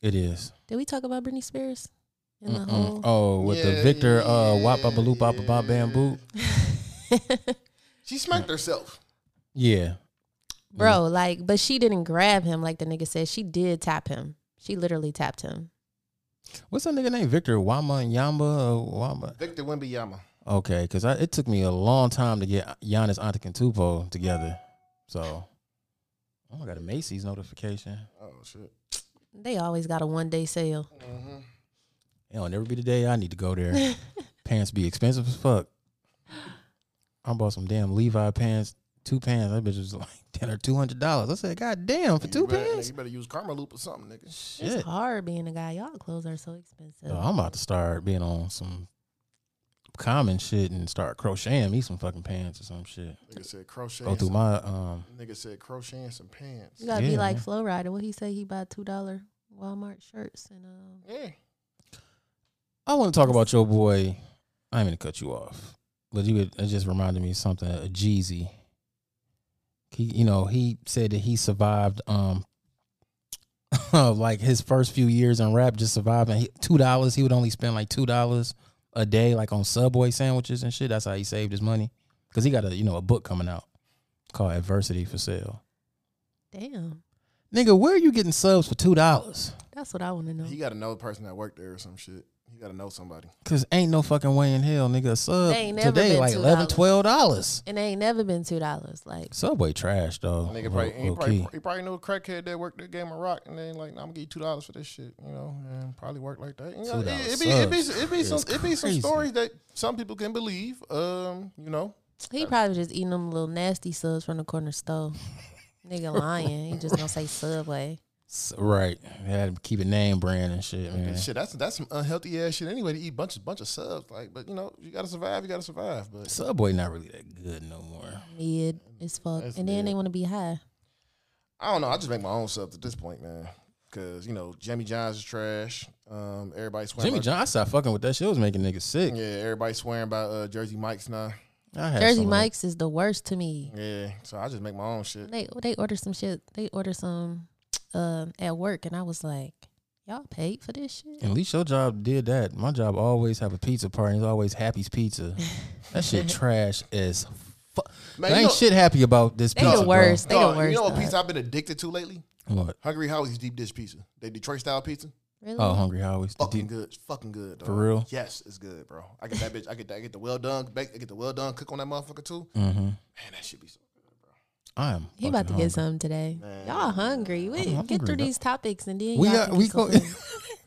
Speaker 2: It is.
Speaker 4: Did we talk about Britney Spears? In the
Speaker 2: Mm-mm.
Speaker 4: whole
Speaker 2: Oh, with
Speaker 3: Yeah,
Speaker 2: the Victor uh wop
Speaker 3: yeah,
Speaker 2: up a loop up about bamboo.
Speaker 3: Oh. She
Speaker 2: Mm.
Speaker 3: smacked herself.
Speaker 2: Yeah.
Speaker 4: <laughs> Bro,
Speaker 3: Mm.
Speaker 4: like but she didn't grab him like the nigga said. She did tap him. She literally tapped him.
Speaker 2: What's that nigga name? Victor Wama Yamba uh, Wama.
Speaker 3: Victor Wimbyama.
Speaker 2: Okay, because it took me a long time to get Giannis Antetokounmpo together. So, oh, I got a Macy's notification.
Speaker 3: Oh shit.
Speaker 4: They always got a one day sale.
Speaker 2: It'll never be the day I need to go there. pants be expensive as fuck. I bought some damn Levi pants, two pants. That bitch was like <laughs> ten or two hundred dollars. I said, God damn, for two
Speaker 3: you better, nigga,
Speaker 2: pants?
Speaker 3: You better use Karma Loop or something, nigga.
Speaker 2: Shit. Oh,
Speaker 4: It's hard being a guy. Y'all clothes are so expensive.
Speaker 2: So I'm about to start being on some common shit and start crocheting me some fucking pants or some shit.
Speaker 3: Nigga said crochet.
Speaker 2: Go through my um
Speaker 3: Nigga said crocheting some pants.
Speaker 4: You gotta be
Speaker 2: Yeah,
Speaker 4: like
Speaker 2: man.
Speaker 4: Flow Rider. What he say? He buy two dollar Walmart shirts and um.
Speaker 3: Yeah.
Speaker 2: I want to talk about your boy. I ain't gonna cut you off, but you it just reminded me of something. A Jeezy. He, you know, he said that he survived. Um, <laughs> like his first few years in rap, just surviving He- two dollars. He would only spend like two dollars a day, like on Subway sandwiches and shit. That's how he saved his money because he got a you know a book coming out called Adversity for Sale.
Speaker 4: Damn,
Speaker 2: Nigga, where are you getting subs for two dollars?
Speaker 4: that's what I want to know.
Speaker 3: He got to know the person that worked there or some shit. He got to know somebody.
Speaker 2: Cause ain't no fucking way in hell, nigga. A sub
Speaker 4: They ain't never
Speaker 2: today
Speaker 4: been
Speaker 2: like
Speaker 4: $2.
Speaker 2: eleven, twelve dollars.
Speaker 4: And they ain't never been two dollars. Like
Speaker 2: Subway trash though.
Speaker 3: Nigga probably, he,
Speaker 2: Low- low
Speaker 3: probably,
Speaker 2: key.
Speaker 3: he probably knew a crackhead that worked at Game of Rock, and then like, I'm gonna give you two dollars for this shit, you know, and probably work like that. You know, it,
Speaker 2: $2
Speaker 3: it be, it be,
Speaker 2: sucks.
Speaker 3: it be some,
Speaker 2: It's
Speaker 3: it be some
Speaker 2: crazy.
Speaker 3: stories that some people can believe. Um, you know,
Speaker 4: he probably just eating them little nasty subs from the corner store. Nigga lying. He just gonna say Subway.
Speaker 2: S- right. They had to keep a name brand and shit, man.
Speaker 3: shit, that's that's some unhealthy ass shit anyway. To eat bunch of bunch of subs, like, but you know, you gotta survive. You gotta survive. But
Speaker 2: Subway not really that good no more.
Speaker 4: Mid as fuck.
Speaker 3: That's
Speaker 4: and then
Speaker 3: mid.
Speaker 4: they want to be high.
Speaker 3: I don't know. I just make my own subs at this point, man. Cause you know, Jimmy John's is trash. Um, everybody's swearing.
Speaker 2: Jimmy
Speaker 3: about-
Speaker 2: John, I stopped fucking with that shit. It was making niggas sick.
Speaker 3: Yeah, everybody's swearing by uh, Jersey Mike's now.
Speaker 2: I had
Speaker 4: Jersey
Speaker 2: some of that.
Speaker 4: Mike's is the worst to me.
Speaker 3: Yeah, so I just make my own shit.
Speaker 4: They they ordered some shit. They ordered some um at work, and I was like, y'all paid for this shit.
Speaker 2: At least your job did that. My job always have a pizza party. It's always Happy's
Speaker 4: <laughs>
Speaker 2: Pizza. That shit trash as fuck.
Speaker 3: Man,
Speaker 2: ain't
Speaker 3: you know-
Speaker 2: shit happy about this
Speaker 4: They
Speaker 2: pizza.
Speaker 4: the worst.
Speaker 2: Bro.
Speaker 4: They the
Speaker 3: Dog,
Speaker 4: worst.
Speaker 3: you know what
Speaker 4: dog.
Speaker 3: pizza I've been addicted to lately?
Speaker 2: What?
Speaker 3: Hungry Howie's deep dish pizza. They Detroit style pizza.
Speaker 4: Really?
Speaker 2: Oh, hungry always. The
Speaker 3: Fucking
Speaker 2: deep-
Speaker 3: good. It's fucking good. Dog.
Speaker 2: For real?
Speaker 3: Yes, it's good, bro. I get that bitch. I get that. I get the well done. Bake, I get the well done. Cook on that motherfucker too. Man, that should be so.
Speaker 2: I am.
Speaker 4: He about to
Speaker 2: fucking
Speaker 4: get something today. Y'all hungry. We
Speaker 2: hungry,
Speaker 4: get through
Speaker 2: dog.
Speaker 4: these topics and then
Speaker 2: hungry. We
Speaker 4: y'all
Speaker 2: got.
Speaker 4: can
Speaker 2: We
Speaker 4: get
Speaker 2: go. <laughs>
Speaker 4: some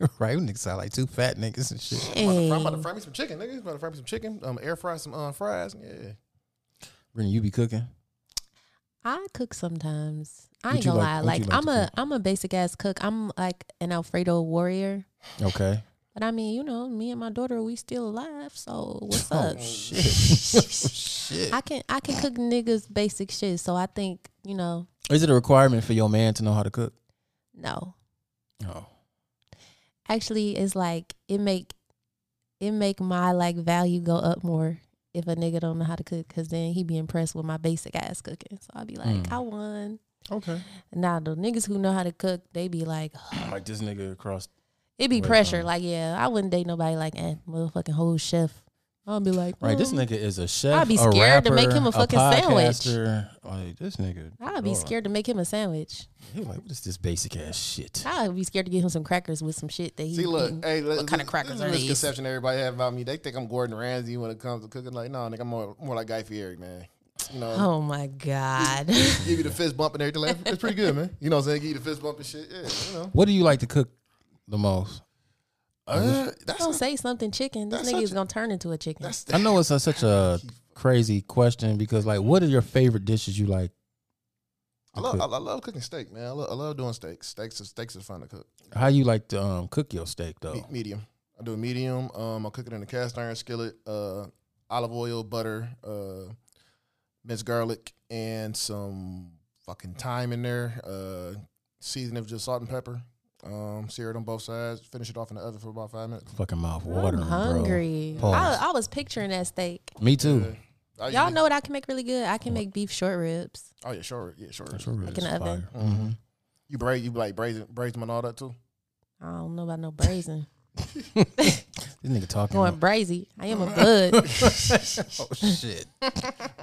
Speaker 4: food.
Speaker 2: right, we niggas sound like two fat niggas and shit.
Speaker 3: Bro, I'm about
Speaker 4: Hey.
Speaker 3: to fry me some chicken, nigga. about to fry me some chicken. Um, air fry some um, fries. Yeah.
Speaker 2: Brittany, you be cooking.
Speaker 4: I cook sometimes. I
Speaker 2: What
Speaker 4: ain't
Speaker 2: you
Speaker 4: gonna
Speaker 2: like-
Speaker 4: lie.
Speaker 2: what you
Speaker 4: Like
Speaker 2: like
Speaker 4: I'm
Speaker 2: to
Speaker 4: a
Speaker 2: cook?
Speaker 4: I'm a basic ass cook. I'm like an Alfredo warrior.
Speaker 2: Okay.
Speaker 4: But I mean, you know, me and my daughter, we still alive. So what's
Speaker 2: Oh
Speaker 4: up? <laughs>
Speaker 2: shit. Oh, shit.
Speaker 4: I can I can cook niggas basic shit. So I think you know
Speaker 2: Is it a requirement for your man to know how to cook?
Speaker 4: no.
Speaker 2: Oh.
Speaker 4: Actually, it's like it make it make my like value go up more if a nigga don't know how to cook, cause then he be impressed with my basic ass cooking. So I'd be like,
Speaker 3: Hmm.
Speaker 2: Mm.
Speaker 4: I won.
Speaker 2: Okay.
Speaker 4: Now the niggas who know how to cook, they be like, <sighs>
Speaker 2: Like this nigga across.
Speaker 4: Mm. it be
Speaker 2: Right,
Speaker 4: pressure.
Speaker 2: right.
Speaker 4: Like yeah, I wouldn't date nobody like eh, motherfucking whole chef. I'll be like,
Speaker 2: Right, this
Speaker 4: mm.
Speaker 2: nigga is a chef.
Speaker 4: I'd be
Speaker 2: a
Speaker 4: scared to make
Speaker 2: rapper,
Speaker 4: him a fucking sandwich.
Speaker 2: podcaster. Like this nigga.
Speaker 4: I'd be
Speaker 2: Lord.
Speaker 4: scared to make him a sandwich.
Speaker 2: He like, what is this basic ass shit?
Speaker 4: I'd be scared to get him some crackers with some shit that he.
Speaker 3: See, look,
Speaker 4: eating.
Speaker 3: hey,
Speaker 4: what kind of crackers are these?
Speaker 3: Misconception everybody have about me. They think I'm Gordon Ramsay when it comes to cooking. Like, no, nigga, I'm more, more like Guy Fieri, man. You know,
Speaker 4: Oh
Speaker 3: <laughs>
Speaker 4: my god.
Speaker 3: give
Speaker 4: <laughs>
Speaker 3: you the fist bump and everything. Like, it's pretty good, man. You know what I'm saying? Give you the fist bump and shit. Yeah, you know.
Speaker 2: What do you like to cook the most?
Speaker 3: Uh, that's
Speaker 4: Don't say something chicken. This
Speaker 3: That's
Speaker 4: nigga
Speaker 3: such
Speaker 4: is
Speaker 3: a-
Speaker 4: gonna turn into a chicken.
Speaker 3: that's
Speaker 2: I
Speaker 3: <laughs>
Speaker 2: know it's uh, a, such <laughs> a crazy question because, like, what are your favorite dishes you like?
Speaker 3: I love, I, I love cooking steak, man. I love, I love doing steaks. Steaks, are, steaks are fun to cook.
Speaker 2: How you like to um, cook your steak
Speaker 3: Me-
Speaker 2: though?
Speaker 3: medium. I do a medium. Um, I cook it in a cast iron skillet. Uh, olive oil, butter, uh, minced garlic, and some fucking thyme in there. Uh, season of just salt and pepper. Um, sear it on both sides. Finish it off in the oven for about five minutes.
Speaker 2: Fucking mouth
Speaker 4: I'm
Speaker 2: watering, bro.
Speaker 4: hungry.
Speaker 2: Pause.
Speaker 4: I, I was picturing that steak.
Speaker 2: Me too.
Speaker 3: I
Speaker 4: Y'all
Speaker 3: usually-
Speaker 4: know what I can make really good? I can make beef short ribs.
Speaker 3: Oh yeah, sure. Yeah, sure.
Speaker 2: That's what really
Speaker 4: Like an
Speaker 2: is
Speaker 4: oven.
Speaker 2: fire. Mhm.
Speaker 3: You braise, you like braising, braising them and all that too.
Speaker 4: I don't know about no braising.
Speaker 2: This nigga talking.
Speaker 4: Going brazy. I am a bud.
Speaker 2: <laughs> oh shit.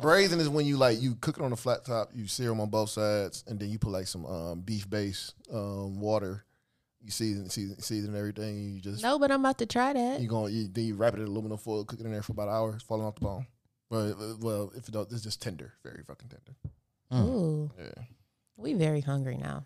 Speaker 3: Braising is when you like you cook it on a flat top, you sear them on both sides, and then you put like some um, beef base, um, water, you season, season, season everything, and you just
Speaker 4: no, but I'm about to try
Speaker 3: you
Speaker 4: that.
Speaker 3: going you, then you wrap it in aluminum foil, cook it in there for about an hour, it's falling off the bone. But uh, well, if it don't, it's just tender, very fucking tender.
Speaker 2: mm.
Speaker 4: Ooh,
Speaker 3: Yeah,
Speaker 4: we very hungry now.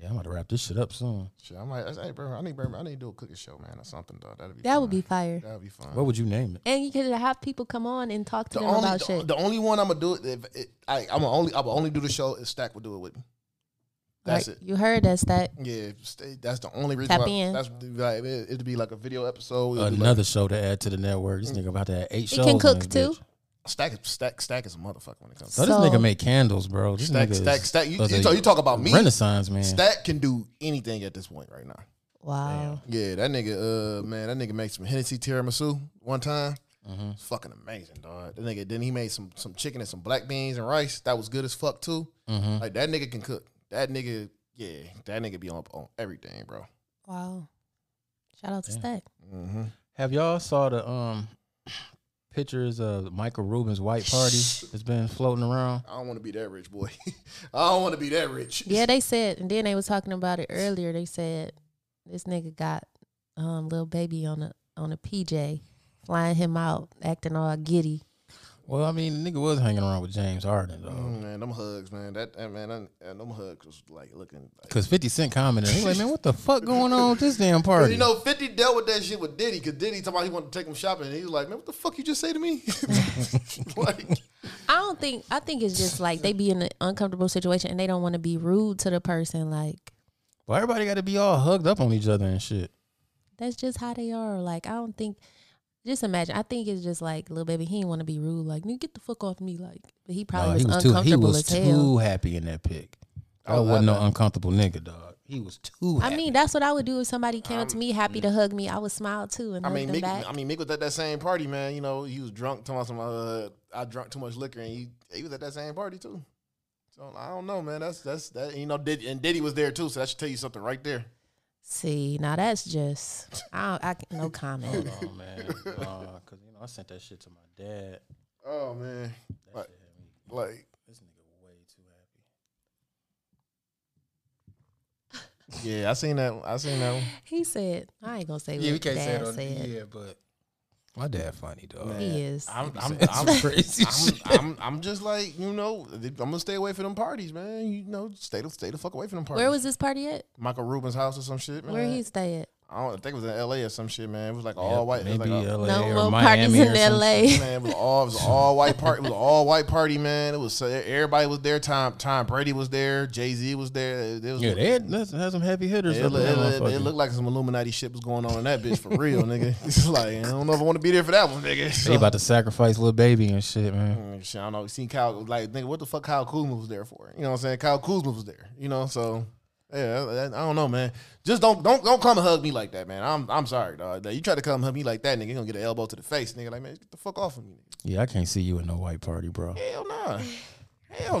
Speaker 2: Yeah, I'm about to wrap this shit up soon.
Speaker 3: Mm-hmm. shit. I might, I, hey, bro, I need, bro, I need to do a cooking show, man, or something, dog. That'd be
Speaker 4: That would be
Speaker 3: fun.
Speaker 4: fire.
Speaker 3: that'd be fun.
Speaker 2: What would you name it?
Speaker 4: And you could have people come on and talk to
Speaker 3: the
Speaker 4: them
Speaker 3: only,
Speaker 4: about
Speaker 3: the,
Speaker 4: shit.
Speaker 3: the only one I'm gonna do it, if it I, I'm gonna only, I'm gonna only do the show if Stack would do it with me. That's
Speaker 4: Like,
Speaker 3: it.
Speaker 4: You heard us that.
Speaker 3: Yeah, stay, that's the only reason.
Speaker 4: Tap
Speaker 3: why,
Speaker 4: in.
Speaker 3: That's like it, it'd be like a video episode. It'd be like- Mm.
Speaker 2: Another show to add to the network. This nigga about to add eight
Speaker 4: It
Speaker 2: shows.
Speaker 4: can
Speaker 2: on
Speaker 4: cook
Speaker 2: this
Speaker 4: too.
Speaker 2: bitch.
Speaker 3: stack, stack, stack is a motherfucker when it comes. to
Speaker 2: So, this
Speaker 4: So-
Speaker 2: nigga make candles, bro. This
Speaker 3: Stack,
Speaker 2: nigga
Speaker 3: stack,
Speaker 2: is-
Speaker 3: stack. You,
Speaker 2: was
Speaker 3: you,
Speaker 2: a
Speaker 3: talk, you talk about me.
Speaker 2: Renaissance man.
Speaker 3: Stack can do anything at this point right now.
Speaker 4: Wow.
Speaker 3: Yeah, that nigga, uh, man, that nigga made some Hennessy tiramisu one time.
Speaker 2: Mm-hmm.
Speaker 3: It's fucking amazing, dog. That nigga, then he made some some chicken and some black beans and rice. That was good as fuck too.
Speaker 2: Mm-hmm.
Speaker 3: Like that nigga can cook. That nigga, yeah, that nigga be on, on everything, bro.
Speaker 4: Wow. Shout out to Stack.
Speaker 3: Mm-hmm.
Speaker 2: Have y'all saw the um <sniffs> pictures of Michael Rubin's white party that's been floating around?
Speaker 3: I don't want to be that rich, boy. <laughs> I don't want to be that rich.
Speaker 4: Yeah, they said, and then they was talking about it earlier. They said this nigga got um little baby on a on a PJ, flying him out, acting all giddy.
Speaker 2: Well, I mean, the nigga was hanging around with James Harden though.
Speaker 3: <laughs> Mm, man, them hugs, man. That, that man, that, that- them hugs was like looking. Like,
Speaker 2: Cause Fifty Cent commented, he's like, "Man, what the fuck going on with this damn
Speaker 3: Cause
Speaker 2: party?"
Speaker 3: you know, Fifty dealt with that shit with Diddy, cause Diddy talking about he wanted to take him shopping, and he was like, "Man, what the fuck you just say to me?" <laughs> like,
Speaker 4: I don't think I think it's just like they be in an uncomfortable situation and they don't want to be rude to the person. Like
Speaker 2: well, everybody got to be all hugged up on each other and shit.
Speaker 4: that's just how they are. Like I don't think. Just imagine. I think it's just like little baby. He didn't want to be rude. Like, nigga, get the fuck off me. Like, but he probably
Speaker 2: Nah, he
Speaker 4: was,
Speaker 2: was too. He
Speaker 4: uncomfortable
Speaker 2: was
Speaker 4: as hell.
Speaker 2: too happy in that pic. I
Speaker 3: Oh,
Speaker 2: wasn't
Speaker 3: I-
Speaker 2: no uncomfortable nigga, dog. He was too.
Speaker 4: I
Speaker 2: happy.
Speaker 4: mean, that's what I would do if somebody came up to me happy to hug me. I would smile too and
Speaker 3: I
Speaker 4: hug
Speaker 3: mean,
Speaker 4: them
Speaker 3: Mick,
Speaker 4: back.
Speaker 3: I mean, Mick was at that same party, man. You know, he was drunk. Talking about some, uh, I drunk too much liquor, and he, he was at that same party too. So I don't know, man. That's that's that. You know, Diddy, and Diddy was there too, so that should tell you something right there.
Speaker 4: See, now that's just I, don't, I can- no comment.
Speaker 3: <laughs>
Speaker 2: oh man, Nah, cause you know I sent that shit to my dad.
Speaker 3: Oh man, like, like
Speaker 2: This nigga way too happy.
Speaker 3: <laughs> yeah, I seen that. I seen that. One.
Speaker 4: He said, "I ain't gonna say what
Speaker 2: Yeah, we can't say
Speaker 4: Dad
Speaker 2: it on
Speaker 4: said."
Speaker 2: yeah, but my dad funny dog.
Speaker 4: He is.
Speaker 3: <laughs> I'm, I'm,
Speaker 2: That's
Speaker 3: I'm,
Speaker 4: <laughs>
Speaker 2: crazy.
Speaker 3: I'm, I'm, I'm just like you know, I'm gonna stay away from them parties, man. You know, stay the stay the fuck away from them parties.
Speaker 4: Where was this party at?
Speaker 3: Michael Rubin's house or some shit, man?
Speaker 4: Where
Speaker 2: Uh,
Speaker 4: he stay at?
Speaker 3: I don't I think it was in L.A. or some shit, man. It was like all white. it was
Speaker 2: Maybe uh,
Speaker 3: like a-
Speaker 2: LA
Speaker 4: No
Speaker 2: or
Speaker 4: more parties
Speaker 2: Miami
Speaker 4: in
Speaker 2: or some shit.
Speaker 4: L.A.
Speaker 3: <laughs> Man, it was all it was an all white party. It was an all white party, man. It was uh, everybody was there. Tom Tom Brady was there. Jay Z was there. It, it was
Speaker 2: Yeah,
Speaker 3: it,
Speaker 2: they had, that's- had some heavy hitters.
Speaker 3: it,
Speaker 2: up in
Speaker 3: look-
Speaker 2: that
Speaker 3: it look- it
Speaker 2: motherfucker.
Speaker 3: looked like some Illuminati shit was going on in that bitch for real, nigga. <laughs> It's like I don't know if I want to be there for that one, nigga.
Speaker 2: They
Speaker 3: So,
Speaker 2: about to sacrifice little baby and shit, man.
Speaker 3: Mm, shit, I don't know. Seen Kyle like nigga, what the fuck Kyle Kuzma was there for? You know what I'm saying? Kyle Kuzma was there. You know, so yeah, I, I don't know, man. Just don't don't don't come and hug me like that, man. I'm I'm sorry, dog. You try to come hug me like that, nigga, you gonna get an elbow to the face, nigga. Like man, get the fuck off of me. Nigga.
Speaker 2: Yeah, I can't see you in no white party, bro.
Speaker 3: Hell no. Hell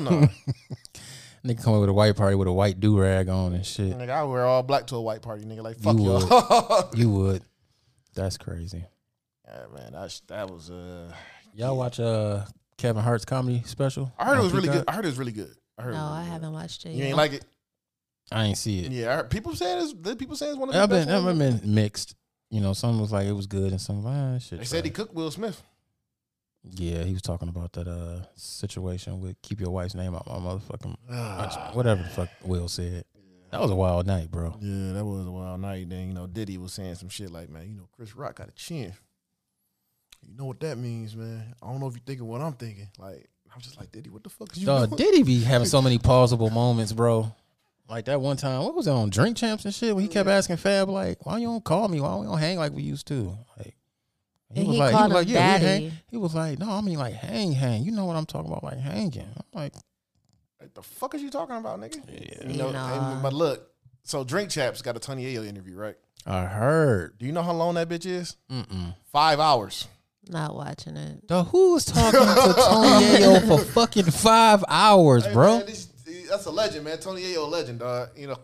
Speaker 2: <laughs>
Speaker 3: no.
Speaker 2: Nigga come up with a white party with a white do rag on and shit.
Speaker 3: nigga, I wear all black to a white party, nigga. Like fuck
Speaker 2: You
Speaker 3: you
Speaker 2: would.
Speaker 3: all
Speaker 2: You would. That's crazy.
Speaker 3: <laughs> yeah, man, that sh- that was uh
Speaker 2: Y'all watch uh Kevin Hart's comedy special?
Speaker 3: I heard it
Speaker 2: on
Speaker 3: was really good.
Speaker 2: Peacock?
Speaker 3: I heard it was really good.
Speaker 2: <laughs>
Speaker 3: I heard
Speaker 4: No,
Speaker 3: it was
Speaker 4: I
Speaker 3: really good.
Speaker 4: haven't watched it.
Speaker 3: You
Speaker 4: yet.
Speaker 3: ain't like it?
Speaker 2: I ain't see it.
Speaker 3: Yeah, I heard people saying it's the people saying it's one of the
Speaker 2: I've
Speaker 3: best.
Speaker 2: been I've
Speaker 3: ones.
Speaker 2: been mixed. You know, some was like it was good and some ah, shit.
Speaker 3: They said he
Speaker 2: trash."
Speaker 3: cooked Will Smith.
Speaker 2: Yeah, he was talking about that uh situation with keep your wife's name out my motherfucking
Speaker 3: Ah.
Speaker 2: whatever the fuck Will said. That was a wild night, bro.
Speaker 3: Yeah, that was a wild night. Then you know Diddy was saying some shit like, "Man, you know Chris Rock got a chin." You know what that means, man. I don't know if you're thinking what I'm thinking. Like I'm just like Diddy, what the fuck is you
Speaker 2: Dog,
Speaker 3: doing?
Speaker 2: Diddy be having
Speaker 4: <laughs>
Speaker 2: so many pausable moments, bro. Like that one time, what was it on Drink Champs and shit? When he kept asking Fab, like, "Why you don't call me? Why we don't hang like we used to?" Like,
Speaker 4: And he called him
Speaker 2: yeah, we
Speaker 4: daddy."
Speaker 2: hang." He was like, "No, I mean like hang, hang. You know what I'm talking about? Like hanging." I'm like,
Speaker 3: Like, the fuck is you talking about, nigga?
Speaker 2: Yeah.
Speaker 3: You know,
Speaker 4: Nah.
Speaker 3: and- but look, so Drink Chaps got a Tony Ayo interview, right?
Speaker 2: "I heard."
Speaker 3: Do you know how long that bitch is?
Speaker 2: Mm-mm.
Speaker 3: Five hours.
Speaker 4: Not watching it.
Speaker 2: The who was talking to Tony Ayo for fucking five hours, bro?
Speaker 3: man, this- that's a legend, man. Tony Ayo, a legend, dog. You know,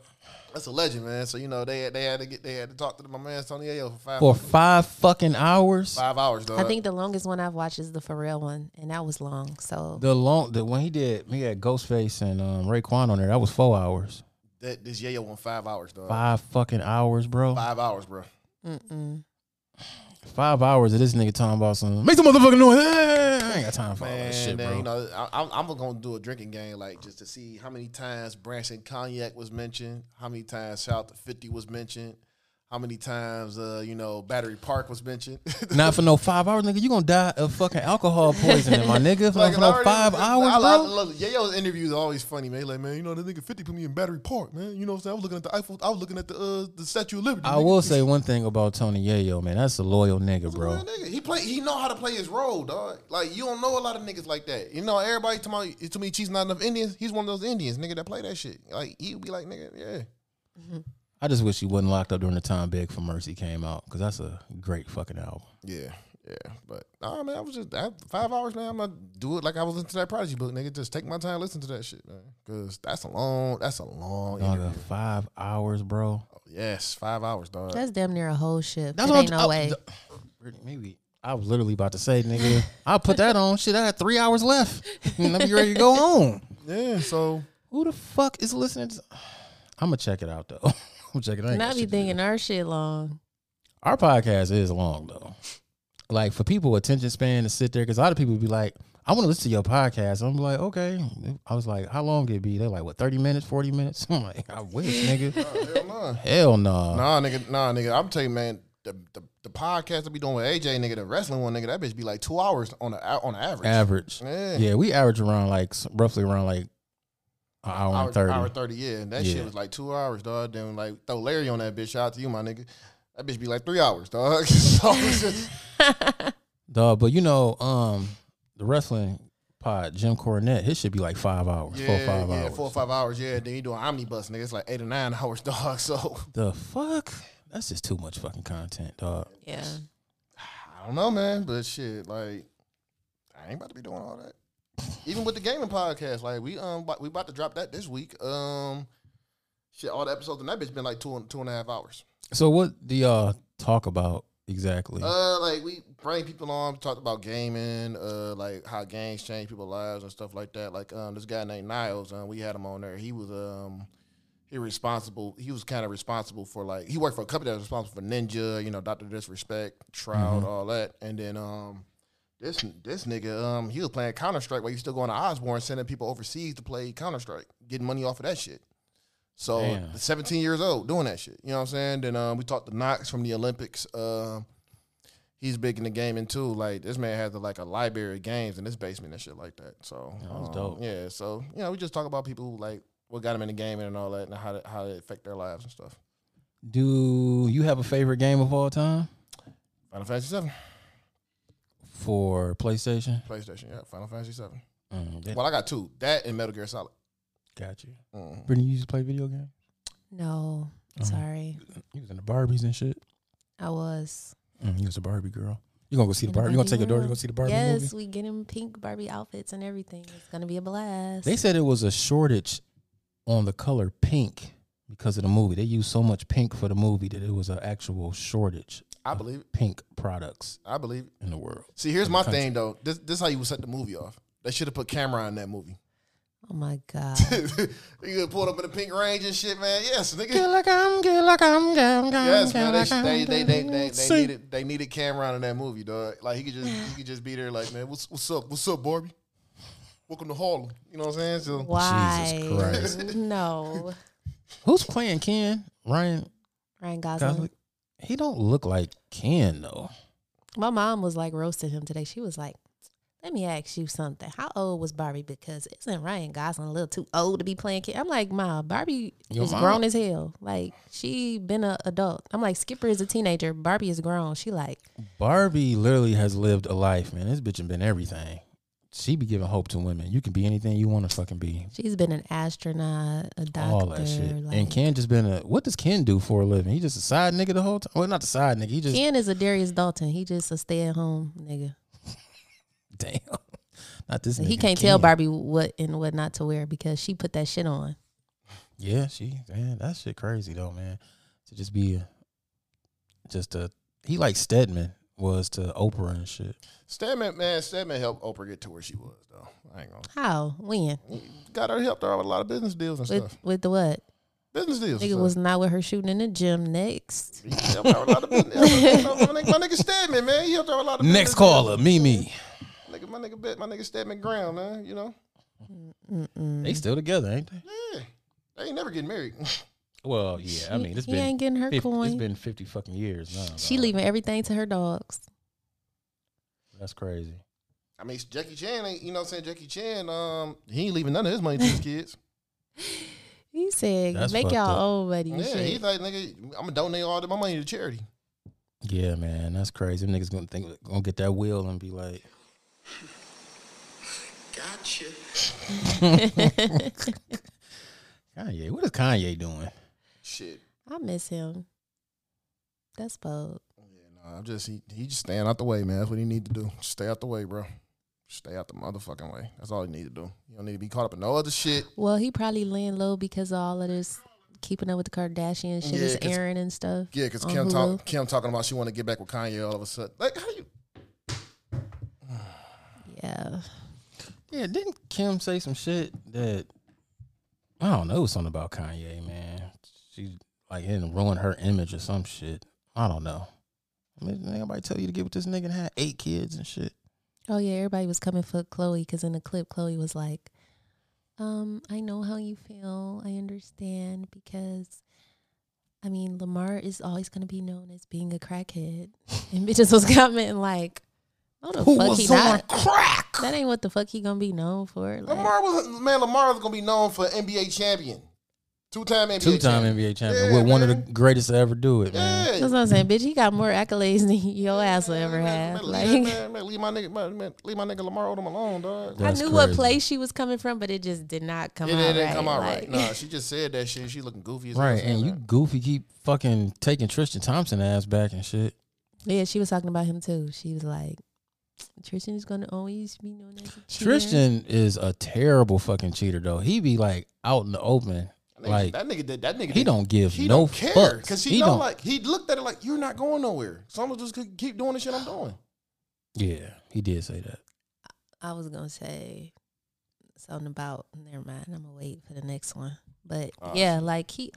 Speaker 3: that's a legend, man. So you know they they had to get they had to talk to my man Tony Ayo for five
Speaker 2: for five fucking hours.
Speaker 3: five hours, dog.
Speaker 4: I
Speaker 2: Uh,
Speaker 4: think the longest one I've watched is the Pharrell one, and that was long. So
Speaker 2: The long, the when he did, he had Ghostface and um, Raekwon on there. That was four hours,
Speaker 3: that this Yayo won five hours, dog. Five,
Speaker 2: five fucking hours, bro.
Speaker 3: hours, bro.
Speaker 2: Five hours of this nigga talking about some make some motherfucking noise. Eh, I ain't got time for all
Speaker 3: Man,
Speaker 2: that shit,
Speaker 3: then,
Speaker 2: bro.
Speaker 3: uh, you know, I, I'm, I'm gonna do a drinking game, like just to see how many times Branson Cognac was mentioned, how many times South of Fifty was mentioned, how many times uh, you know Battery Park was mentioned. <laughs>
Speaker 2: Not for no five hours, nigga. You gonna die of fucking alcohol poisoning, my nigga. For,
Speaker 3: Like,
Speaker 2: for
Speaker 3: I
Speaker 2: no
Speaker 3: already-
Speaker 2: five
Speaker 3: <laughs> I-
Speaker 2: hours,
Speaker 3: I, I,
Speaker 2: bro.
Speaker 3: love it. Yayo's interviews are always funny, man. He Like, man, you know, the nigga 50 put me in Battery Park, man. You know what I'm saying? I was looking at the Eiffel, I was looking at the uh, the Statue of Liberty.
Speaker 2: I
Speaker 3: nigga.
Speaker 2: will say one thing about Tony Yayo, man. That's a loyal nigga, bro.
Speaker 3: Man, nigga, he play. He know how to play his role, dog. Like you don't know a lot of niggas like that. You know, everybody to my to me, she's not enough Indians. He's one of those Indians, nigga, that play that shit. Like he'd be like, nigga, yeah.
Speaker 2: I just wish he wasn't locked up during the time Big for Mercy came out, because that's a great fucking album.
Speaker 3: Yeah, yeah. But nah, man, I was just I, five hours, man. I'm gonna do it like I was listening to that Prodigy book, nigga. Just take my time, listen to that shit, man. Cause that's a long, that's a long.
Speaker 2: Dog,
Speaker 3: interview.
Speaker 2: uh, five hours, bro.
Speaker 3: Yes, five hours, dog.
Speaker 4: that's damn near a whole shift.
Speaker 2: That's
Speaker 4: It
Speaker 2: what
Speaker 4: ain't
Speaker 2: I'm-
Speaker 4: no
Speaker 2: I-
Speaker 4: way.
Speaker 2: the- Brittany, Maybe I was literally about to say, nigga, I put that on. Shit, I had three hours left, <laughs> and I'm ready to go home.
Speaker 3: yeah. <laughs> So
Speaker 2: Who the fuck is listening? to <sighs> I'm gonna check it out though. <laughs> I'm checking it. I ain't
Speaker 4: and I
Speaker 2: got
Speaker 4: be
Speaker 2: shit to do.
Speaker 4: thinking our shit long. <laughs>
Speaker 2: our podcast is long though. Like for people with attention span to sit there, because a lot of people be like, "I want to listen to your podcast." I'm like, "Okay." I was like, "How long it be?" They're like, "What, thirty minutes, forty minutes?" <laughs> I'm like, "I wish, nigga."
Speaker 3: Oh, hell nah.
Speaker 2: Hell no.
Speaker 3: Nah, nigga, nah, nigga. I'm telling you, man, the, the the podcast I be doing with AJ, nigga, the wrestling one, nigga, that bitch be like two hours on a on a average.
Speaker 2: Average.
Speaker 3: Yeah.
Speaker 2: Yeah, we average around like s- roughly around like an hour,
Speaker 3: Hour,
Speaker 2: and thirty.
Speaker 3: hour thirty, yeah, and that
Speaker 2: Yeah.
Speaker 3: shit was like two hours, dog. Then like throw Larry on that bitch. Shout out to you, my nigga. That bitch be like three hours, dog. <laughs> so it's just,
Speaker 2: Duh, but you know, um, the wrestling pod, Jim Cornette, his should be like five hours,
Speaker 3: Yeah,
Speaker 2: four or five
Speaker 3: yeah,
Speaker 2: hours.
Speaker 3: four or five hours. Yeah, then you do an omnibus, nigga. It's like eight or nine <laughs> hours, dog. So
Speaker 2: The fuck? That's just too much fucking content, dog.
Speaker 4: Yeah.
Speaker 3: I don't know, man. But shit, like I ain't about to be doing all that. Even with the gaming podcast, like we um bout- we about to drop that this week. Um, shit, all the episodes and that bitch been like two and two and a half hours.
Speaker 2: So what do y'all talk about exactly?
Speaker 3: Uh, like we bring people on, we talked about gaming, uh, like how games change people's lives and stuff like that. Like um, this guy named Niles, um, we had him on there. He was um, he responsible. He was kind of responsible for like he worked for a company that was responsible for Ninja, you know, Doctor Disrespect, Shroud,
Speaker 2: Mm-hmm.
Speaker 3: all that. And then um, this this nigga um, he was playing Counter Strike while he was still going to Osborne, sending people overseas to play Counter Strike, getting money off of that shit. So
Speaker 2: Damn.
Speaker 3: 17 years old doing that shit. You know what I'm saying? Then um, we talked to Knox from the Olympics. Um, he's big in the gaming too. Like this man has like a library of games in his basement and shit like that. So
Speaker 2: Yeah, that's
Speaker 3: um,
Speaker 2: dope.
Speaker 3: Yeah, so you know, we just talk about people who like what got them in the gaming and all that, and how to, how it affect their lives and stuff.
Speaker 2: do you have a favorite game of all time
Speaker 3: Final Fantasy Seven,
Speaker 2: for PlayStation?
Speaker 3: PlayStation, yeah, Final Fantasy Seven.
Speaker 2: Mm, that-
Speaker 3: Well, I got two, that and Metal Gear Solid.
Speaker 2: got you.
Speaker 3: Mm.
Speaker 2: Brittany, you used to play video games?
Speaker 4: No.
Speaker 2: Uh-huh.
Speaker 4: Sorry.
Speaker 2: You was in the Barbies and shit.
Speaker 4: I was.
Speaker 2: Mm, you was a Barbie girl. You gonna go see the
Speaker 4: In the
Speaker 2: Barbie? You gonna
Speaker 4: Barbie
Speaker 2: take your daughter to
Speaker 4: world.
Speaker 2: go see the Barbie
Speaker 4: yes,
Speaker 2: movie?
Speaker 4: we get him pink Barbie outfits and everything. It's gonna be a blast.
Speaker 2: They said it was a shortage on the color pink because of the movie. They used so much pink for the movie that it was an actual shortage
Speaker 3: I believe it.
Speaker 2: pink products
Speaker 3: I believe it.
Speaker 2: in the world.
Speaker 3: See, here's
Speaker 2: In the
Speaker 3: my
Speaker 2: country.
Speaker 3: thing though. This this how you would set the movie off. They should have put camera in that movie. <laughs>
Speaker 4: oh my <laughs> god.
Speaker 2: <laughs>
Speaker 3: you pulled up in the pink range and shit, man. Yes, nigga.
Speaker 2: like I'm, get like I'm,
Speaker 3: Yes, man. They, they, they, they, they, they needed they needed Cameron in that movie, dog. Like he could just he could just be there, like man, what's what's up, what's up, Barbie? Welcome to Harlem. You know what I'm saying? So
Speaker 4: Why?
Speaker 2: Christ.
Speaker 4: <laughs> no.
Speaker 2: Who's playing Ken? Ryan
Speaker 4: Ryan Gosling.
Speaker 2: Gosling. He don't look like Ken though.
Speaker 4: My mom was like roasting him today. She was like, "Let me ask you something. How old was Barbie? Because isn't Ryan Gosling a little too old to be playing kid?" I'm like, "Ma, Barbie
Speaker 2: Your
Speaker 4: is
Speaker 2: mom-
Speaker 4: grown as hell. Like she been a adult." I'm like, "Skipper is a teenager. Barbie is grown." She like,
Speaker 2: Barbie literally has lived a life, man. This bitch has been everything. She be giving hope to women. You can be anything you want to fucking be.
Speaker 4: she's been an astronaut, a doctor,
Speaker 2: All that shit.
Speaker 4: Like,
Speaker 2: and Ken just been a what does Ken do for a living? He just a side nigga the whole time. Well, not the side nigga. He just
Speaker 4: Ken is a Darius Dalton. He just a stay at home nigga.
Speaker 2: <laughs> damn. Not this.
Speaker 4: He
Speaker 2: nigga,
Speaker 4: can't tell
Speaker 2: Ken.
Speaker 4: Barbie what and what not to wear because she put that shit on.
Speaker 2: Yeah, she man, that shit crazy though, man. To just be a, just a he like Stedman was to Oprah and shit.
Speaker 3: Stedman, man, Stedman helped Oprah get to where she was, though. I ain't gonna
Speaker 4: How? When?
Speaker 3: got her helped her out with a lot of business deals and
Speaker 4: With
Speaker 3: stuff.
Speaker 4: with the what?
Speaker 3: Business deals. and
Speaker 4: Nigga
Speaker 3: stuff.
Speaker 4: was not with her shooting in the gym next.
Speaker 3: He helped her out with a lot of business. deals. my, nigga, my nigga Stedman, man, he helped her out with a lot of business
Speaker 2: Next caller,
Speaker 3: deals.
Speaker 2: Mimi.
Speaker 3: Nigga, my nigga, bet- my nigga Stedman Graham, man. You know,
Speaker 2: They still together, ain't they?
Speaker 3: yeah, they ain't never getting married. <laughs>
Speaker 2: Well, yeah. I mean, it's
Speaker 4: he
Speaker 2: been
Speaker 4: ain't getting her
Speaker 2: 50,
Speaker 4: coin.
Speaker 2: it's been fifty fucking years now.
Speaker 4: she
Speaker 2: dog.
Speaker 4: leaving everything to her dogs.
Speaker 2: That's crazy.
Speaker 3: I mean, Jackie Chan ain't, you know what I'm saying? Jackie Chan, um, he ain't leaving none of his money to his kids.
Speaker 4: He said,
Speaker 2: That's
Speaker 4: "Make
Speaker 2: fucked
Speaker 4: y'all
Speaker 2: up.
Speaker 4: old money." and
Speaker 3: yeah,
Speaker 4: shit.
Speaker 3: he's like, nigga, I'm gonna donate all of my money to charity.
Speaker 2: Yeah, man, that's crazy. Them niggas gonna think gonna get that wheel and be like,
Speaker 1: Gotcha.
Speaker 2: Kanye, what is Kanye doing?
Speaker 3: Shit.
Speaker 4: <laughs> I miss him. That's bold.
Speaker 3: Yeah, no, I'm just, he, he just staying out the way, man. That's what he need to do. Just stay out the way, bro. Stay out the motherfucking way. That's all he need to do. You don't need to be caught up in no other shit.
Speaker 4: Well, he probably laying low because of all of this keeping up with the Kardashian shit,
Speaker 3: Yeah,
Speaker 4: his
Speaker 3: 'cause-
Speaker 4: Aaron and stuff.
Speaker 3: Yeah, because
Speaker 4: on
Speaker 3: Kim,
Speaker 4: Hulu.
Speaker 3: talk, Kim talking about she want to get back with Kanye all of a sudden. Like, how you?
Speaker 4: Yeah,
Speaker 2: Yeah, didn't Kim say some shit that I don't know something about Kanye, man? She like didn't ruin her image or some shit. I don't know. I mean, didn't anybody tell you to get with this nigga and have eight kids and shit?
Speaker 4: Oh yeah, everybody was coming for Chloe because in the clip, Chloe was like, "Um, I know how you feel. I understand because, I mean, Lamar is always gonna be known as being a crackhead." <laughs> And bitches was commenting like, "No, the
Speaker 2: Who
Speaker 4: fuck
Speaker 2: was
Speaker 4: he
Speaker 2: on
Speaker 4: not.
Speaker 2: crack?
Speaker 4: That ain't what the fuck he gonna be known for." Like,
Speaker 3: Lamar was, man, Lamar is going to be known for NBA champion. Two time NBA.
Speaker 2: Two time
Speaker 3: champ.
Speaker 2: NBA champion
Speaker 3: Yeah,
Speaker 2: with one of
Speaker 3: man.
Speaker 2: the greatest to ever do it, man.
Speaker 3: Yeah.
Speaker 4: That's what I'm saying, bitch. He got more accolades than <laughs> your ass will ever
Speaker 3: Man,
Speaker 4: have.
Speaker 3: man,
Speaker 4: Like,
Speaker 3: leave, that man, man, leave my nigga, man, man, leave my nigga Lamar Odom alone, dog.
Speaker 4: I
Speaker 2: That's
Speaker 4: knew what
Speaker 2: crazy.
Speaker 4: place she was coming from, but it just did not come
Speaker 3: It,
Speaker 4: out
Speaker 3: it didn't
Speaker 4: right.
Speaker 3: come out right.
Speaker 4: Like, <laughs>
Speaker 3: Nah, she just said that shit. She looking goofy as hell
Speaker 2: Right,
Speaker 3: saying
Speaker 2: and you
Speaker 3: that.
Speaker 2: goofy keep fucking taking Tristan Thompson ass back and shit.
Speaker 4: yeah, she was talking about him too. She was like, Tristan is gonna always be known as a cheater."
Speaker 2: Tristan is a terrible fucking cheater though. He be like out in the open,
Speaker 3: That nigga-
Speaker 2: like
Speaker 3: that nigga did that nigga
Speaker 2: he
Speaker 3: did-
Speaker 2: don't give
Speaker 3: he
Speaker 2: no
Speaker 3: don't care
Speaker 2: fucks.
Speaker 3: because he, know like he looked at it like you're not going nowhere. So I'm gonna just keep- keep doing
Speaker 2: <sighs>
Speaker 3: the shit I'm doing.
Speaker 2: yeah, he did say that.
Speaker 4: I was gonna say something about. Never mind. I'm gonna wait for the next one. But
Speaker 3: Ah,
Speaker 4: yeah, like he.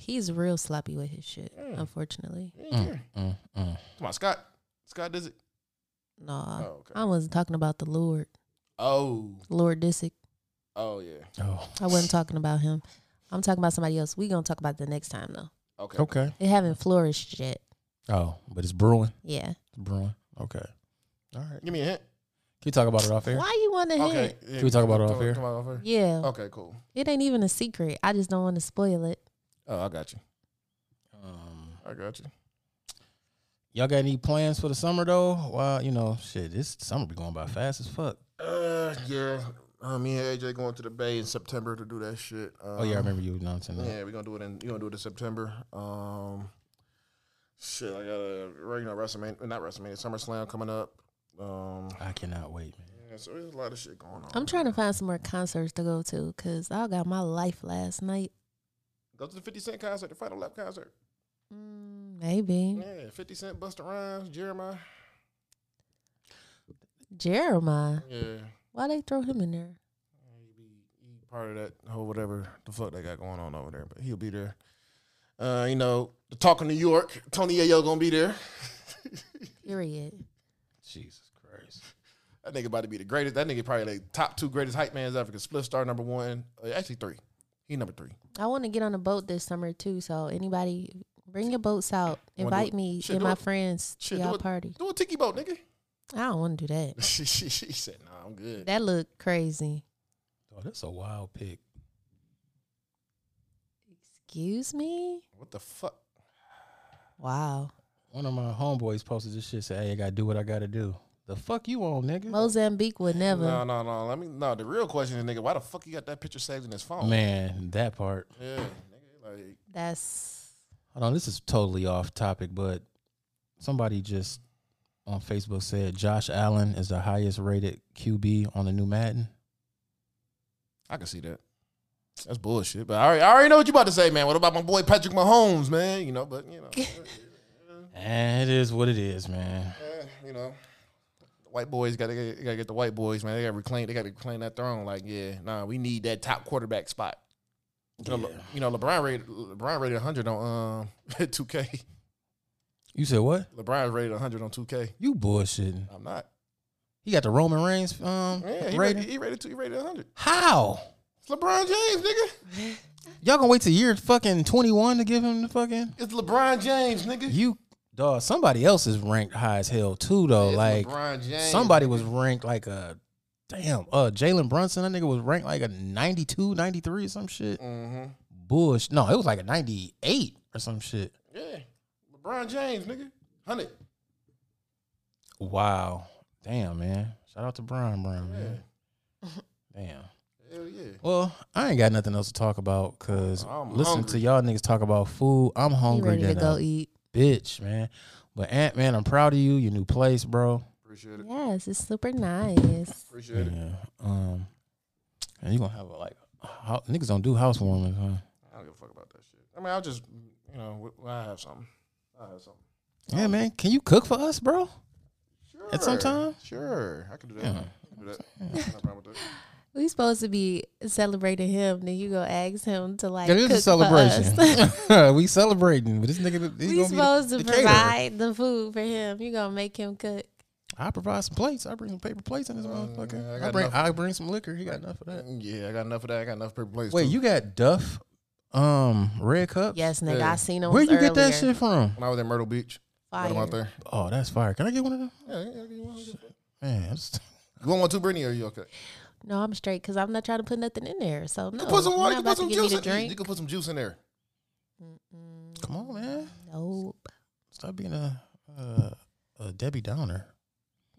Speaker 4: He's real sloppy with his shit,
Speaker 3: Mm.
Speaker 4: unfortunately.
Speaker 3: He ain't
Speaker 2: Mm,
Speaker 3: care.
Speaker 2: mm, mm.
Speaker 3: Come on, Scott. Scott does it.
Speaker 4: No,
Speaker 3: Oh, okay.
Speaker 4: I wasn't talking about the Lord,
Speaker 3: Oh,
Speaker 4: Lord Disick.
Speaker 3: oh yeah.
Speaker 2: Oh,
Speaker 3: <laughs>
Speaker 4: I wasn't talking about him. I'm talking about somebody else. We gonna talk about it the next time though.
Speaker 3: Okay.
Speaker 2: okay.
Speaker 4: It haven't flourished yet.
Speaker 2: Oh, but it's brewing.
Speaker 4: Yeah.
Speaker 2: It's brewing. Okay. All right. Can
Speaker 3: Give me a hint.
Speaker 2: you talk about it off air?
Speaker 4: Why you want to
Speaker 3: Okay.
Speaker 4: hit?
Speaker 3: yeah,
Speaker 2: Can we talk
Speaker 3: come
Speaker 2: about it
Speaker 3: on,
Speaker 2: off
Speaker 3: come on,
Speaker 2: air?
Speaker 3: come on, off air?
Speaker 4: Yeah.
Speaker 3: Okay, cool.
Speaker 4: It ain't even a secret. I just don't want to spoil it.
Speaker 3: Oh, I got you.
Speaker 2: Um,
Speaker 3: I got you.
Speaker 2: y'all got any plans for the summer though? Well, you know, shit, this summer be going by fast as fuck.
Speaker 3: Uh, yeah. Uh, me and AJ going to the Bay in September to do that shit. Um,
Speaker 2: Oh yeah, I remember you announcing that.
Speaker 3: Yeah, we're gonna do it in. You gonna do it in September. Um, shit, I got a regular WrestleMania, not WrestleMania, SummerSlam coming up. Um,
Speaker 2: I cannot wait, man.
Speaker 3: yeah, so there's a lot of shit going on.
Speaker 4: I'm trying to find some more concerts to go to because I got my life last night.
Speaker 3: Go to the 50 Cent concert, the Final Lap concert.
Speaker 4: Mm, maybe.
Speaker 3: Yeah, 50 Cent, Busta Rhymes, Jeremiah.
Speaker 4: Jeremiah.
Speaker 3: Yeah,
Speaker 4: Why they throw him in there?
Speaker 3: he be he part of that whole whatever the fuck they got going on over there, but he'll be there. Uh, you know, the talk in New York, Tony Yayo gonna be there.
Speaker 4: Period.
Speaker 2: Jesus Christ.
Speaker 3: That nigga about to be the greatest. That nigga probably like top two greatest hype man's ever. Cause Split Star number one, uh, actually three. He number three.
Speaker 4: I want to get on a boat this summer too. So anybody, bring your boats out.
Speaker 3: Wanna do
Speaker 4: Invite
Speaker 3: it?
Speaker 4: me
Speaker 3: Shit,
Speaker 4: and
Speaker 3: do
Speaker 4: my
Speaker 3: it.
Speaker 4: friends to
Speaker 3: Shit, do
Speaker 4: y'all
Speaker 3: it.
Speaker 4: party.
Speaker 3: Do a tiki boat, nigga. <laughs>
Speaker 4: I don't want to do that.
Speaker 3: she, she, she said, "Nah, I'm good."
Speaker 4: That looked crazy.
Speaker 2: Oh, that's a wild pick.
Speaker 4: Excuse me?
Speaker 3: What the fuck?
Speaker 4: Wow.
Speaker 2: One of my homeboys posted this shit. Said, "Hey, I gotta do what I gotta do." The fuck you on, nigga?
Speaker 4: Mozambique would never.
Speaker 3: No, no, no. Let me. No, the real question is, nigga, why the fuck you got that picture saved in his phone?
Speaker 2: Man, that part.
Speaker 3: Yeah, nigga, like
Speaker 4: That's
Speaker 2: Hold on, this is totally off topic, but somebody just on Facebook said Josh Allen is the highest rated QB on the new Madden.
Speaker 3: I can see that. That's bullshit. But I already, I already know what you about to say, man. What about my boy Patrick Mahomes, man? You know, but
Speaker 4: <laughs>
Speaker 3: you know,
Speaker 2: And it is what it is, man.
Speaker 3: eh, you know, the white boys got to get, got to get the white boys, man. They got to reclaim, they got to reclaim that throne. Like, yeah, nah, we need that top quarterback spot. You know, Le-
Speaker 2: Yeah.
Speaker 3: you know, LeBron rated LeBron rated 100 on um <laughs> 2K.
Speaker 2: You said what?
Speaker 3: LeBron's rated 100 on 2K.
Speaker 2: You bullshitting.
Speaker 3: I'm not.
Speaker 2: He got the Roman Reigns um
Speaker 3: Yeah, he
Speaker 2: rating.
Speaker 3: rated, he rated two. He rated 100.
Speaker 2: How?
Speaker 3: It's LeBron James, nigga.
Speaker 2: Y'all gonna wait till year fucking twenty one to give him the fucking
Speaker 3: It's LeBron James, nigga.
Speaker 2: you dog. Somebody else is ranked high as hell too, though.
Speaker 3: It's
Speaker 2: like
Speaker 3: LeBron James.
Speaker 2: Somebody was ranked like a damn uh Jalen Brunson. That nigga was ranked like a 92, 93 or some shit.
Speaker 3: Mm-hmm.
Speaker 2: Bush. No, it was like a 98 or some shit.
Speaker 3: Yeah, LeBron James, nigga. Hundred.
Speaker 2: Wow. Damn, man. Shout out to Brian Brown,
Speaker 3: Yeah.
Speaker 2: man.
Speaker 4: <laughs>
Speaker 2: Damn.
Speaker 3: Hell yeah.
Speaker 2: Well, I ain't got nothing else to talk about because
Speaker 3: I'm
Speaker 2: listen
Speaker 3: hungry.
Speaker 2: to y'all niggas talk about food. I'm
Speaker 4: you
Speaker 2: hungry
Speaker 4: ready to
Speaker 2: than
Speaker 4: go
Speaker 2: a
Speaker 4: eat.
Speaker 2: bitch, man. But Ant Man, I'm proud of you. Your new place, bro.
Speaker 3: Appreciate it.
Speaker 4: Yes, it's super nice.
Speaker 3: Appreciate it.
Speaker 2: Yeah. Um, and you gonna have a, like hou- niggas don't do housewarming, huh?
Speaker 3: I don't give a fuck about that shit. I mean, I'll just, you know, w- when I have something. I have something.
Speaker 2: Yeah, man. Can you cook for us, bro?
Speaker 3: Sure.
Speaker 2: At some time?
Speaker 3: Sure. I can do that.
Speaker 2: Yeah.
Speaker 3: I can do that. No problem with that.
Speaker 4: We supposed to be celebrating him, then you go ask him to like.
Speaker 2: It is
Speaker 4: cook
Speaker 2: a
Speaker 4: For us. <laughs>
Speaker 2: celebration. <laughs> we celebrating, but this nigga, he's
Speaker 4: we
Speaker 2: gonna
Speaker 4: supposed
Speaker 2: be the,
Speaker 4: to
Speaker 2: the caterer.
Speaker 4: provide the food for him. You gonna make him cook.
Speaker 2: I provide some plates. I bring some paper plates in this motherfucker.
Speaker 3: Uh, I
Speaker 2: I,
Speaker 3: got
Speaker 2: bring,
Speaker 3: enough.
Speaker 2: I bring some liquor. He got enough of that.
Speaker 3: <laughs> Yeah, I got enough of that. I got enough paper plates.
Speaker 2: Wait,
Speaker 3: too.
Speaker 2: you got Duff, um, red cup?
Speaker 4: Yes, nigga,
Speaker 3: Yeah.
Speaker 4: I seen him.
Speaker 2: Where you
Speaker 4: earlier.
Speaker 2: get that shit from?
Speaker 3: When I was in Myrtle Beach,
Speaker 4: Fire.
Speaker 3: got 'em out there.
Speaker 2: Oh, that's fire. Can I get one of them?
Speaker 3: Yeah, yeah, yeah, you want-
Speaker 2: Man, that's-
Speaker 3: You want one too, Brittany? Or you okay?
Speaker 4: No, I'm straight because I'm not trying to put nothing in there. So no,
Speaker 3: You can put some water. You
Speaker 4: I'm
Speaker 3: can put
Speaker 4: not about
Speaker 3: some
Speaker 4: to give
Speaker 3: juice
Speaker 4: me the
Speaker 3: in. You
Speaker 4: drink.
Speaker 3: can put some juice in there.
Speaker 2: Come on, man.
Speaker 4: Nope.
Speaker 2: Stop being a uh, a Debbie Downer.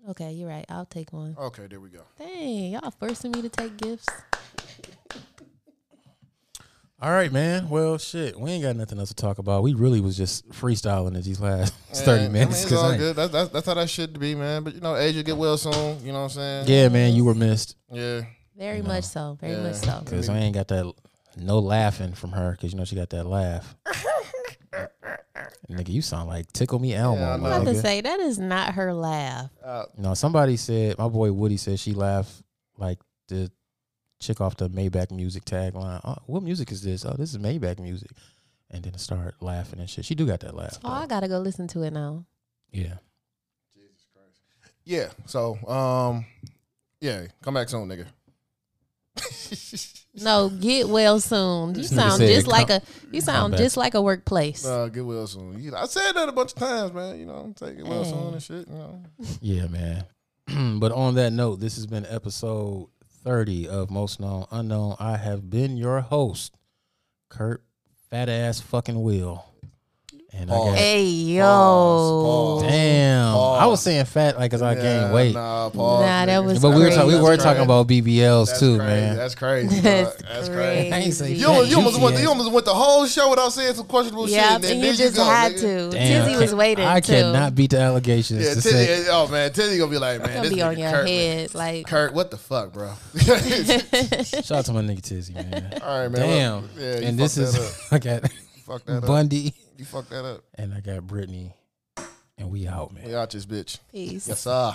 Speaker 4: Okay, you're right. I'll take one.
Speaker 3: Okay, there we go.
Speaker 4: Dang, y'all forcing me to take gifts.
Speaker 2: All right, man. Well, shit, we ain't got nothing else to talk about. We really was just freestyling at these last <laughs> thirty
Speaker 3: And, I mean,
Speaker 2: minutes.
Speaker 3: it's
Speaker 2: 'cause I
Speaker 3: all
Speaker 2: ain't-
Speaker 3: good. That's, that's, that's how that should be, man. But you know, Asia get well soon. You know what I'm saying?
Speaker 2: Yeah, man, you were missed
Speaker 3: Yeah.
Speaker 4: Very much so. Very much so.
Speaker 2: because I ain't got that no laughing from her because you know she got that
Speaker 3: <laughs>
Speaker 2: laugh. nigga, you sound like tickle me Elmo.
Speaker 3: Yeah, I
Speaker 4: I'm
Speaker 3: know.
Speaker 4: about to
Speaker 2: nigga.
Speaker 4: say that is not her laugh.
Speaker 3: Uh,
Speaker 2: No, somebody said my boy Woody said she laughed like the chick off the Maybach music tagline. Oh, what music is this? Oh, this is Maybach music. And then start laughing and shit. She do got that laugh.
Speaker 4: Oh, I gotta go listen to it now.
Speaker 2: yeah.
Speaker 3: yeah. So, um, yeah. Come back soon, nigga.
Speaker 4: No, get well soon. You
Speaker 2: This nigga
Speaker 4: sound
Speaker 2: said
Speaker 4: just
Speaker 2: come-
Speaker 4: like a you sound
Speaker 2: back.
Speaker 4: just like a workplace.
Speaker 3: Uh, get well soon. You know, I said that a bunch of times, man. You know, I'm taking well soon and shit. You know.
Speaker 2: Yeah, man. <clears throat> but on that note, this has been episode 30 of Most Known Unknown. I have been your host, Kurt Fat Ass Fucking Will. And I got,
Speaker 4: Hey yo.
Speaker 3: Pause, pause.
Speaker 2: damn. I was
Speaker 3: Pause.
Speaker 2: saying fat like as I
Speaker 3: Yeah,
Speaker 2: gained weight.
Speaker 3: Nah, pause,
Speaker 4: Nah, that
Speaker 3: nigga.
Speaker 4: was
Speaker 2: But we were,
Speaker 4: crazy.
Speaker 2: ta- we were
Speaker 3: That's
Speaker 2: talking
Speaker 3: crazy.
Speaker 2: about BBLs
Speaker 3: That's
Speaker 2: too,
Speaker 3: crazy.
Speaker 2: man.
Speaker 3: That's
Speaker 4: <laughs>
Speaker 3: crazy.
Speaker 4: That's
Speaker 3: dog. That's crazy.
Speaker 2: I ain't say
Speaker 4: crazy.
Speaker 3: You almost, you, almost
Speaker 2: Juicy
Speaker 3: went,
Speaker 2: ass.
Speaker 3: you almost went the whole show without saying some questionable
Speaker 4: Yeah,
Speaker 3: shit.
Speaker 4: and,
Speaker 3: then-
Speaker 4: you
Speaker 3: then
Speaker 4: just
Speaker 3: go,
Speaker 4: had
Speaker 3: nigga.
Speaker 2: Damn,
Speaker 4: to.
Speaker 2: I
Speaker 4: Tizzy was
Speaker 2: can't-
Speaker 4: waiting.
Speaker 2: I
Speaker 4: too.
Speaker 2: cannot beat the allegations.
Speaker 3: Yeah,
Speaker 2: to
Speaker 3: Tizzy,
Speaker 2: say,
Speaker 3: oh man, Tizzy gonna be like, man,
Speaker 4: Gonna
Speaker 3: this
Speaker 4: be on
Speaker 3: nigga
Speaker 4: your
Speaker 3: Kurt,
Speaker 4: head, like
Speaker 3: Kurt, what the fuck,
Speaker 2: <laughs>
Speaker 3: bro? <laughs> All
Speaker 2: shout out to my nigga Tizzy, man.
Speaker 3: right, <laughs> man.
Speaker 2: Damn.
Speaker 3: look, Yeah, you
Speaker 2: and this
Speaker 3: fucked
Speaker 2: is <laughs>
Speaker 3: that
Speaker 2: I
Speaker 3: up.
Speaker 2: got
Speaker 3: You fucked that up.
Speaker 2: Bundy
Speaker 3: You fucked that up.
Speaker 2: and I got Brittany, and we out, man.
Speaker 3: We out this bitch.
Speaker 4: <laughs> peace.
Speaker 3: Yes, sir.